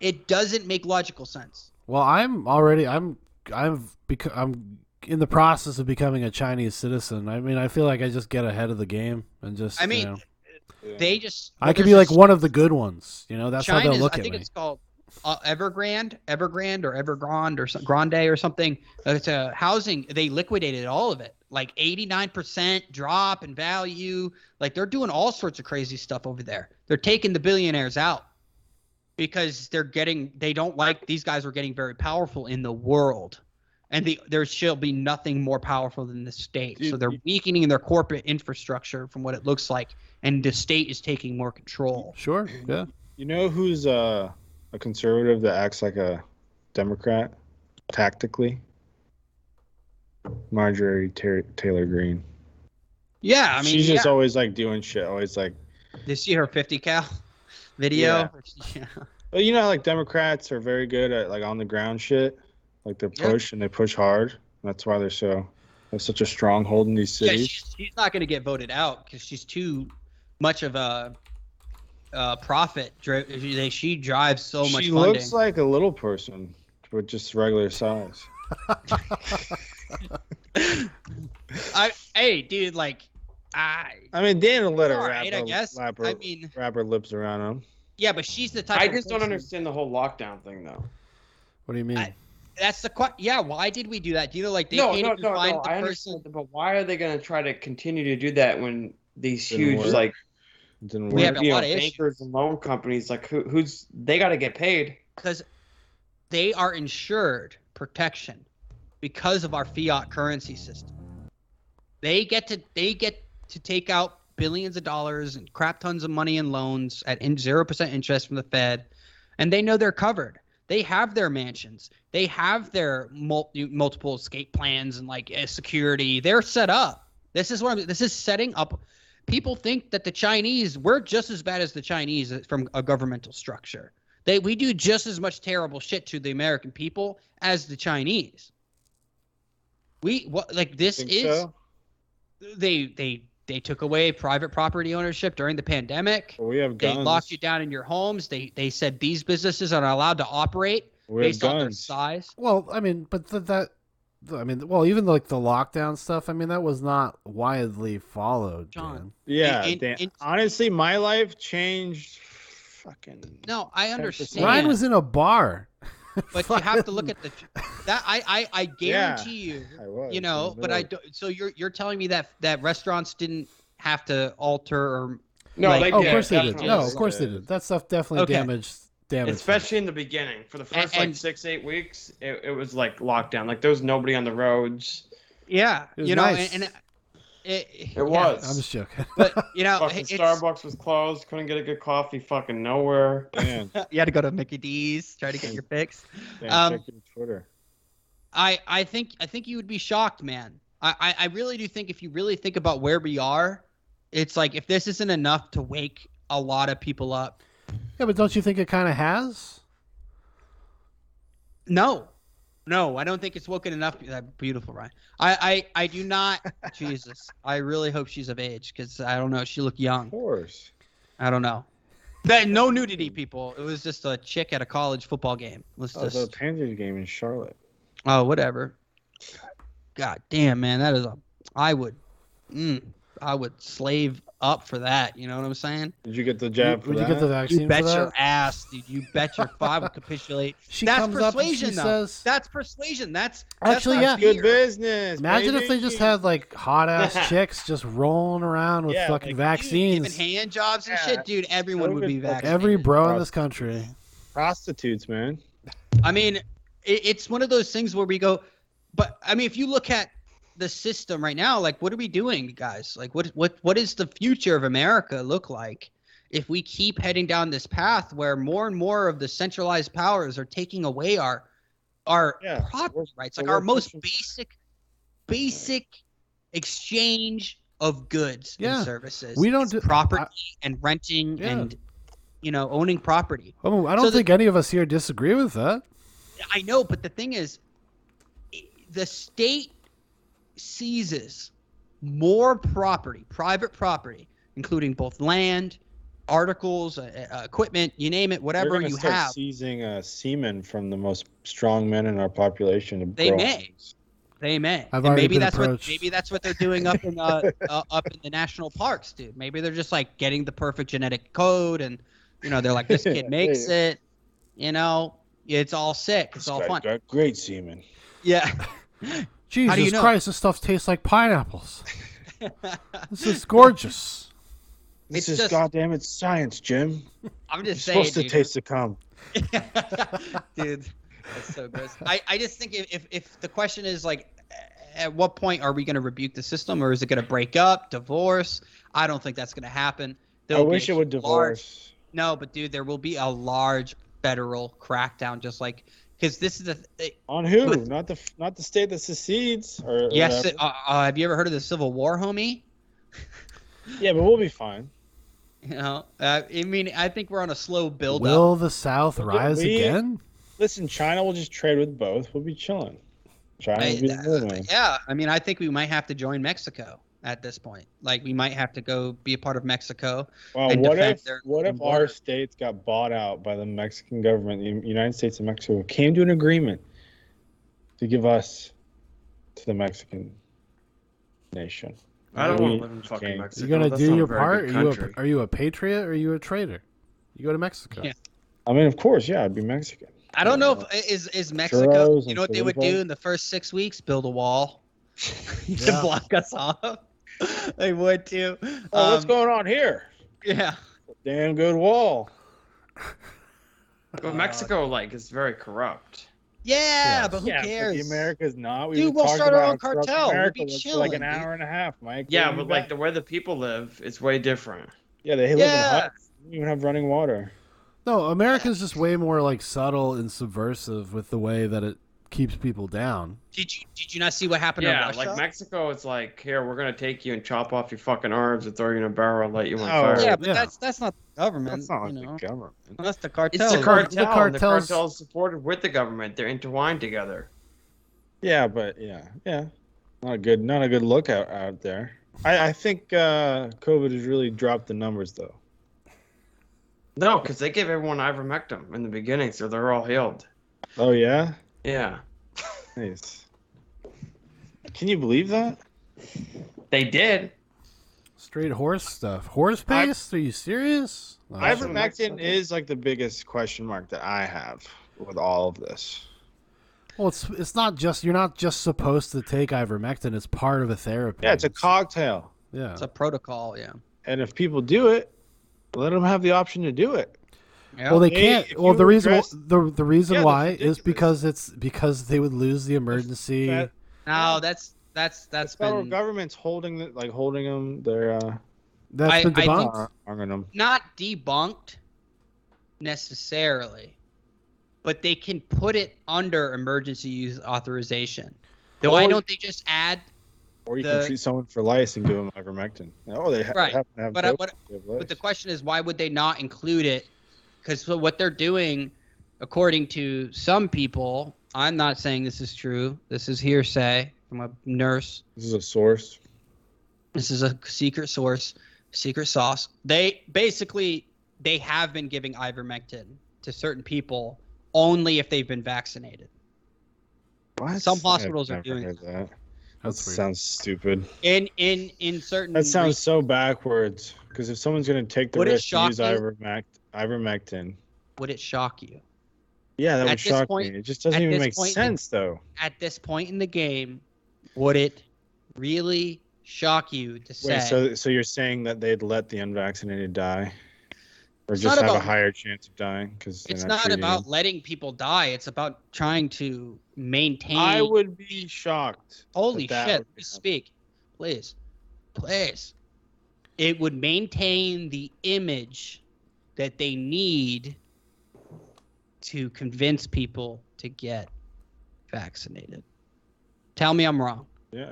S3: It doesn't make logical sense.
S1: Well, I'm already I'm I'm bec- I'm in the process of becoming a Chinese citizen. I mean, I feel like I just get ahead of the game and just
S3: I
S1: you
S3: mean,
S1: know.
S3: They just
S1: I could
S3: there's
S1: be like
S3: this-
S1: one of the good ones. You know, that's how they'll
S3: China's-
S1: look
S3: I
S1: at
S3: think
S1: me.
S3: it's called uh, Evergrande, Evergrande, or Evergrande, or some, Grande, or something. It's a housing. They liquidated all of it, like eighty nine percent drop in value. Like they're doing all sorts of crazy stuff over there. They're taking the billionaires out because they're getting. They don't like these guys are getting very powerful in the world. And the, there shall be nothing more powerful than the state. so
S2: Dude,
S3: they're weakening their corporate infrastructure from what it looks like, and the state is taking more control.
S1: Sure. Yeah.
S2: You know who's uh, a conservative that acts like a Democrat tactically? Marjorie Ter- Taylor Greene.
S3: Yeah, I mean,
S2: she's
S3: yeah.
S2: just always like doing shit. Always like,
S3: Did you see her 50 cal video? Yeah.
S2: well, you know, how, like Democrats are very good at like on the ground shit. Like they
S3: Yeah.
S2: push and they push hard. That's why they're so have such a stronghold in these
S3: Yeah,
S2: cities.
S3: she's, she's not going to get voted out because she's too much of a, uh profit. Dri- she- she drives so much
S2: she
S3: funding.
S2: looks like a little person, but just regular size.
S3: I, hey, dude, like, I.
S2: I mean, Dan will let her
S3: All
S2: wrap,
S3: right, I
S2: her,
S3: guess.
S2: wrap her-
S3: I mean,
S2: wrap her lips around him.
S3: yeah, but she's the type.
S4: I
S3: of
S4: just don't
S3: person-
S4: understand the whole lockdown thing though.
S1: What do you mean?
S3: I- That's the question. Yeah, why did we do that? Do you know, like, they
S4: no,
S3: can't
S4: no,
S3: even
S4: no,
S3: find
S4: no.
S3: the
S4: I
S3: person?
S4: understand, that, but why are they gonna try to continue to do that when these
S2: Didn't
S4: huge
S2: work.
S4: like
S2: It didn't
S3: We
S2: work.
S3: have a
S4: you
S3: lot
S4: know,
S3: of issues.
S4: bankers and loan companies like who, who's they got to get paid?
S3: Because they are insured protection because of our fiat currency system. They get to they get to take out billions of dollars and crap tons of money in loans at zero percent interest from the Fed, and they know they're covered. They have their mansions. They have their mul- multiple escape plans and like eh, security. They're set up. This is what I'm, this is setting up. People think that the Chinese we're just as bad as the Chinese from a governmental structure. They we do just as much terrible shit to the American people as the Chinese. We what like this
S2: Think
S3: is
S2: so?
S3: they they they took away private property ownership during the pandemic.
S2: Well, we have
S3: They
S2: guns.
S3: locked you down in your homes. They they said these businesses are not allowed to operate
S2: We have
S3: based on their
S2: guns.
S3: size.
S1: well, I mean, but th- that I mean, well, even like the lockdown stuff. I mean, that was not widely followed.
S3: John.
S1: man.
S2: Yeah,
S3: in-
S2: Dan-
S3: in-
S2: honestly, my life changed. Fucking.
S3: No, I
S2: 10%.
S3: understand.
S1: Ryan was in a bar.
S3: but you have to look at the that I I, I guarantee you
S2: I was.
S3: you know
S2: I
S3: but i
S2: know.
S3: don't so you're you're telling me that that restaurants didn't have to alter or
S4: No,
S3: Like-
S4: they
S1: Oh, of
S4: did.
S1: course they did.
S4: definitely.
S1: No, of course they
S2: Yeah.
S1: did. That stuff definitely
S3: Okay.
S1: damaged damaged. them.
S4: especially in the beginning for the first like
S3: and-
S4: six eight weeks it, it was like lockdown like there was nobody on the roads
S3: yeah
S1: It was
S3: you know
S1: nice.
S3: and, and it, yeah,
S4: it was
S1: I'm just joking.
S3: but you know
S4: fucking
S3: it's,
S4: starbucks was closed couldn't get a good coffee fucking nowhere
S2: Dan,
S3: you had to go to mickey d's try to get your fix
S2: Dan,
S3: Um,
S2: check your Twitter.
S3: I, I think I think you would be shocked, man. I, I, I really do think if you really think about where we are, it's like if this isn't enough to wake a lot of people up.
S1: Yeah, but don't you think it kind of has?
S3: No. No, I don't think it's woken enough. That beautiful, Ryan. I, I, I do not. Jesus, I really hope she's of age because I don't know. She looked
S2: Of
S3: young.
S2: course.
S3: I don't know. That no nudity, people. It was just a chick at a college football game. Let's
S2: Oh,
S3: just
S2: the Panthers game in Charlotte.
S3: Oh, whatever. God damn, man, that is a. I would, mm, I would slave up for that. You know what I'm saying?
S2: Did you get the jab?
S1: Would you get the vaccine?
S3: You
S1: for
S3: bet
S1: that?
S3: your ass, dude. You bet your five would capitulate.
S1: She
S3: That's
S1: comes up and she
S3: persuasion, though.
S1: says,
S3: That's persuasion. That's, that's
S1: Actually,
S3: not
S1: yeah.
S2: good
S3: fear.
S2: business?
S1: Imagine if they
S2: baby.
S1: just had like hot ass chicks just rolling around with
S2: Yeah,
S1: fucking
S2: like,
S3: Dude, giving
S1: vaccines.
S3: hand jobs and
S2: Yeah.
S3: shit, dude. Everyone would be
S2: COVID, like,
S3: vaccinated.
S1: Every bro in
S2: Bro.
S1: this country.
S2: prostitutes, man.
S3: I mean, it, it's one of those things where we go, but I mean, if you look at the system right now, like what are we doing, guys? Like what what what is the future of America look like if we keep heading down this path where more and more of the centralized powers are taking away our our
S2: Yeah,
S3: property
S2: we're-
S3: rights, like
S2: we're
S3: our most
S2: pushing-
S3: basic basic exchange of goods
S1: Yeah.
S3: and services.
S1: We don't
S3: It's
S1: do-
S3: property and renting
S1: Yeah.
S3: and you know owning property.
S1: Oh, I don't
S3: So the-
S1: think any of us here disagree with that.
S3: I know, but the thing is, i- the state seizes more property, private property, including both land, articles, uh, uh, equipment, you name it,
S2: They're
S3: whatever
S2: gonna
S3: you
S2: start
S3: have.
S2: seizing uh, semen from the most strong men in our population. To
S3: They
S2: grow
S3: may.
S2: arms.
S3: They may.
S1: I've
S3: and
S1: already
S3: maybe
S1: been
S3: that's
S1: approached.
S3: what maybe that's what they're doing up in uh, uh, up in the national parks, dude. Maybe they're just like getting the perfect genetic code, and you know they're like, this kid makes it. You know, it's all sick. It's
S2: This
S3: all
S2: guy
S3: fun.
S2: got great semen.
S3: Yeah.
S1: Jesus
S3: you know?
S1: Christ, this stuff tastes like pineapples. this is gorgeous.
S2: This
S3: It's
S2: is
S3: just-
S2: goddamn it science, Jim.
S3: I'm
S2: You're
S3: just saying.
S2: supposed to
S3: dude.
S2: taste the cum.
S3: dude that's so gross i, I just think if, if if the question is like at what point are we going to rebuke the system or is it going to break up divorce i don't think that's going to happen
S2: I
S3: There'll be
S2: wish
S3: a
S2: it would
S3: large-
S2: divorce.
S3: no but dude there will be a large federal crackdown just like because this is the th-
S2: On who?
S3: But-
S2: not the f- not the state that secedes. Or or
S3: yes
S2: whatever.
S3: uh, uh, have you ever heard of the civil war homie
S2: yeah, but we'll be fine.
S3: you know uh, i mean i think we're on a slow build up
S1: Will the South
S2: Look at
S1: rise
S2: we-
S1: again?
S2: Listen, China will just trade with both. We'll be chilling. China
S3: I- uh,
S2: will be the middleman.
S3: yeah i mean i think we might have to join mexico at this point like we might have to go be a part of mexico
S2: Wow,
S3: and
S2: what
S3: defend
S2: if
S3: their
S2: what if
S3: own border.
S2: our states got bought out by the Mexican government? The United States and Mexico came to an agreement to give us to the Mexican nation.
S4: I don't want
S2: We
S4: to live in fucking
S2: came-
S4: Mexico.
S1: You gonna
S4: That's
S1: do
S4: not a
S1: your
S4: very
S1: part? Are
S4: good
S1: you,
S4: country.
S1: a, are you a patriot or are you a traitor? You go to Mexico.
S3: Yeah.
S2: I mean, of course, yeah, I'd be Mexican.
S3: I don't know
S2: Uh,
S3: if is is Mexico.
S2: churros
S3: You
S2: and
S3: know what they would do
S2: frijol.
S3: in the first six weeks? Build a wall to
S1: Yeah.
S3: block us off. they would too.
S2: Oh, what's
S3: Um,
S2: going on here?
S3: Yeah,
S2: Damn good wall.
S4: But Mexico, like, is very corrupt.
S3: yeah, but who
S2: yeah, but
S3: cares?
S2: the America's not. We
S3: Dude,
S2: were
S3: we'll
S2: talking
S3: start our
S2: about
S3: own
S2: how corrupt
S3: cartel. We'll
S2: America
S3: be
S2: was for like
S3: chilling,
S2: an
S3: dude.
S2: hour and a half, Mike.
S4: Yeah,
S2: We'll
S4: but
S2: be
S4: like
S2: back.
S4: the way the people live, it's way different.
S2: yeah, they live in
S3: Yeah.
S2: huts. They don't even have running water.
S1: No, America's just way more like subtle and subversive with the way that it keeps people down.
S3: Did you did you not see what happened
S4: yeah,
S3: in Russia?
S4: like Mexico, it's like, here, we're gonna take you and chop off your fucking arms and throw you in a barrel and light you
S2: No.
S4: on fire.
S3: Oh, yeah, but
S1: Yeah.
S3: that's that's not the government.
S2: That's not
S3: you know.
S2: the government.
S3: That's the cartel.
S4: It's the
S1: cart-
S4: cartel.
S1: the
S4: The
S1: cartels-
S4: cartel's... supported with the government. They're intertwined together.
S2: Yeah, but yeah, yeah, not a good, not a good look out, out there. I, I think uh, COVID has really dropped the numbers though.
S4: No, because they gave everyone ivermectin in the beginning, so they're all healed.
S2: Oh yeah,
S4: Yeah,
S2: nice. Can you believe that?
S4: they did.
S1: Straight horse stuff. Horse paste? Are you serious? No,
S4: I've-
S1: shit.
S2: Ivermectin is like the biggest question mark that I have with all of this.
S1: well, it's it's not just you're not just supposed to take ivermectin. It's part of a therapy.
S2: Yeah, it's a cocktail,
S1: Yeah.
S3: It's a protocol. Yeah.
S2: and if people do it, let them have the option to do it.
S3: Yeah.
S1: Well, they
S2: Hey,
S1: can't.
S2: if
S1: well,
S2: you
S1: the reason
S2: address-
S1: wh- the the reason
S2: Yeah, that's
S1: why is
S2: ridiculous.
S1: because it's because they would lose the emergency.
S2: That-
S3: no, that's that's that's
S2: the federal
S3: been
S2: government's holding the, like holding them. They're uh,
S1: That's
S3: I-
S1: been
S3: I
S1: debunked.
S2: uh, arming them.
S3: not debunked necessarily, but they can put it under emergency use authorization. Though why
S2: Or-
S3: don't they just add?
S2: Or you
S3: The-
S2: can treat someone for lice and give them ivermectin. Oh, they ha-
S3: Right.
S2: happen to have
S3: But I-
S2: both.
S3: but-
S2: They have
S3: But
S2: lice.
S3: the question is, why would they not include it? Because so what they're doing, according to some people, I'm not saying this is true. This is hearsay from a nurse.
S2: This is a source.
S3: This is a secret source, secret sauce. They basically they have been giving ivermectin to certain people only if they've been vaccinated.
S2: What?
S3: Some hospitals
S2: I've
S3: are
S2: never
S3: doing
S2: heard that. That
S1: That's weird.
S2: sounds stupid.
S3: In in in certain
S2: That sounds so backwards. Because if someone's gonna take the
S3: Would it
S2: risk to
S3: shock
S2: use
S3: you?
S2: ivermect- ivermectin,
S3: would it shock you?
S2: yeah, that
S3: At
S2: would
S3: this
S2: shock
S3: point-
S2: me. It just doesn't
S3: at
S2: even
S3: this
S2: make
S3: point,
S2: sense, though.
S3: At this point in the game, would it really shock you to say
S2: Wait, so so you're saying that they'd let the unvaccinated die? or
S3: It's
S2: just
S3: not
S2: have
S3: about-
S2: a higher chance of dying because
S3: It's not about letting people die. It's about trying to maintain.
S2: I would be shocked.
S3: Holy
S2: that that
S3: shit!
S2: would be
S3: please
S2: happening.
S3: Speak, please, please. It would maintain the image that they need to convince people to get vaccinated. Tell me I'm wrong.
S2: Yeah.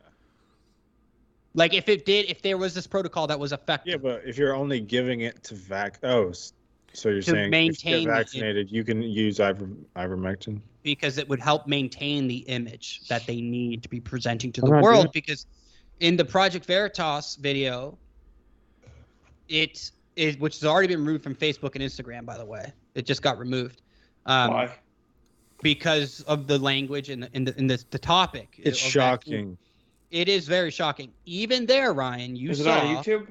S3: Like if it did, if there was this protocol that was effective,
S2: Yeah, but if you're only giving it to vac, oh, s- so you're
S3: To
S2: saying if you
S3: maintain
S2: get
S3: the-
S2: vaccinated, you can use iver- ivermectin.
S3: because it would help maintain the image that they need to be presenting to
S2: I'm
S3: the
S2: not doing
S3: world.
S2: it.
S3: Because in the Project Veritas video, it is which has already been removed from Facebook and Instagram, by the way. It just got removed um,
S4: Why?
S3: because of the language and the, and the, and the, the topic.
S2: It's
S3: of that-
S2: shocking.
S3: It is very shocking. Even there, Ryan, you
S4: Is it
S3: saw.
S4: on YouTube?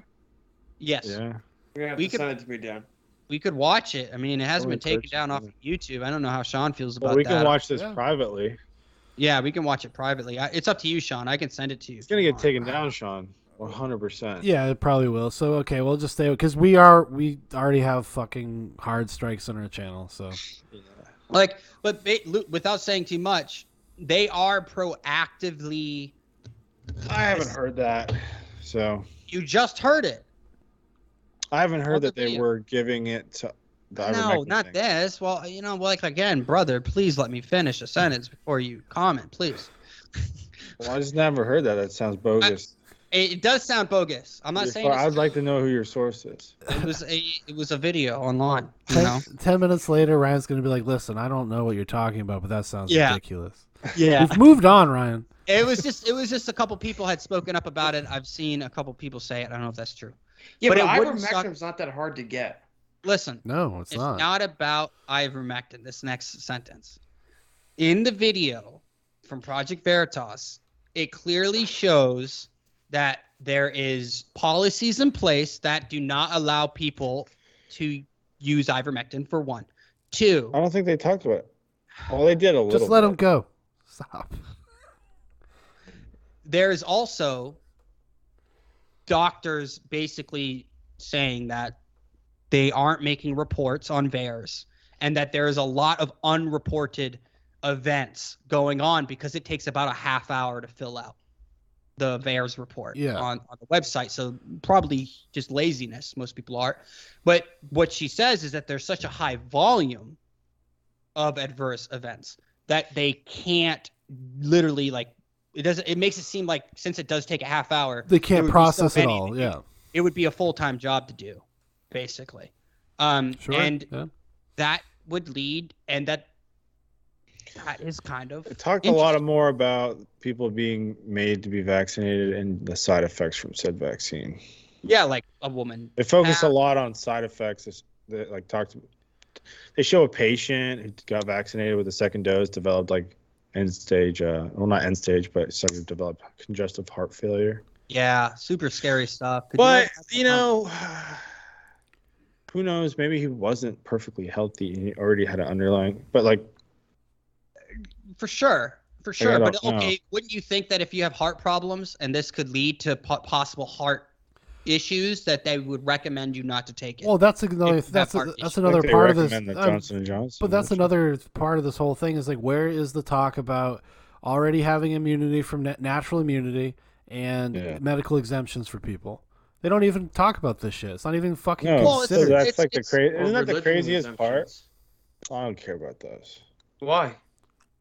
S3: Yes,
S2: Yeah.
S4: You're gonna have
S3: We
S4: to
S3: could-
S4: send it to me, Dan.
S3: we could watch it. I mean, it hasn't
S2: Only
S3: been taken
S2: Twitch
S3: down off
S2: is-
S3: of YouTube. I don't know how Sean feels about
S2: Well, we
S3: that.
S2: can watch this
S1: Yeah.
S2: privately.
S3: Yeah, we can watch it privately. I, it's up to you, Sean. I can send it to you.
S2: It's gonna get taken down, Sean. 100. percent
S1: Yeah, it probably will. So okay, we'll just stay because we are we already have fucking hard strikes on our channel. So
S3: like but ba- lu- without saying too much they are proactively
S2: I haven't heard that. So
S3: you just heard it
S2: I haven't
S3: Well,
S2: heard that
S3: the
S2: they
S3: video-
S2: were giving it to the
S3: no
S2: ivermectin
S3: not
S2: thing.
S3: this well you know like again brother please let me finish a sentence before you comment please
S2: Well, I just never heard that. That sounds bogus.
S3: it, it does sound bogus i'm not
S2: Your
S3: saying
S2: fo- I'd
S3: it's,
S2: like to know who your source is.
S3: it was a it was a video online you
S1: ten,
S3: know
S1: ten minutes later, Ryan's gonna be like, "Listen, I don't know what you're talking about, but that sounds
S3: Yeah.
S1: ridiculous."
S3: yeah
S1: We've moved on, Ryan.
S3: it was just it was just a couple people had spoken up about it i've seen a couple people say it i don't know if that's true
S4: Yeah,
S3: But
S4: but,
S3: it wouldn't suck-
S4: ivermectin's not that hard to get.
S3: listen
S1: No, it's,
S3: It's not. about ivermectin. This next sentence. In the video from Project Veritas, it clearly shows that there is policies in place that do not allow people to use ivermectin for one. Two,
S2: I don't think they talked about it. Well, they did a little.
S1: Just let
S2: bit.
S1: him go. Stop.
S3: there is also doctors basically saying that they aren't making reports on VAERS and that there is a lot of unreported events going on because it takes about a half hour to fill out the VAERS report
S1: Yeah.
S3: on, on the website. So probably just laziness, most people are. But what she says is that there's such a high volume of adverse events that they can't literally like it doesn't it makes it seem like since it does take a half hour
S1: They
S3: there would
S1: can't
S3: be so
S1: process it
S3: many
S1: all.
S3: that
S1: Yeah,
S3: it would be a full-time job to do basically um
S1: sure.
S3: and
S1: yeah.
S3: that would lead and that that is kind of
S2: It talked a lot more about people being made to be vaccinated and the side effects from said vaccine.
S3: yeah like a woman
S2: They focused
S3: Ah.
S2: a lot on side effects. it's- They like talked. They show a patient who got vaccinated with the second dose developed like end stage, uh, well not end stage, but started to develop congestive heart failure.
S3: yeah super scary stuff Could
S2: But
S3: imagine-
S2: you know, who knows? Maybe he wasn't perfectly healthy and he already had an underlying. But like,
S3: for sure for sure
S2: don't
S3: but
S2: know.
S3: okay wouldn't you think that if you have heart problems and this could lead to po- possible heart issues that they would recommend you not to take it
S1: Well, that's another.
S3: If that
S1: That's
S3: part
S1: a,
S3: is-
S1: that's
S2: I think
S1: another
S2: they
S1: part of this.
S2: recommend the
S1: I'm-
S2: Johnson and Johnson.
S1: But that's
S2: which-
S1: another part of this whole thing is like, where is the talk about already having immunity from na- natural immunity and
S2: Yeah.
S1: medical exemptions for people? They don't even talk about this shit. It's not even fucking
S2: No,
S3: Well, it's-
S1: considered.
S2: that's like the
S3: it's-
S2: crazy.
S4: Or
S2: Isn't that the
S4: religion
S2: craziest part?
S4: exemptions.
S2: I don't care about those.
S4: Why?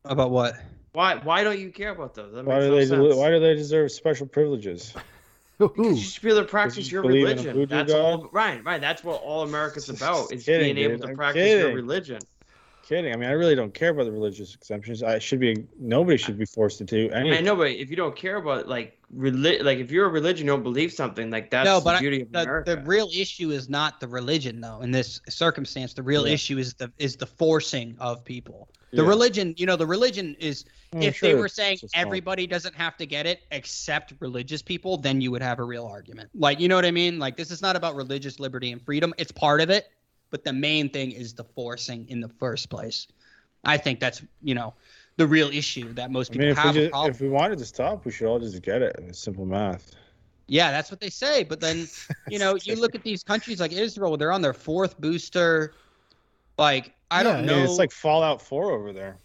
S3: about what
S4: Why? Why don't you care about those? That
S2: Why
S4: makes
S2: do
S4: no
S2: they?
S4: sense.
S2: Why do they deserve special privileges?
S4: Because
S1: Ooh,
S4: you should be able to practice
S2: you
S4: your
S2: believe in a
S4: religion.
S2: voodoo
S4: That's
S2: god?
S4: all, right, right. That's what all America's about is
S2: Kidding,
S4: being able
S2: dude,
S4: to
S2: I'm
S4: practice your
S2: kidding.
S4: religion.
S2: Kidding. I mean, I really don't care about the religious exemptions. I should be. Nobody should be forced to do
S4: I
S2: anything.
S4: know, but if you don't care about like reli- like if you're a religion, you don't believe something like that's
S3: No, but
S4: the
S3: I-
S4: beauty of
S3: the,
S4: America.
S3: the real issue is not the religion though in this circumstance the real
S2: Yeah.
S3: issue is the is the forcing of people the
S2: Yeah.
S3: religion you know the religion is
S2: I'm
S3: if they
S2: Mm, sure
S3: were
S2: it's
S3: saying
S2: just not-
S3: everybody doesn't have to get it except religious people then you would have a real argument like you know what i mean like this is not about religious liberty and freedom it's part of it but the main thing is the forcing in the first place i think that's you know the real issue that most
S2: I
S3: people
S2: mean, if
S3: have
S2: we,
S3: a
S2: just,
S3: problem
S2: if we wanted to stop, we should all just get it. It's simple math.
S3: Yeah, that's what they say. But then, you know, you look at these countries like Israel, they're on their fourth booster. Like, I don't
S1: Yeah,
S3: know.
S2: Dude, it's like Fallout 4 over there.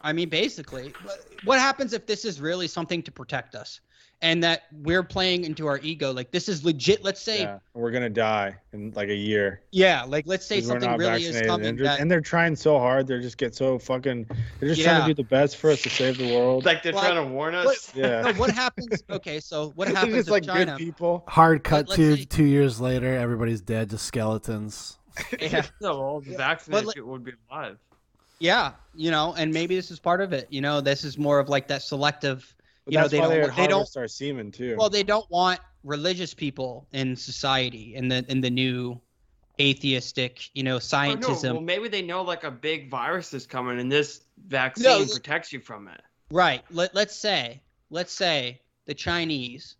S3: I mean, basically, But what happens if this is really something to protect us and that we're playing into our ego? Like, this is legit. Let's say, yeah,
S2: Yeah, we're gonna die in like a year.
S3: like, let's say
S2: 'cause we're
S3: something
S2: not
S3: really is
S2: vaccinated.
S3: coming.
S2: And, just-
S3: that-
S2: and they're trying so hard. They just get so fucking. They're just trying
S3: Yeah.
S2: to do the best for us to save the world.
S4: Like they're
S3: Well,
S4: trying to warn
S3: what-
S4: us.
S2: yeah.
S3: no, what happens? Okay, so what
S2: They're
S3: happens
S2: just
S3: if
S2: like
S3: China?
S2: good people.
S1: Hard cut
S3: let's
S1: to
S3: say-
S1: two years later, everybody's dead, just skeletons.
S3: Yeah.
S4: No, all the vaccinated
S3: like-
S4: people would be alive.
S3: Yeah, you know, and maybe this is part of it. You know, this is more of like that selective.
S2: But
S3: you know,
S2: that's
S3: they
S2: why
S3: don't.
S2: they,
S3: want- They don't.
S2: harvest our semen too.
S3: Well, they don't want religious people in society in the in the new atheistic, you know,
S4: Or no,
S3: scientism.
S4: well, maybe they know like a big virus is coming, and this vaccine
S3: No, this-
S4: protects you from it.
S3: Right. Let let's say let's say the Chinese,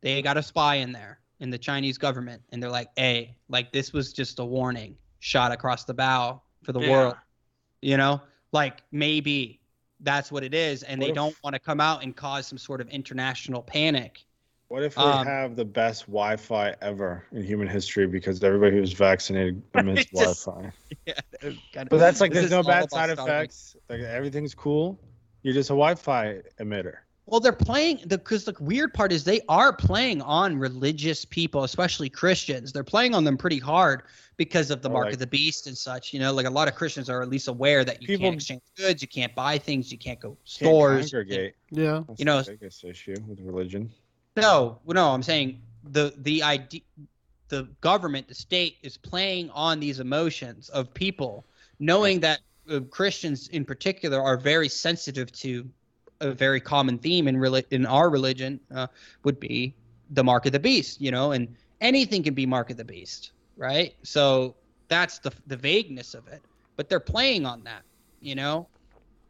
S3: they got a spy in there in the Chinese government, and they're like, "Hey, like this was just a warning shot across the bow for the
S4: Yeah.
S3: world." You know, like maybe that's what it is, and
S2: What
S3: they
S2: if-
S3: don't want to come out and cause some sort of international panic.
S2: what if we
S3: um,
S2: have the best Wi-Fi ever in human history because everybody who's vaccinated missed
S3: Just-
S2: Wi-Fi?
S3: Kinda-
S2: But that's like
S3: this
S2: there's
S3: is
S2: no
S3: all
S2: bad
S3: about
S2: side
S3: starving.
S2: effects. Like everything's cool. You're just a Wi-Fi emitter.
S3: Well, they're playing the because the weird part is they are playing on religious people, especially Christians. They're playing on them pretty hard because of the
S2: Oh,
S3: mark
S2: like-
S3: of the beast and such. You know, like a lot of Christians are at least aware that you
S2: People-
S3: can't exchange goods, you can't buy things, you can't go
S2: Can't
S3: stores. you can't-
S2: congregate.
S1: Yeah.
S2: That's
S3: You know-
S2: the biggest issue with religion.
S3: No, no, I'm saying the the idea, the government, the state is playing on these emotions of people, knowing that uh, Christians in particular are very sensitive to a very common theme in reli- in our religion uh, would be the mark of the beast, you know, and anything can be mark of the beast, right? So that's the the vagueness of it, but they're playing on that, you know,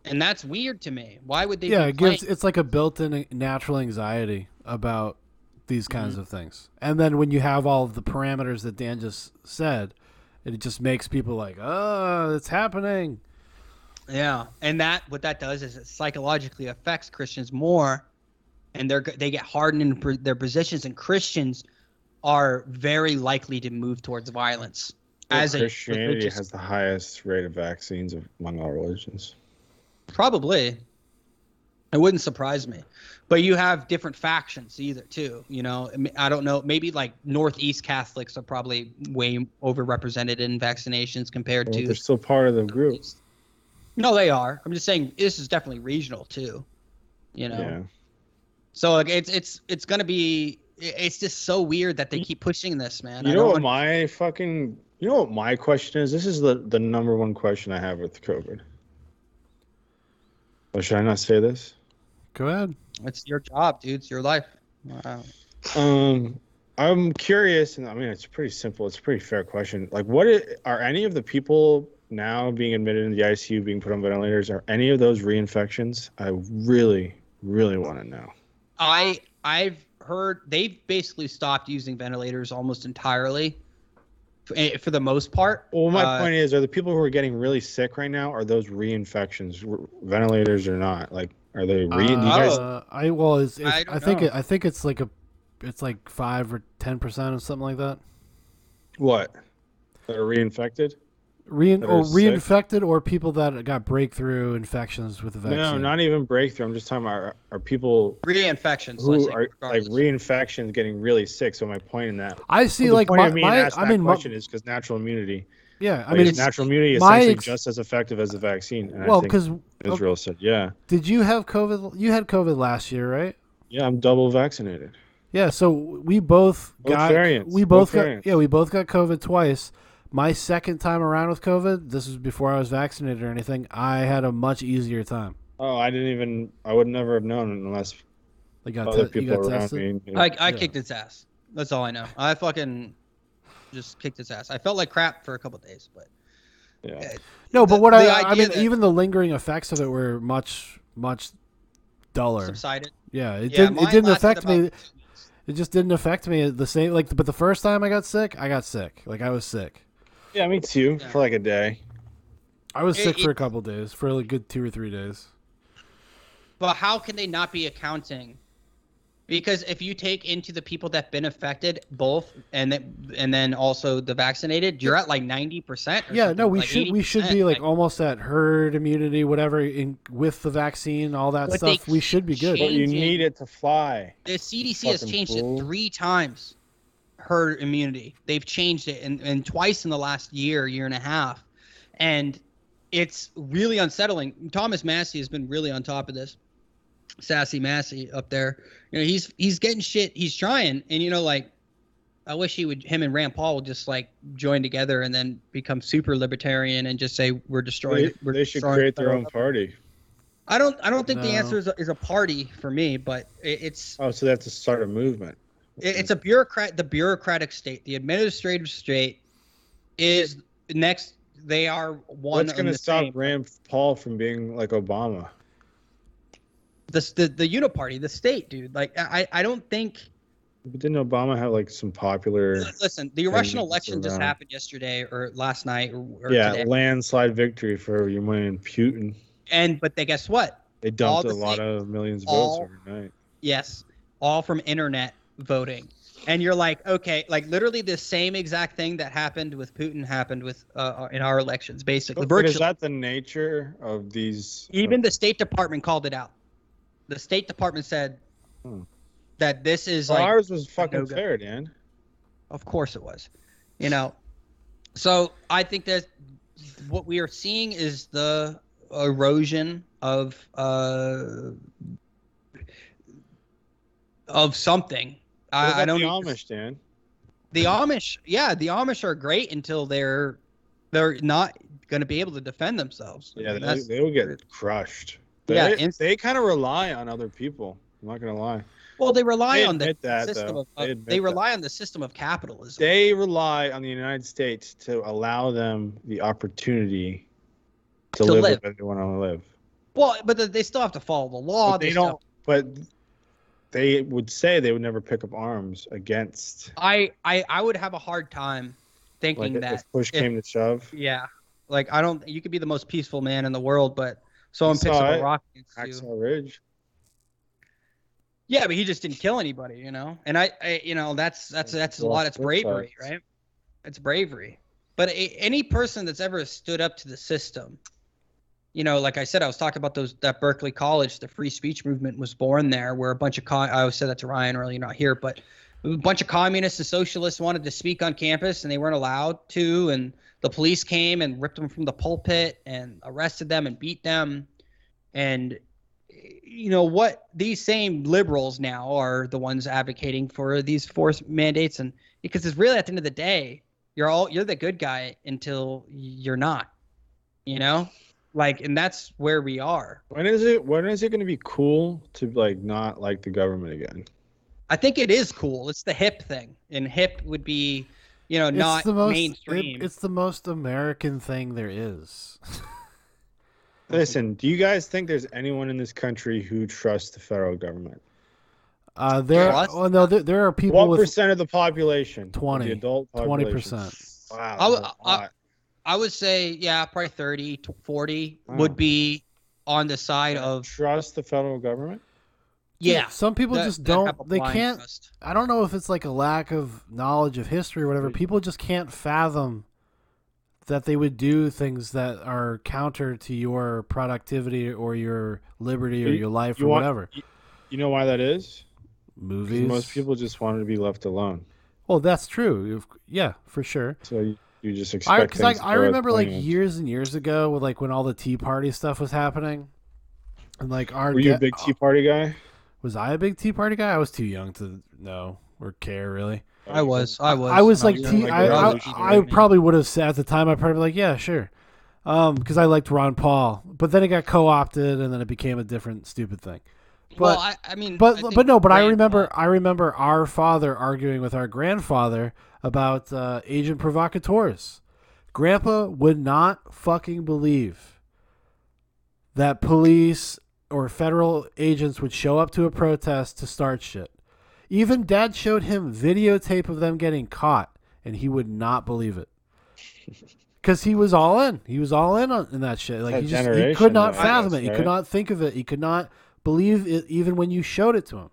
S3: and that's weird to me. Why would they?
S1: yeah,
S3: be
S1: it
S3: playing-
S1: gives it's like a built-in natural anxiety about these
S3: Mm-hmm.
S1: kinds of things. And then when you have all of the parameters that Dan just said, it just makes people like, "Oh, it's happening."
S3: Yeah, and that what that does is it psychologically affects Christians more, and they're they get hardened in pr- their positions, and Christians are very likely to move towards violence as a
S2: Christianity
S3: religious-
S2: has the highest rate of vaccines of- among all religions.
S3: probably. It wouldn't surprise me, but you have different factions either too. You know, I mean, I don't know. Maybe like Northeast Catholics are probably way overrepresented in vaccinations compared
S2: Well,
S3: to
S2: they're still part of the group.
S3: No, they are. I'm just saying this is definitely regional too. You know.
S2: Yeah.
S3: So like it's it's it's gonna be it- it's just so weird that they keep pushing this, man.
S2: You
S3: I
S2: know
S3: don't
S2: what
S3: want-
S2: my fucking you know what my question is? This is the, the number one question I have with COVID. Or should I not say this?
S1: Go ahead.
S3: it's your job, dude. It's your life. Wow.
S2: Um, I'm curious, and I mean it's pretty simple. It's a pretty fair question. Like, what i- are any of the people now being admitted in the ICU, being put on ventilators? Are any of those reinfections? I really, really want to know.
S3: I I've heard they've basically stopped using ventilators almost entirely, for, eh, for the most part.
S2: Well, my
S3: Uh,
S2: point is, are the people who are getting really sick right now? Are those reinfections, r- ventilators or not? Like, are they re? do you guys,
S1: Uh, I well, it's, it's,
S3: I
S1: I,
S3: don't
S1: think
S3: know.
S1: it, I think it's like a it's like 5 or 10% or something like that.
S2: what? That are reinfected?
S1: Rein,
S2: That
S1: or
S2: are sick?
S1: reinfected or people that got breakthrough infections with the vaccine.
S2: No, not even breakthrough. I'm just talking about are, are people
S3: Reinfections.
S2: who
S3: let's say,
S2: are like
S3: regardless.
S2: reinfections getting really sick. So my point in that
S1: I see
S2: Well, the
S1: like
S2: point
S1: my,
S2: of me
S1: my
S2: asking
S1: I
S2: that
S1: mean my-
S2: question is because natural immunity.
S1: yeah, I
S2: like,
S1: mean
S2: is
S1: it's
S2: natural immunity is
S1: my
S2: essentially
S1: ex-
S2: just as effective as the vaccine. And
S1: well
S2: I think
S1: cuz
S2: Israel said, yeah,
S1: did you have covid you had covid last year, right?
S2: yeah, I'm double vaccinated.
S1: Yeah, so we both
S2: Both
S1: got
S2: variants,
S1: we
S2: both
S1: both got
S2: variants.
S1: yeah, we both got COVID twice. My second time around with COVID, this was before I was vaccinated or anything, I had a much easier time.
S2: Oh, I didn't even. I would never have known unless
S1: Like got
S2: other
S1: te- you
S2: people
S1: got
S2: around
S1: tested.
S2: me. knew.
S3: I, I
S1: Yeah.
S3: kicked its ass. That's all I know. I fucking just kicked its ass. I felt like crap for a couple days, but
S2: yeah.
S3: uh,
S1: No, but
S3: The-
S1: what
S3: the
S1: I I
S3: idea
S1: mean
S3: that-
S1: even the lingering effects of it were much much duller.
S3: subsided.
S1: Yeah, it
S3: yeah,
S1: didn't it
S3: mine
S1: didn't
S3: lasted
S1: affect me.
S3: about two weeks.
S1: It just didn't affect me the same like but the first time I got sick, I got sick. Like I was sick.
S2: yeah, me too. For like a day.
S1: I was
S3: It-
S1: sick for
S3: it-
S1: a couple days, for a good 2 or 3 days.
S3: But how can they not be accounting because if you take into the people that've been affected both and then and then also the vaccinated you're at like 90% or
S1: yeah,
S3: something,
S1: no, we
S3: like
S1: should we should be
S3: 80%,
S1: like almost at herd immunity, whatever, in, with the vaccine, all that
S3: But they
S1: stuff. We should be good.
S2: But you
S3: Changing.
S2: need it to fly.
S3: the CDC has
S2: fucking
S3: changed
S2: fool.
S3: it three times. Herd immunity. They've changed it and, and twice in the last year, year and a half. And it's really unsettling. Thomas Massey has been really on top of this. Sassy Massey up there. You know, he's he's getting shit. He's trying. And you know, like I wish he would him and Rand Paul would just like join together and then become super libertarian and just say we're destroying
S2: They,
S3: we're
S2: they should
S3: destroying
S2: create
S3: the
S2: their
S3: federal
S2: own party.
S3: I don't I don't think the
S1: No.
S3: answer is a, is a party for me, but it, it's
S2: Oh, so they have to start a movement.
S3: it- it's a bureaucrat the bureaucratic state the administrative state is next they are one
S2: What's
S3: and
S2: going
S3: the
S2: to stop
S3: same
S2: Rand Paul from being like Obama?
S3: the, the the uniparty the state dude like i i don't think
S2: But didn't Obama have like some popular?
S3: listen the russian
S2: it's
S3: election just
S2: around.
S3: happened yesterday or last night or, or
S2: Yeah,
S3: today.
S2: landslide victory for your man Putin.
S3: and but they guess what
S2: They
S3: All
S2: dumped a
S3: the
S2: lot
S3: same-
S2: of millions of
S3: all-
S2: votes overnight.
S3: Yes, all from internet voting. And you're like, okay, like literally the same exact thing that happened with Putin happened with uh, in our elections, basically.
S2: But, but is
S3: Virtually,
S2: that the nature of these? uh,
S3: even the State Department called it out. The State Department said
S2: Hmm.
S3: that this is
S2: Well,
S3: like,
S2: ours was fucking
S3: no-go.
S2: fair, Dan.
S3: of course it was, you know. So I think that what we are seeing is the erosion of uh, of something.
S2: What about
S3: I, I don't
S2: the
S3: know-
S2: Amish, Dan.
S3: the Amish, yeah, the Amish are great until they're they're not going to be able to defend themselves. I
S2: Yeah,
S3: mean,
S2: they,
S3: that's-
S2: they will get crushed. They,
S3: Yeah,
S2: yeah,
S3: and-
S2: they kind of rely on other people. I'm not gonna lie.
S3: well, they rely
S2: they
S3: on the
S2: admit that,
S3: system
S2: though.
S3: of of-
S2: They
S3: they,
S2: admit that.
S3: rely on the system of capitalism.
S2: They rely on the United States to allow them the opportunity to,
S3: To
S2: live,
S3: live.
S2: the way they want to live.
S3: well, but they- they still have to follow the law.
S2: but they
S3: still-
S2: don't. But they would say they would never pick up arms against
S3: I, I I would have a hard time thinking
S2: like
S3: that.
S2: if push
S3: if-
S2: came to shove.
S3: yeah, like I don't. You could be the most peaceful man in the world, but someone picks
S2: saw
S3: up
S2: it.
S3: a rock against you.
S2: Axel Ridge.
S3: Yeah, but he just didn't kill anybody, you know. And I, I you know, that's that's that's a
S2: Well,
S3: lot. It's
S2: flip side.
S3: bravery, right? It's bravery. But a, any person that's ever stood up to the system, you know, like I said, I was talking about those that Berkeley College, the free speech movement was born there, where a bunch of con- I always said that to Ryan earlier, not here, but a bunch of communists and socialists wanted to speak on campus and they weren't allowed to, and the police came and ripped them from the pulpit and arrested them and beat them, and you know what these same liberals now are the ones advocating for these forced mandates and because it's really at the end of the day you're all you're the good guy until you're not you know like and that's where we are
S2: When is it? When is it going to be cool to like not like the government again?
S3: i think it is cool it's the hip thing and hip would be you know not
S1: it's the most,
S3: mainstream
S1: it- it's the most American thing there is.
S2: Listen, do you guys think there's anyone in this country who trusts the federal government?
S1: Uh, there,
S3: Trust?
S1: oh, no, there, there are people
S2: What
S1: with
S2: percent of the population?
S1: 20,
S2: The adult population.
S1: 20%.
S2: Wow.
S3: I would-
S2: that's a
S3: I-
S2: lot.
S3: i would say yeah probably 30 to 40
S2: Wow.
S3: would be on the side of
S2: trust the federal government.
S3: yeah
S1: Some people
S3: that-
S1: just
S3: that have
S1: don't.
S3: a
S1: They
S3: blind
S1: can't.
S3: trust.
S1: I don't know if it's like a lack of knowledge of history or whatever. People just can't fathom that they would do things that are counter to your productivity or your liberty or
S2: You-
S1: your life
S2: you
S1: or
S2: want-
S1: whatever.
S2: You know why that is? 'Cause
S1: Movies.
S2: Most people just wanted to be left alone.
S1: Well, that's true. You've- Yeah, for sure.
S2: So you, you just expect.
S1: I, cause I,
S2: things to
S1: I
S2: go as
S1: remember like
S2: planned.
S1: years and years ago with like when all the Tea Party stuff was happening, and like our
S2: Were you a
S1: de-
S2: big Tea Party guy?
S1: was I a big Tea Party guy? I was too young to know or care really.
S3: i was i was
S1: I was
S2: No,
S1: like,
S2: you
S1: tea
S2: don't like
S1: I, I,
S2: revolutionary
S1: I
S3: movement.
S1: probably would have said at the time, I probably like, yeah, sure, because I liked Ron Paul, but then it got co-opted, and then it became a different stupid thing. But
S3: well, I, I mean, I
S1: but
S3: think
S1: but no, but I
S3: Rand
S1: remember
S3: Paul-
S1: I remember our father arguing with our grandfather about uh, agent provocateurs. Grandpa would not fucking believe that police or federal agents would show up to a protest to start shit. Even dad showed him videotape of them getting caught, and he would not believe it. Because he was all in, he was all in on in that shit. Like
S2: That
S1: he just he could
S2: generation,
S1: not
S2: though, I
S1: fathom
S2: guess,
S1: it. He
S2: right?
S1: could not think of it. He could not believe it, even when you showed it to him.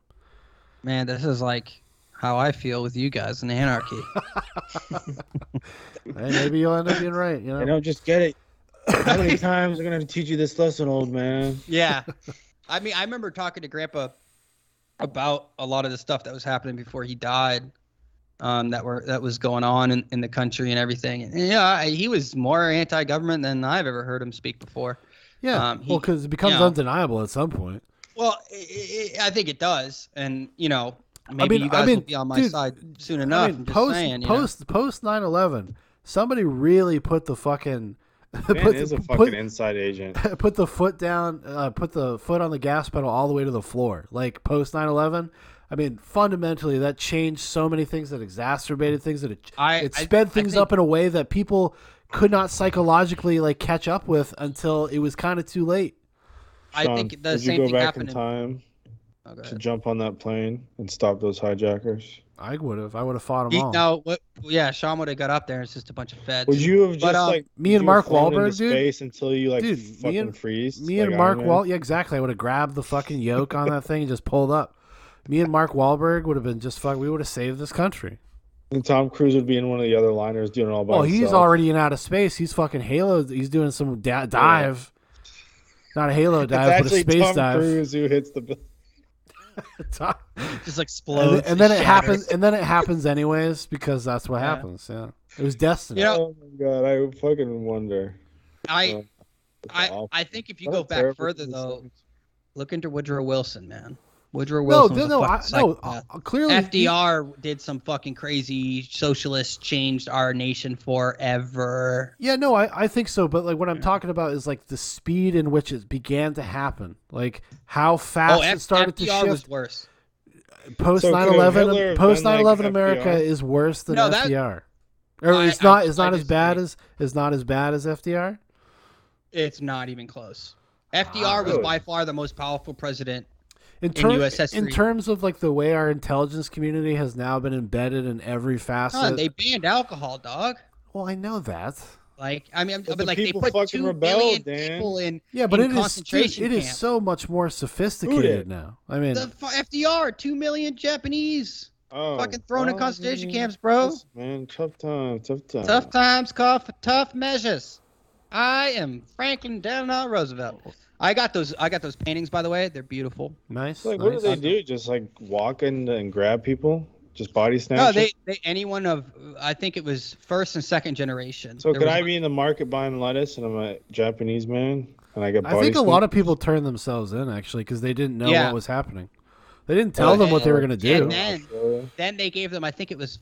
S3: Man, this is like how I feel with you guys in anarchy.
S1: Hey, maybe you'll end up being right. You know,
S2: I don't just get it. How many times I'm gonna teach you this lesson, old man?
S3: yeah. I mean, I remember talking to Grandpa about a lot of the stuff that was happening before he died, um, that were that was going on in, in the country and everything. And yeah, I, he was more anti-government than I've ever heard him speak before.
S1: yeah. Well,
S3: um,
S1: 'cause
S3: he-
S1: well, because it becomes
S3: you know.
S1: undeniable at some point.
S3: Well, i i I think it does, and you know, maybe
S1: mean-
S3: you
S1: I
S3: guys
S1: mean,
S3: will be on my
S1: dude,
S3: side soon
S1: I
S3: enough.
S1: mean,
S3: I'm just
S1: post
S3: saying, you know.
S1: post post nine eleven, somebody really put the fucking
S2: Man
S1: put,
S2: is
S1: the-
S2: a fucking
S1: put,
S2: inside agent.
S1: put the foot down, uh, put the foot on the gas pedal all the way to the floor. Like post 9/11, I mean, fundamentally that changed so many things that exacerbated things that it,
S3: I-
S1: it
S3: I-
S1: sped
S3: I
S1: things
S3: think-
S1: up in a way that people could not psychologically like catch up with until it was kind of too late.
S3: I
S2: Sean,
S3: think the
S2: would
S3: same
S2: you go
S3: thing
S2: back
S3: happened.
S2: in
S3: in-
S2: time
S3: Oh, go
S2: to
S3: ahead.
S2: jump on that plane and stop those hijackers?
S1: I would have, I would have fought them
S3: He-
S1: all.
S3: no, what? Yeah, Sean would have got up there. and It's just a bunch of feds.
S2: Would you have just
S3: But, um,
S2: like
S1: me and
S2: you have
S1: Mark
S2: flown into
S1: Wahlberg, dude?
S2: Space until you like
S1: Dude, me
S2: fucking
S1: and-
S2: freeze.
S1: Me and
S2: like
S1: Mark
S2: Iron Man?
S1: Wall, yeah, exactly. I would have grabbed the fucking yoke on that thing and just pulled up. Me and Mark Wahlberg would have been just fuck. We would have saved this country.
S2: And Tom Cruise would be in one of the other liners doing it all by
S1: Well,
S2: himself.
S1: Oh, he's already in outer space. He's fucking Halo. He's doing some da- dive. Not a Halo
S2: It's
S1: dive, but a
S2: actually
S1: space
S2: Tom
S1: dive.
S2: Cruise who hits the. bu-
S1: Tom-
S3: just
S1: and,
S3: explode?
S1: then- and then it happens. And then it happens anyways because that's what
S3: Yeah.
S1: happens. Yeah, it was destiny.
S3: You know-
S2: Oh my god! I fucking wonder.
S3: I,
S2: Oh, That's
S3: I,
S2: awful.
S3: I think if you
S2: What a
S3: go back
S2: terrible
S3: further
S2: piece of
S3: though,
S2: news.
S3: look into Woodrow Wilson, man. Woodrow
S1: no,
S3: Wilson.
S1: no,
S3: was
S1: no,
S3: a
S1: I,
S3: fucking
S1: no.
S3: psychopath.
S1: uh, clearly, he-
S3: FDR did some fucking crazy socialist changed our nation forever.
S1: Yeah, no, I, I think so. But like what I'm talking about is like the speed in which it began to happen, like how fast
S3: oh,
S1: it started to
S3: FDR was
S1: shift.
S3: worse.
S1: Post
S2: So could Hitler
S1: 9/11,
S2: have
S1: post
S2: been like
S1: 9/11
S2: FDR?
S1: America is worse than
S3: No, that-
S1: FDR. Or
S3: I-
S1: it's not.
S3: I-
S1: It's not
S3: I
S1: as bad
S3: disagree.
S1: as. It's not as bad as FDR.
S3: It's not even close. FDR was
S2: Ah, really?
S3: by far the most powerful president.
S1: in,
S3: in
S1: ter-
S3: US
S1: in
S3: history.
S1: terms of like the way our intelligence community has now been embedded in every
S3: Huh,
S1: facet.
S3: they banned alcohol, dog.
S1: well, I know that.
S3: Like I mean,
S2: But
S3: but
S2: the
S3: like they
S2: people
S3: put
S2: fucking
S3: two
S2: rebelled,
S3: billion
S2: Dan.
S3: people in
S1: Yeah, but
S3: in
S1: it is dude,
S3: concentration
S1: it is
S3: camps.
S1: so much more sophisticated
S2: did?
S1: now. I mean,
S3: the fu- FDR, two million Japanese
S2: Oh,
S3: fucking thrown in
S2: well,
S3: concentration
S2: man,
S3: camps, bro.
S2: Man, tough time, tough time.
S3: Tough times call for tough measures. I am Franklin Delano Roosevelt.
S2: Oh.
S3: I got those. I got those paintings, by the way. They're beautiful.
S1: nice.
S2: Like, what do
S1: nice.
S2: they do? Just like walk in and grab people? Just body snatch?
S3: No,
S2: them?
S3: they, they anyone of I think it was first and second generation.
S2: So
S3: There
S2: could
S3: was
S2: I
S3: one-
S2: be in the market buying lettuce and I'm a Japanese man and I get body
S1: I think a lot of people turned themselves in actually because they didn't know
S3: Yeah.
S1: what was happening. They didn't tell
S3: Well,
S1: them what they were
S2: and-
S1: going to
S3: and
S1: do.
S3: then- Then they gave them I think it was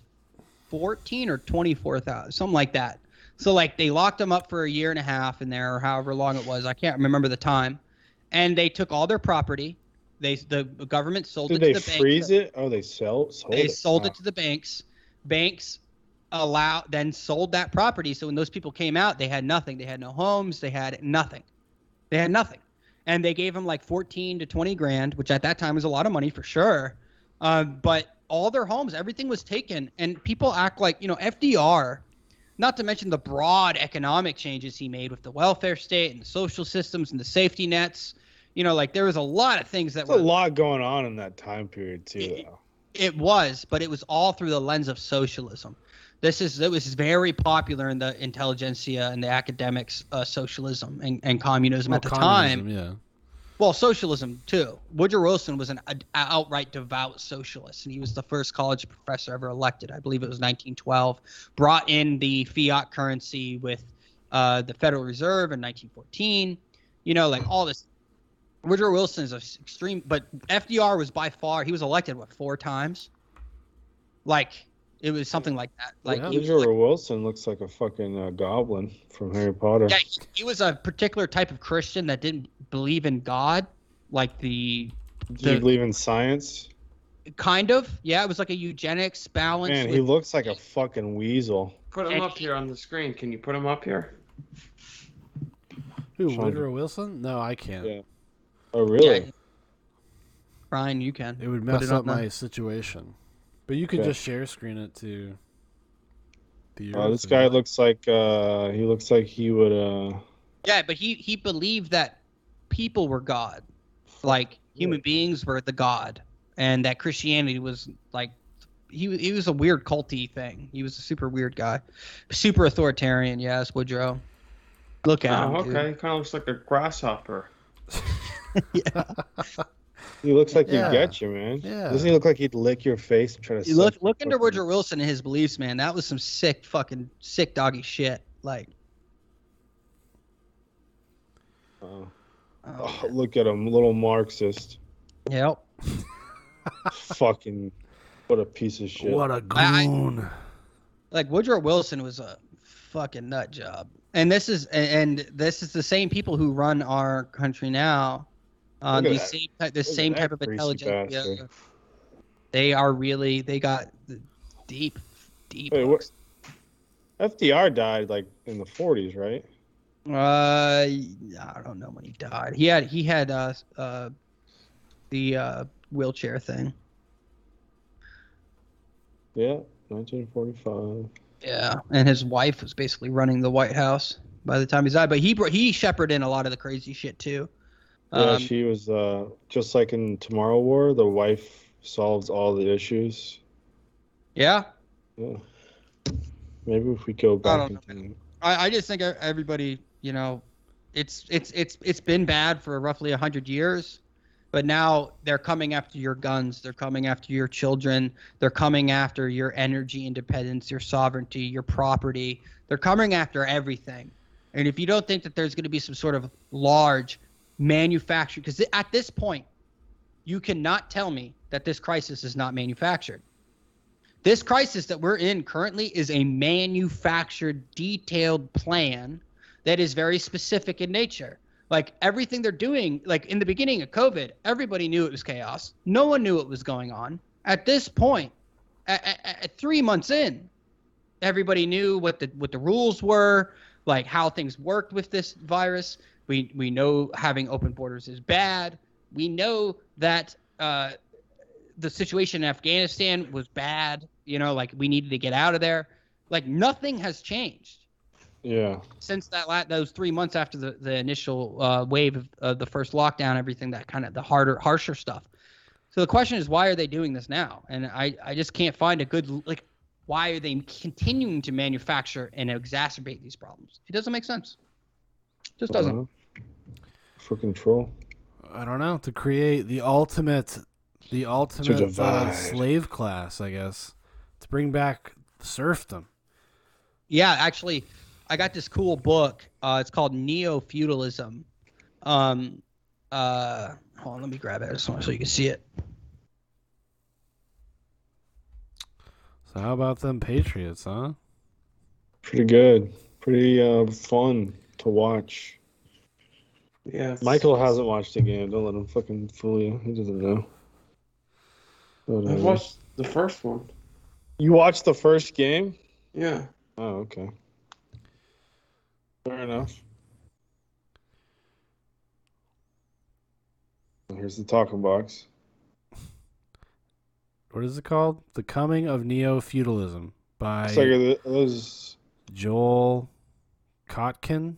S3: fourteen or twenty four thousand, something like that. So like they locked them up for a year and a half in there or however long it was. I can't remember the time. And they took all their property. They the government sold
S2: Did
S3: it
S2: they
S3: to the banks.
S2: freeze it? Oh, they sell, sold
S3: they
S2: it.
S3: sold
S2: Wow.
S3: it to the banks banks allow then sold that property so when those people came out they had nothing they had no homes they had nothing they had nothing and they gave them like 14 to 20 grand which at that time was a lot of money for sure um, but all their homes everything was taken and people act like you know fdr not to mention the broad economic changes he made with the welfare state and the social systems and the safety nets you know like there was a lot of things that
S2: There's
S3: were
S2: a lot going on in that time period too. Though.
S3: it was, but it was all through the lens of socialism. This is it was very popular in the intelligentsia and the academics, uh, socialism and, and communism
S1: Well,
S3: at the
S1: communism,
S3: time.
S1: yeah.
S3: Well, socialism too. Woodrow Wilson was an ad- outright devout socialist, and he was the first college professor ever elected. I believe it was 1912. Brought in the fiat currency with uh, the Federal Reserve in 1914. You know, like all this. Woodrow Wilson is an extreme, but FDR was by far he was elected what four times. Like it was something like that. Like
S1: Yeah.
S3: he was
S2: Woodrow Wilson looks like a fucking uh, goblin from Harry Potter.
S3: yeah, he, he was a particular type of Christian that didn't believe in God, like the
S2: Do
S3: the-
S2: you believe in science?
S3: kind of. Yeah, it was like a eugenics balance.
S2: Man,
S3: with,
S2: he looks like a fucking weasel.
S4: Put him up here on the screen. Can you put him up here?
S1: Who
S2: Sean-
S1: Woodrow Wilson? No, I can't.
S2: Yeah. Oh, really?
S3: Yeah. Brian, you can.
S1: It would
S3: Put
S1: mess
S3: it
S1: up
S3: on there.
S1: my situation. But you could
S2: Okay.
S1: just share screen it to. The
S2: Uh, this
S1: European.
S2: guy looks like uh, he looks like he would. Uh,
S3: Yeah, but he he believed that people were God, like human beings were the God, and that Christianity was like he he was a weird culty thing. He was a super weird guy, super authoritarian. Yes, Woodrow. Look at
S4: Oh,
S3: him. dude.
S4: okay. He kind of looks like a grasshopper.
S2: He looks like
S1: Yeah.
S2: he'd get you, man.
S1: Yeah.
S2: Doesn't he look like he'd lick your face and try to
S3: You look
S2: suck your
S3: look into
S2: fucking-
S3: Woodrow Wilson and his beliefs, man. That was some sick fucking sick doggy shit. Like
S2: Oh.
S3: oh,
S2: Oh, look at him, little Marxist.
S3: yep.
S2: Fucking, what a piece of shit.
S1: What a
S3: I- I-
S1: goon.
S3: like Woodrow Wilson was a fucking nut job. And this is and and this is the same people who run our country now. Um,
S2: Look at
S3: these
S2: that.
S3: same type, this
S2: Look at
S3: same
S2: that
S3: type of
S2: greasy
S3: intelligence.
S2: bastard.
S3: They are really they got the deep, deep.
S2: Wait, what- FDR died like in the 40s, right?
S3: Uh, I don't know when he died. He had he had uh uh the uh wheelchair thing.
S2: Yeah, 1945.
S3: Yeah, and his wife was basically running the White House by the time he died. But he br- he shepherded in a lot of the crazy shit too.
S2: Yeah,
S3: Um,
S2: she was uh, just like in Tomorrow War. The wife solves all the issues.
S3: yeah,
S2: Yeah. Maybe if we go back
S3: don't know,
S2: in time.
S3: I, I just think e, everybody, you know, it's it's it's it's been bad for roughly hundred years, but now they're coming after your guns, they're coming after your children, they're coming after your energy independence, your sovereignty, your property. They're coming after everything, and if you don't think that there's going to be some sort of large manufactured, because at this point, you cannot tell me that this crisis is not manufactured. This crisis that we're in currently is a manufactured, detailed plan that is very specific in nature. Like everything they're doing, like in the beginning of COVID, everybody knew it was chaos. No one knew what was going on. At this point, at, three months in, everybody knew what the what the rules were, like how things worked with this virus. We we know having open borders is bad. We know that. Uh, the situation in Afghanistan was bad. You know, like we needed to get out of there. Like nothing has changed
S2: Yeah.
S3: since that la- those three months after the the initial uh, wave of uh, the first lockdown, everything that kind of the harder, harsher stuff. So the question is, why are they doing this now? And I I just can't find a good like. Why are they continuing to manufacture and exacerbate these problems? It doesn't make sense. Just doesn't.
S2: uh-huh. For control.
S1: I don't know to create the ultimate, the ultimate uh,
S2: divide.
S1: slave class, I guess, to bring back serfdom.
S3: Yeah, actually, I got this cool book. Uh, it's called Neo Feudalism. Um, uh, hold on, let me grab it. I just want so you can see it.
S1: So how about them patriots, huh?
S2: Pretty good. Pretty uh, fun to watch.
S4: Yeah. it's-
S2: Michael hasn't watched the game. Don't let him fucking fool you. He doesn't know. But,
S4: I
S2: uh,
S4: watched the first one.
S2: You watched the first game?
S4: Yeah.
S2: Oh, okay. Fair enough. Here's the talking box.
S1: What is it called? The Coming of Neo Feudalism by
S2: It's like are those.
S1: Joel Kotkin.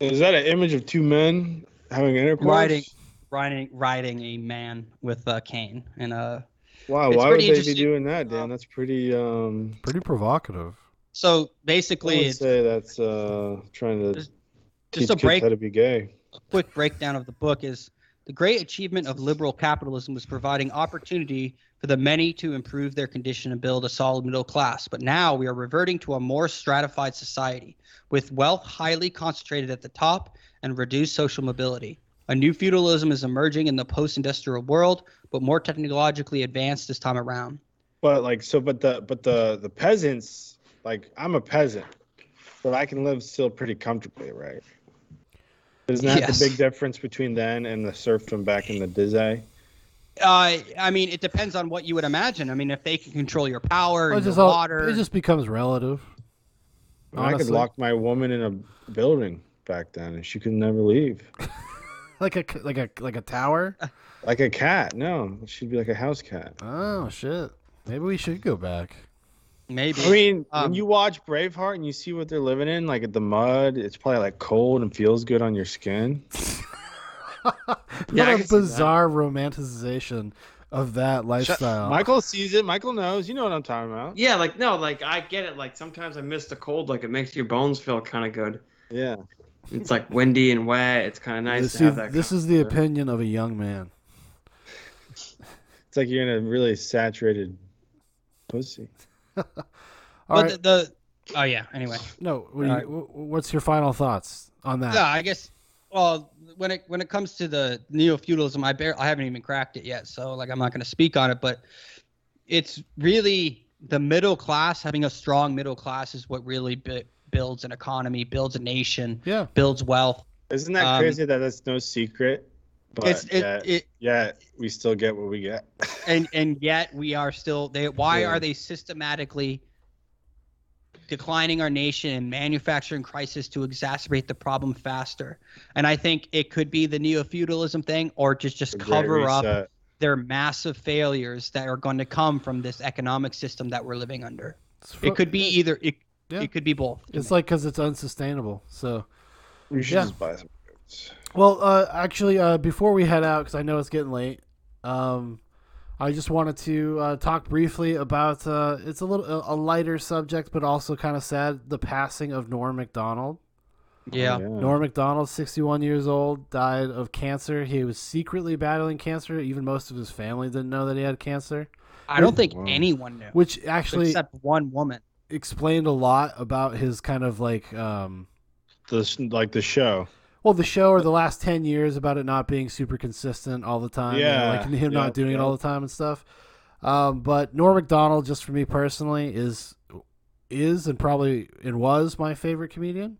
S2: Is that an image of two men having intercourse?
S3: Riding, riding, riding a man with a cane and a.
S2: Wow,
S3: It's
S2: why would
S3: pretty
S2: they be
S3: interesting.
S2: doing that, Dan? That's pretty. Um,
S1: Pretty provocative.
S3: So
S2: I
S3: basically,
S2: would
S3: it's
S2: say that's uh, trying to
S3: Just-
S2: teach
S3: just a
S2: kids
S3: break
S2: how to be gay.
S3: a quick breakdown of the book is the great achievement of liberal capitalism was providing opportunity for the many to improve their condition and build a solid middle class. But now we are reverting to a more stratified society with wealth highly concentrated at the top and reduced social mobility. A new feudalism is emerging in the post industrial world, but more technologically advanced this time around.
S2: But like so, but the but the the peasants, like I'm a peasant, but I can live still pretty comfortably, right? Isn't that
S3: Yes.
S2: the big difference between then and the serfdom back in the Dizay?
S3: Uh, I mean, it depends on what you would imagine. I mean, if they can control your power
S1: It
S3: and
S1: just,
S3: your
S1: all-
S3: water,
S1: it just becomes relative.
S2: I could
S1: Honestly.
S2: lock my woman in a building back then, and she could never leave.
S1: Like a like a like a tower.
S2: Like a cat, no, she'd be like a house cat.
S1: Oh shit. Maybe we should go back.
S3: maybe.
S2: I mean,
S3: Um,
S2: when you watch Braveheart and you see what they're living in, like the mud, it's probably like cold and feels good on your skin.
S1: what
S4: I
S1: a
S4: can see that.
S1: bizarre romanticization of that lifestyle.
S2: Michael sees it. Michael knows. You know what I'm talking about.
S4: Yeah, like no, like I get it. Like sometimes I miss the cold. Like it makes your bones feel kind of good.
S2: Yeah.
S4: It's like windy and wet. It's kind of nice
S1: this
S4: to have
S1: is,
S4: that.
S1: this
S4: kind
S1: is the opinion of a young man.
S2: It's like you're in a really saturated pussy.
S1: All
S3: but
S1: right.
S3: the, the oh yeah. Anyway,
S1: no, what do you- wh- what's your final thoughts on that?
S3: yeah, I guess. Well, when it when it comes to the neo feudalism, I bear I haven't even cracked it yet, so like I'm not going to speak on it. But it's really the middle class having a strong middle class is what really bu- builds an economy, builds a nation,
S1: Yeah.
S3: builds wealth.
S2: Isn't that
S3: Um,
S2: crazy that that's no secret? But
S3: it's it,
S2: yet,
S3: it
S2: yet we still get what we get.
S3: and and yet we are still they why
S2: Yeah.
S3: are they systematically declining our nation and manufacturing crisis to exacerbate the problem faster and i think it could be the neo-feudalism thing or just just
S2: The Great
S3: cover up
S2: Reset.
S3: their massive failures that are going to come from this economic system that we're living under
S1: It's
S3: it could be either it,
S1: Yeah.
S3: it could be both
S1: It's like because it's unsustainable. So,
S2: We should
S1: Yeah.
S2: just buy some. goods.
S1: well, uh, actually, uh, before we head out, because I know it's getting late, um, I just wanted to uh, talk briefly about uh, it's a little a, a lighter subject, but also kind of sad the passing of Norm Macdonald.
S3: yeah
S2: Hmm.
S1: Norm MacDonald, 61 years old, died of cancer. He was secretly battling cancer. Even most of his family didn't know that he had cancer,
S3: i don't think
S2: Wow.
S3: anyone knew
S1: which actually
S3: except one woman
S1: explained a lot about his kind of like, um,
S2: The s- like the show.
S1: well, the show or the last 10 years about it not being super consistent all the time. and,
S2: Yeah,
S1: Like him not
S2: yep,
S1: doing
S2: yep.
S1: it all the time and stuff. Um, but Norm MacDonald, just for me personally, is is and probably and was my favorite comedian.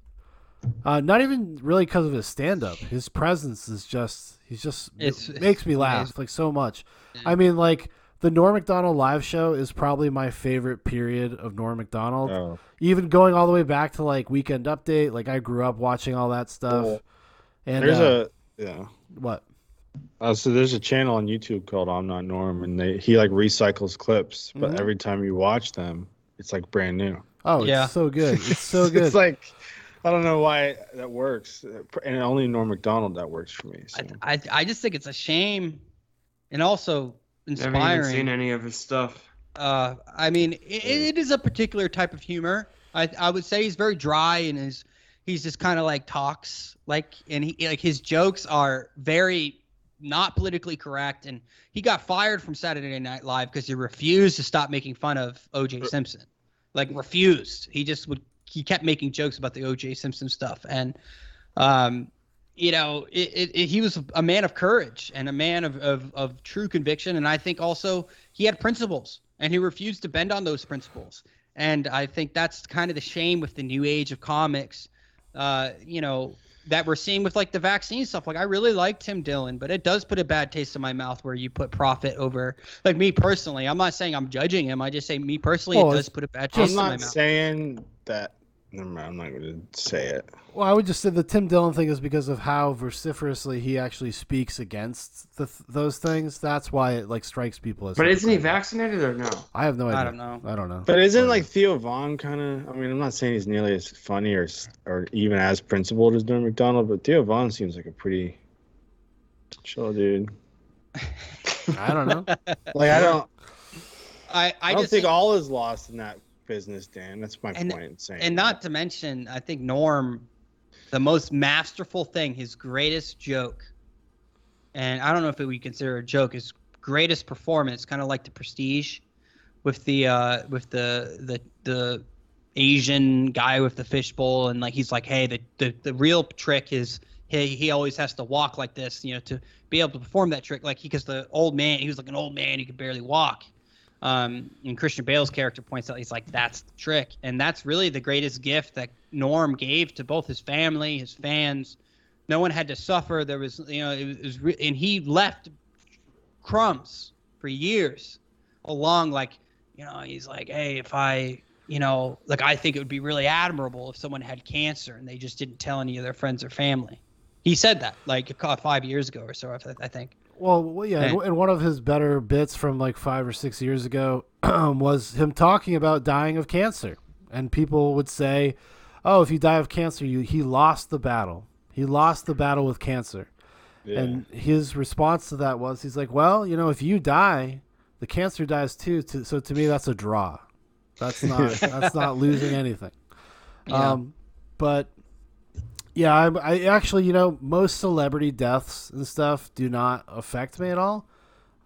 S1: Uh, not even really because of his stand up. His presence is just he's just
S3: It's-
S1: it makes me
S3: it's
S1: laugh like so much. I mean, like the Norm Macdonald live show is probably my favorite period of Norm Macdonald.
S2: Oh.
S1: Even going all the way back to like Weekend Update, like I grew up watching all that stuff.
S2: Cool.
S1: And
S2: There's
S1: uh,
S2: a yeah.
S1: what?
S2: Uh, so there's a channel on YouTube called I'm Not Norm, and they he like recycles clips, but
S1: Mhm.
S2: every time you watch them, it's like brand new.
S1: Oh,
S3: Yeah.
S1: it's so good. It's so good.
S2: it's like I don't know why that works, and only Norm Macdonald that works for me. So.
S3: I, I, I just think it's a shame and also
S4: of, I haven't even seen
S3: inspiring.
S4: any of his stuff.
S3: Uh, I mean, it, it is a particular type of humor. I, I would say he's very dry and is he's just kind of like talks like and he like his jokes are very not politically correct and he got fired from Saturday Night Live because he refused to stop making fun of O.J. Simpson, like refused. He just would he kept making jokes about the O.J. Simpson stuff and um you know, it, it, it, he was a man of courage and a man of, of, of true conviction. And I think also he had principles and he refused to bend on those principles. And I think that's kind of the shame with the new age of comics, uh, you know, that we're seeing with like the vaccine stuff. Like, I really like Tim Dillon, but it does put a bad taste in my mouth where you put profit over, like me personally. I'm not saying I'm judging him. I just say me personally,
S1: Well,
S3: it
S1: it's
S3: does put a bad taste
S2: I'm
S3: in my
S2: not
S3: mouth.
S2: saying that. Never mind, I'm not going to say it.
S1: Well, I would just say the Tim Dillon thing is because of how vociferously he actually speaks against the, those things. That's why it like strikes people as.
S4: But isn't he vaccinated or no?
S1: I have no idea.
S3: I don't know.
S1: I don't know.
S2: But isn't like Theo Vaughn kind of? I mean, I'm not saying he's nearly as funny or s- or even as principled as Norm Macdonald, but Theo Vaughn seems like a pretty chill dude.
S1: I don't know.
S2: Like I don't,
S3: I, Uh, I,
S2: I, don't
S3: just
S2: think all is lost in that business, Dan. That's my
S3: And-
S2: point in saying.
S3: and not to mention, I think Norm, the most masterful thing, his greatest joke, and I don't know if it we consider it a joke, his greatest performance, kind of like the Prestige, with the uh, with the the the Asian guy with the fishbowl, and like he's like, hey, the the, the real trick is. He, he always has to walk like this, you know, to be able to perform that trick. Like, because the old man, he was like an old man, he could barely walk. Um, and Christian Bale's character points out he's like, that's the trick. And that's really the greatest gift that Norm gave to both his family, his fans. No one had to suffer. There was, you know, it was, it was re- and he left crumbs for years along, like, you know, he's like, hey, if I, you know, like, I think it would be really admirable if someone had cancer and they just didn't tell any of their friends or family. He said that like uh, five years ago or so, I th- I think.
S1: Well, well, yeah, and-
S3: Hey.
S1: and one of his better bits from like five or six years ago was him talking about dying of cancer, and people would say, "Oh, if you die of cancer, you he lost the battle. He lost the battle with cancer." And his response to that was, he's like, "Well, you know, if you die, the cancer dies too. To, so to me, that's a draw. That's not that's not losing anything."
S3: Yeah.
S1: Um, but yeah, I, I actually, you know, most celebrity deaths and stuff do not affect me at all.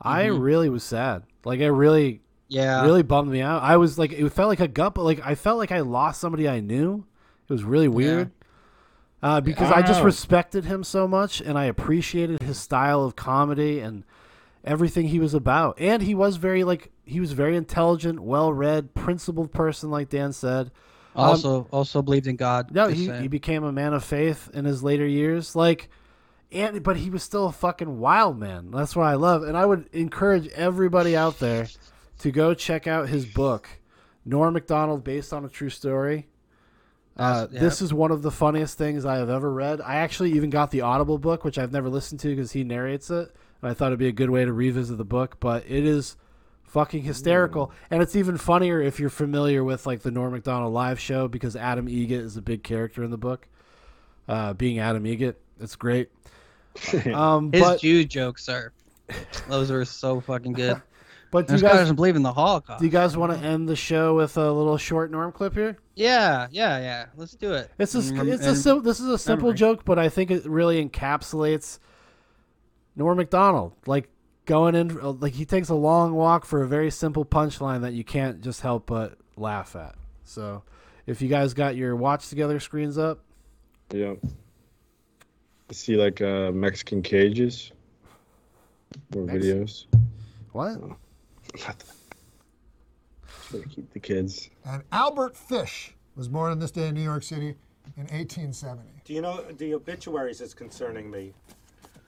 S1: I really was sad. Like it really,
S3: yeah.
S1: really bummed me out. I was like, it felt like a gut, but like I felt like I lost somebody I knew. It was really weird. Uh, because I, just
S2: Ow.
S1: respected him so much, and I appreciated his style of comedy and everything he was about. And he was very like he was very intelligent, well-read, principled person, like Dan said. Um,
S3: Also, also believed in God.
S1: No,
S3: Just
S1: he,
S3: saying.
S1: he became a man of faith in his later years. Like, and but he was still a fucking wild man. That's what I love, and I would encourage everybody out there to go check out his book, Norm Macdonald, based on a true story. Uh,
S3: That's- yeah.
S1: This is one of the funniest things I have ever read. I actually even got the Audible book, which I've never listened to because he narrates it, and I thought it'd be a good way to revisit the book. But it is fucking hysterical. And it's even funnier if you're familiar with like the Norm Macdonald live show because Adam Egget is a big character in the book. Uh, being Adam Egget, it's great. Um,
S3: His
S1: but
S3: Jew jokes are, those are so fucking good.
S1: but do you
S3: This guy
S1: guys
S3: doesn't believe in the Holocaust.
S1: do you guys want to end the show with a little short Norm clip here?
S3: yeah, yeah, yeah. Let's do it.
S1: It's a,
S2: Mm,
S3: And rem-
S1: it's a
S3: and-
S1: sim- this is a simple
S3: memory.
S1: joke, but I think it really encapsulates Norm Macdonald. Like going in, uh, like he takes a long walk for a very simple punchline that you can't just help but laugh at. So, if you guys got your watch together screens up,
S2: Yeah. See like uh, Mexican cages or
S1: Mex-
S2: videos.
S1: what?
S2: Try to keep the kids.
S7: And Albert Fish was born on this day in New York City in 1870.
S8: Do you know the obituaries is concerning me?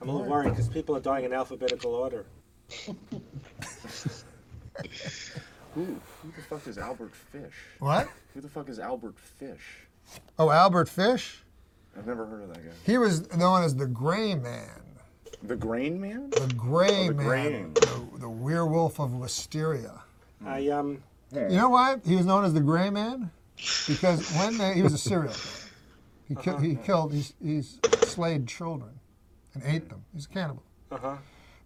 S8: I'm a little worried because people are dying in alphabetical order.
S9: Who? Who the fuck is Albert Fish?
S7: What?
S9: Who the fuck is Albert Fish?
S7: Oh, Albert Fish?
S9: I've never heard of that guy.
S7: He was known as the Gray Man.
S9: The Grain Man?
S7: The Gray
S9: Oh, the
S7: Man.
S9: Gray.
S7: The, the werewolf of Wisteria.
S8: I um,
S7: You know why he was known as the Gray Man? Because when they, he was a serial killer. He, ki- he
S8: Uh-huh.
S7: killed, he's, he's slayed children and ate them. He's a cannibal.
S8: Uh-huh.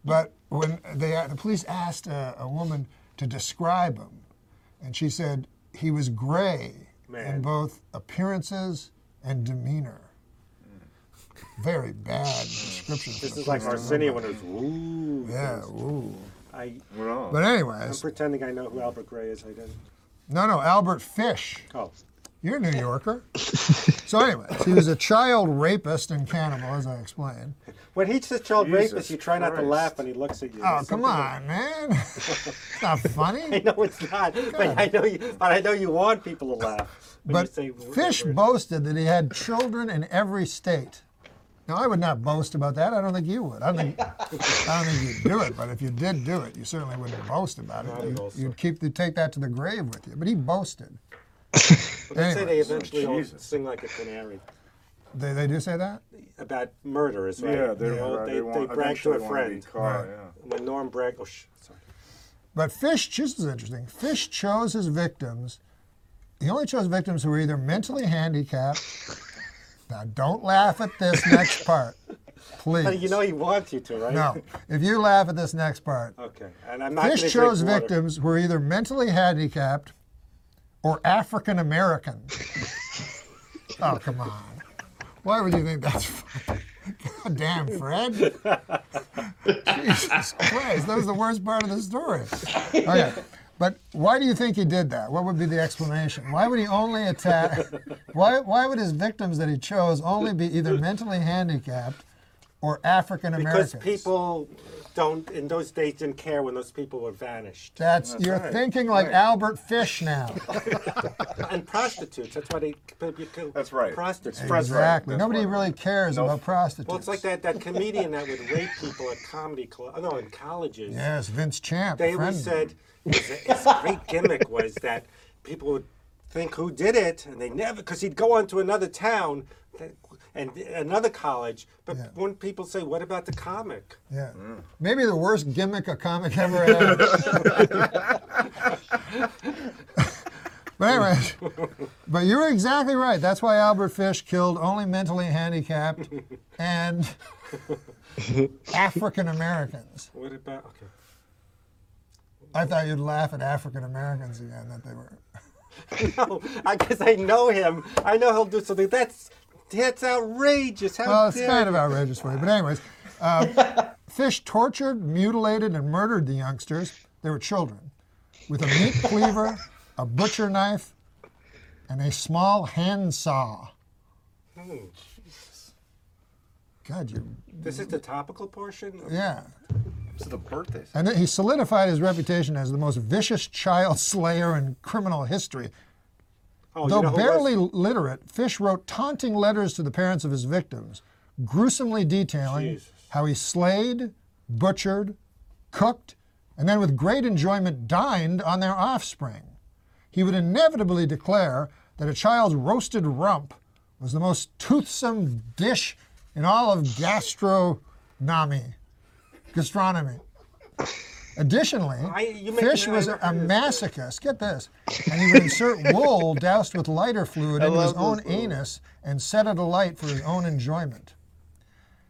S7: But when they, the police asked a, a woman to describe him, and she said he was gray in
S8: Man.
S7: both appearances and demeanor. Very bad description. for
S8: Mm. this
S7: the
S8: is like
S7: police to
S8: Arsenio
S7: remember.
S8: when it was woo.
S7: Yeah, ooh.
S8: I,
S9: Well,
S7: But
S8: I'm
S7: anyways,
S8: pretending I know who Albert Gray is. I didn't.
S7: no, no, Albert Fish.
S8: Oh,
S7: You're a New Yorker. so, anyways, he was a child rapist and cannibal, as I explained.
S8: when he says child
S9: Jesus
S8: rapist, you try not to
S9: Christ.
S8: laugh when he looks at you.
S7: Oh,
S8: There's
S7: come
S8: something-
S7: on, man. it's not
S8: I
S7: funny.
S8: know it's not, but I know you. But I know you want people to laugh. When
S7: But
S8: you say
S7: Fish boasted that he had children in every state. Now, I would not boast about that. I don't think you would. I don't think, I don't think you'd do it. But if you did do it, you certainly wouldn't boast about
S8: Not
S7: it.
S8: at
S7: You'd,
S8: all, sir.
S7: you'd keep the, take that to the grave with you. But he boasted.
S8: But they say they
S7: anyways.
S8: eventually all
S9: Jesus.
S8: sing like a canary
S7: They, they do say that?
S8: about murder, is right.
S9: yeah, they're,
S8: all-
S9: uh,
S8: they,
S9: they, want,
S8: they brag to
S9: eventually
S8: a
S9: want to be
S8: friend.
S9: caught.
S8: When Norm bragged, oh, sh- sorry.
S7: But Fish, this is interesting. Fish chose his victims. He only chose victims who were either mentally handicapped. now, don't laugh at this next part, please.
S8: But you know he wants you to, right?
S7: no, if you laugh at this next part,
S8: Okay, and I'm not.
S7: Fish
S8: gonna drink
S7: chose
S8: water.
S7: victims who were either mentally handicapped or African American. oh, come on. Why would you think that's funny? God damn, Fred. Jesus Christ, that was the worst part of the story. Okay. But why do you think he did that? What would be the explanation? Why would he only attack? Why, why would his victims that he chose only be either mentally handicapped or African Americans?
S8: Because people don't in those days didn't care when those people were vanished
S7: That's, you're
S9: right.
S7: thinking like
S9: Right.
S7: Albert Fish now.
S8: and prostitutes. That's why they you kill
S9: That's right.
S8: prostitutes.
S7: exactly.
S9: That's
S7: Nobody
S9: why-
S7: really cares
S9: No.
S7: about prostitutes.
S8: Well, it's like that that comedian that would rape people at comedy club. No, in colleges.
S7: Yes, Vince Champ.
S8: They
S7: friend.
S8: always said his, his great gimmick was that people would think who did it, and they never because he'd go on to another town that, and another college. But
S7: Yeah.
S8: when people say, "What about the comic?"
S7: Yeah. Maybe the worst gimmick a comic ever had. but anyways, but you were exactly right. That's why Albert Fish killed only mentally handicapped and African Americans.
S8: What about okay?
S7: I thought you'd laugh at African Americans again that they were.
S8: No, I guess I know him. I know he'll do something. That's that's outrageous. How
S7: Well, it's
S8: dare
S7: kind
S8: you.
S7: of outrageous for you, but anyways, uh, Fish tortured, mutilated, and murdered the youngsters. They were children, with a meat cleaver, a butcher knife, and a small hand saw.
S8: Oh, Jesus.
S7: God, you
S8: This is the topical portion.
S7: yeah.
S9: So the birthdays.
S7: And then he solidified his reputation as the most vicious child slayer in criminal history.
S8: Oh,
S7: Though
S8: you know who
S7: barely
S8: was?
S7: literate, Fish wrote taunting letters to the parents of his victims, gruesomely detailing
S8: Jesus.
S7: how he slayed, butchered, cooked, and then with great enjoyment dined on their offspring. He would inevitably declare that a child's roasted rump was the most toothsome dish in all of gastronomy. Gastronomy. Additionally,
S8: I- you make
S7: Fish
S8: an
S7: was a
S8: eye reference to-
S7: masochist. Get this. And he would insert wool doused with lighter fluid into his own anus and set it alight for his own enjoyment.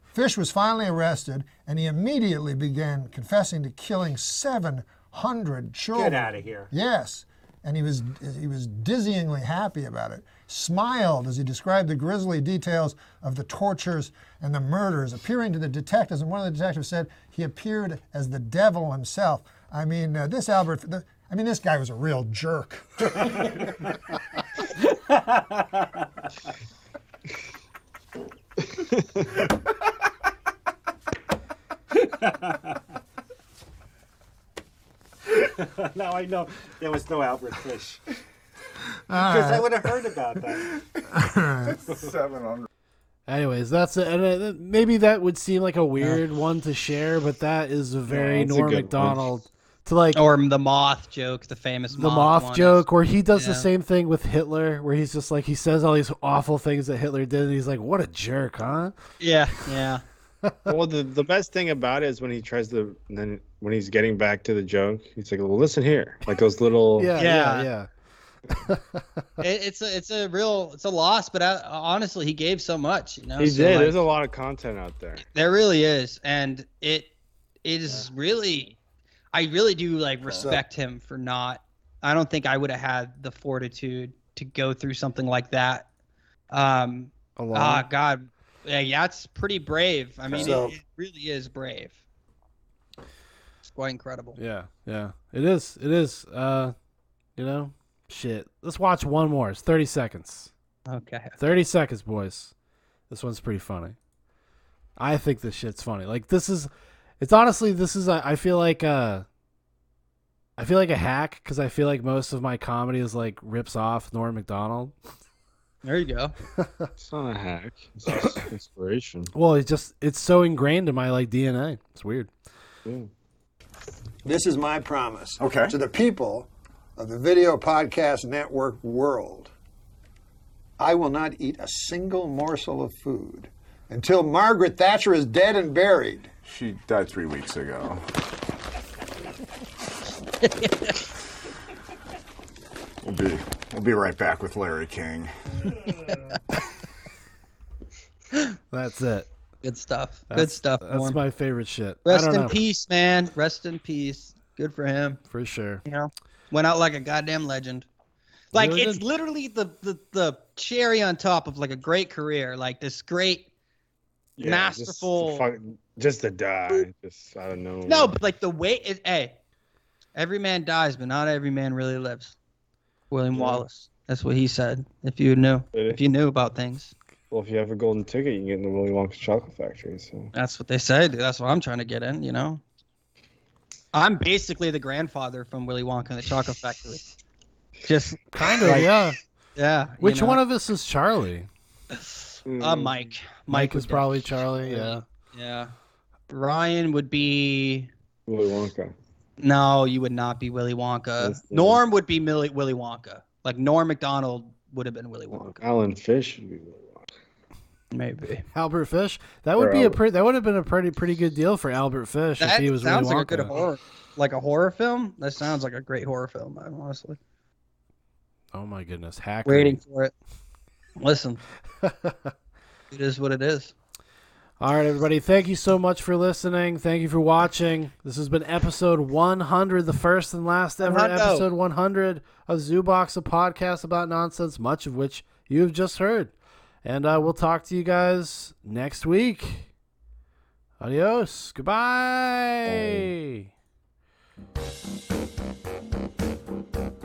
S7: Fish was finally arrested, and he immediately began confessing to killing 700 children.
S8: Get out of here.
S7: Yes, and he was he was dizzyingly happy about it. Smiled as he described the grisly details of the tortures and the murders, appearing to the detectives. And one of the detectives said he appeared as the devil himself. I mean, uh, this Albert. The, I mean, this guy was a real jerk.
S8: Now I know there was no Albert Fish. Because I would have heard about that.
S9: Seven hundred.
S1: Anyways, that's it. And uh, maybe that would seem like a weird one to share, but that is a very
S2: it's a
S1: Norm
S2: good Oh, one.
S1: Macdonald to like
S3: Or the moth joke, the famous
S1: the
S3: moth,
S1: moth,
S3: one is-
S1: joke, where he does the
S3: yeah.
S1: same thing with Hitler, where he's just like he says all these awful things that Hitler did, and he's like, "What a jerk, huh?"
S3: Yeah, yeah.
S2: well, the, the best thing about it is when he tries to, and then when he's getting back to the joke, he's like, well, listen here. Like those little.
S1: Yeah, yeah,
S3: Yeah.
S1: yeah.
S3: It, it's a, it's a real it's a loss, but I, honestly, he gave so much. You know,
S2: He
S3: so,
S2: did.
S3: like,
S2: There's a lot of content out there.
S3: There really is, and it it is really, I really do like respect him for not. I don't think I would have had the fortitude to go through something like that. Um,
S1: A lot.
S3: ah, God, yeah, yeah, that's pretty brave. I mean, it-
S8: So-
S3: it, really is brave. It's quite incredible.
S1: Yeah, yeah. It is. It is. Uh, you know, shit. Let's watch one more. It's thirty seconds.
S3: Okay.
S1: 30 seconds, boys. This one's pretty funny. I think this shit's funny. Like this is it's honestly this is a, I feel like uh I feel like a hack cuz I feel like most of my comedy is like rips off Norm McDonald.
S3: There you go.
S2: It's not a hack. It's just inspiration.
S1: Well, it's just it's so ingrained in my like DNA. It's weird.
S2: Yeah.
S7: This is my promise
S9: Okay.
S7: to the people of the Video Podcast Network world. I will not eat a single morsel of food until Margaret Thatcher is dead and buried.
S9: She died three weeks ago. we'll be we'll be right back with Larry King.
S1: That's it.
S3: Good stuff. Good
S1: That's-
S3: stuff.
S1: That's
S3: Norm.
S1: my favorite shit. I
S3: Rest
S1: don't
S3: in
S1: know,
S3: peace, man. Rest in peace. Good for him.
S1: for sure.
S3: You know, went out like a goddamn legend. Like
S1: Really
S3: it's
S1: did.
S3: literally the, the the cherry on top of like a great career, like this great.
S2: Yeah,
S3: Masterful.
S2: Just to, fuck- just to die. Just I don't know.
S3: No, but like the way it. Hey, every man dies, but not every man really lives. William
S2: Yeah.
S3: Wallace. That's what he said. If you knew, if you knew about things,
S2: well, if you have a golden ticket, you can get in the Willy Wonka's chocolate factory. So
S3: that's what they said. That's what I'm trying to get in. You know. I'm basically the grandfather from Willy Wonka and the Chocolate Factory. Just
S1: Kind of, yeah.
S3: yeah. you
S1: Which
S3: know.
S1: one of us is Charlie?
S3: Uh, Mike.
S1: Mike, was
S3: was
S1: probably Charlie, yeah.
S3: Yeah. Ryan would be.
S2: Willy Wonka.
S3: No, you would not be Willy Wonka.
S2: Yes, yeah.
S3: Norm would be Millie, Willy Wonka. Like Norm McDonald would have been Willy Wonka.
S2: Alan Fish. would be Willy Wonka.
S3: Maybe.
S1: Albert Fish. That would
S2: Or
S1: be a
S2: Albert.
S1: pretty that would have been a pretty pretty good deal for Albert Fish if
S3: That
S1: he was Willy
S3: sounds like a good
S1: Wonka.
S3: horror, like a horror film. That sounds like a great horror film. I'm honestly
S1: Oh my goodness, hacker.
S3: waiting for it. Listen, it is what it is.
S1: All right, everybody. Thank you so much for listening. Thank you for watching. This has been episode 100, the first and last ever
S3: 100.
S1: episode 100 of Zoobox, a podcast about nonsense, much of which you've just heard. And uh, we'll talk to you guys next week. Adios. Goodbye.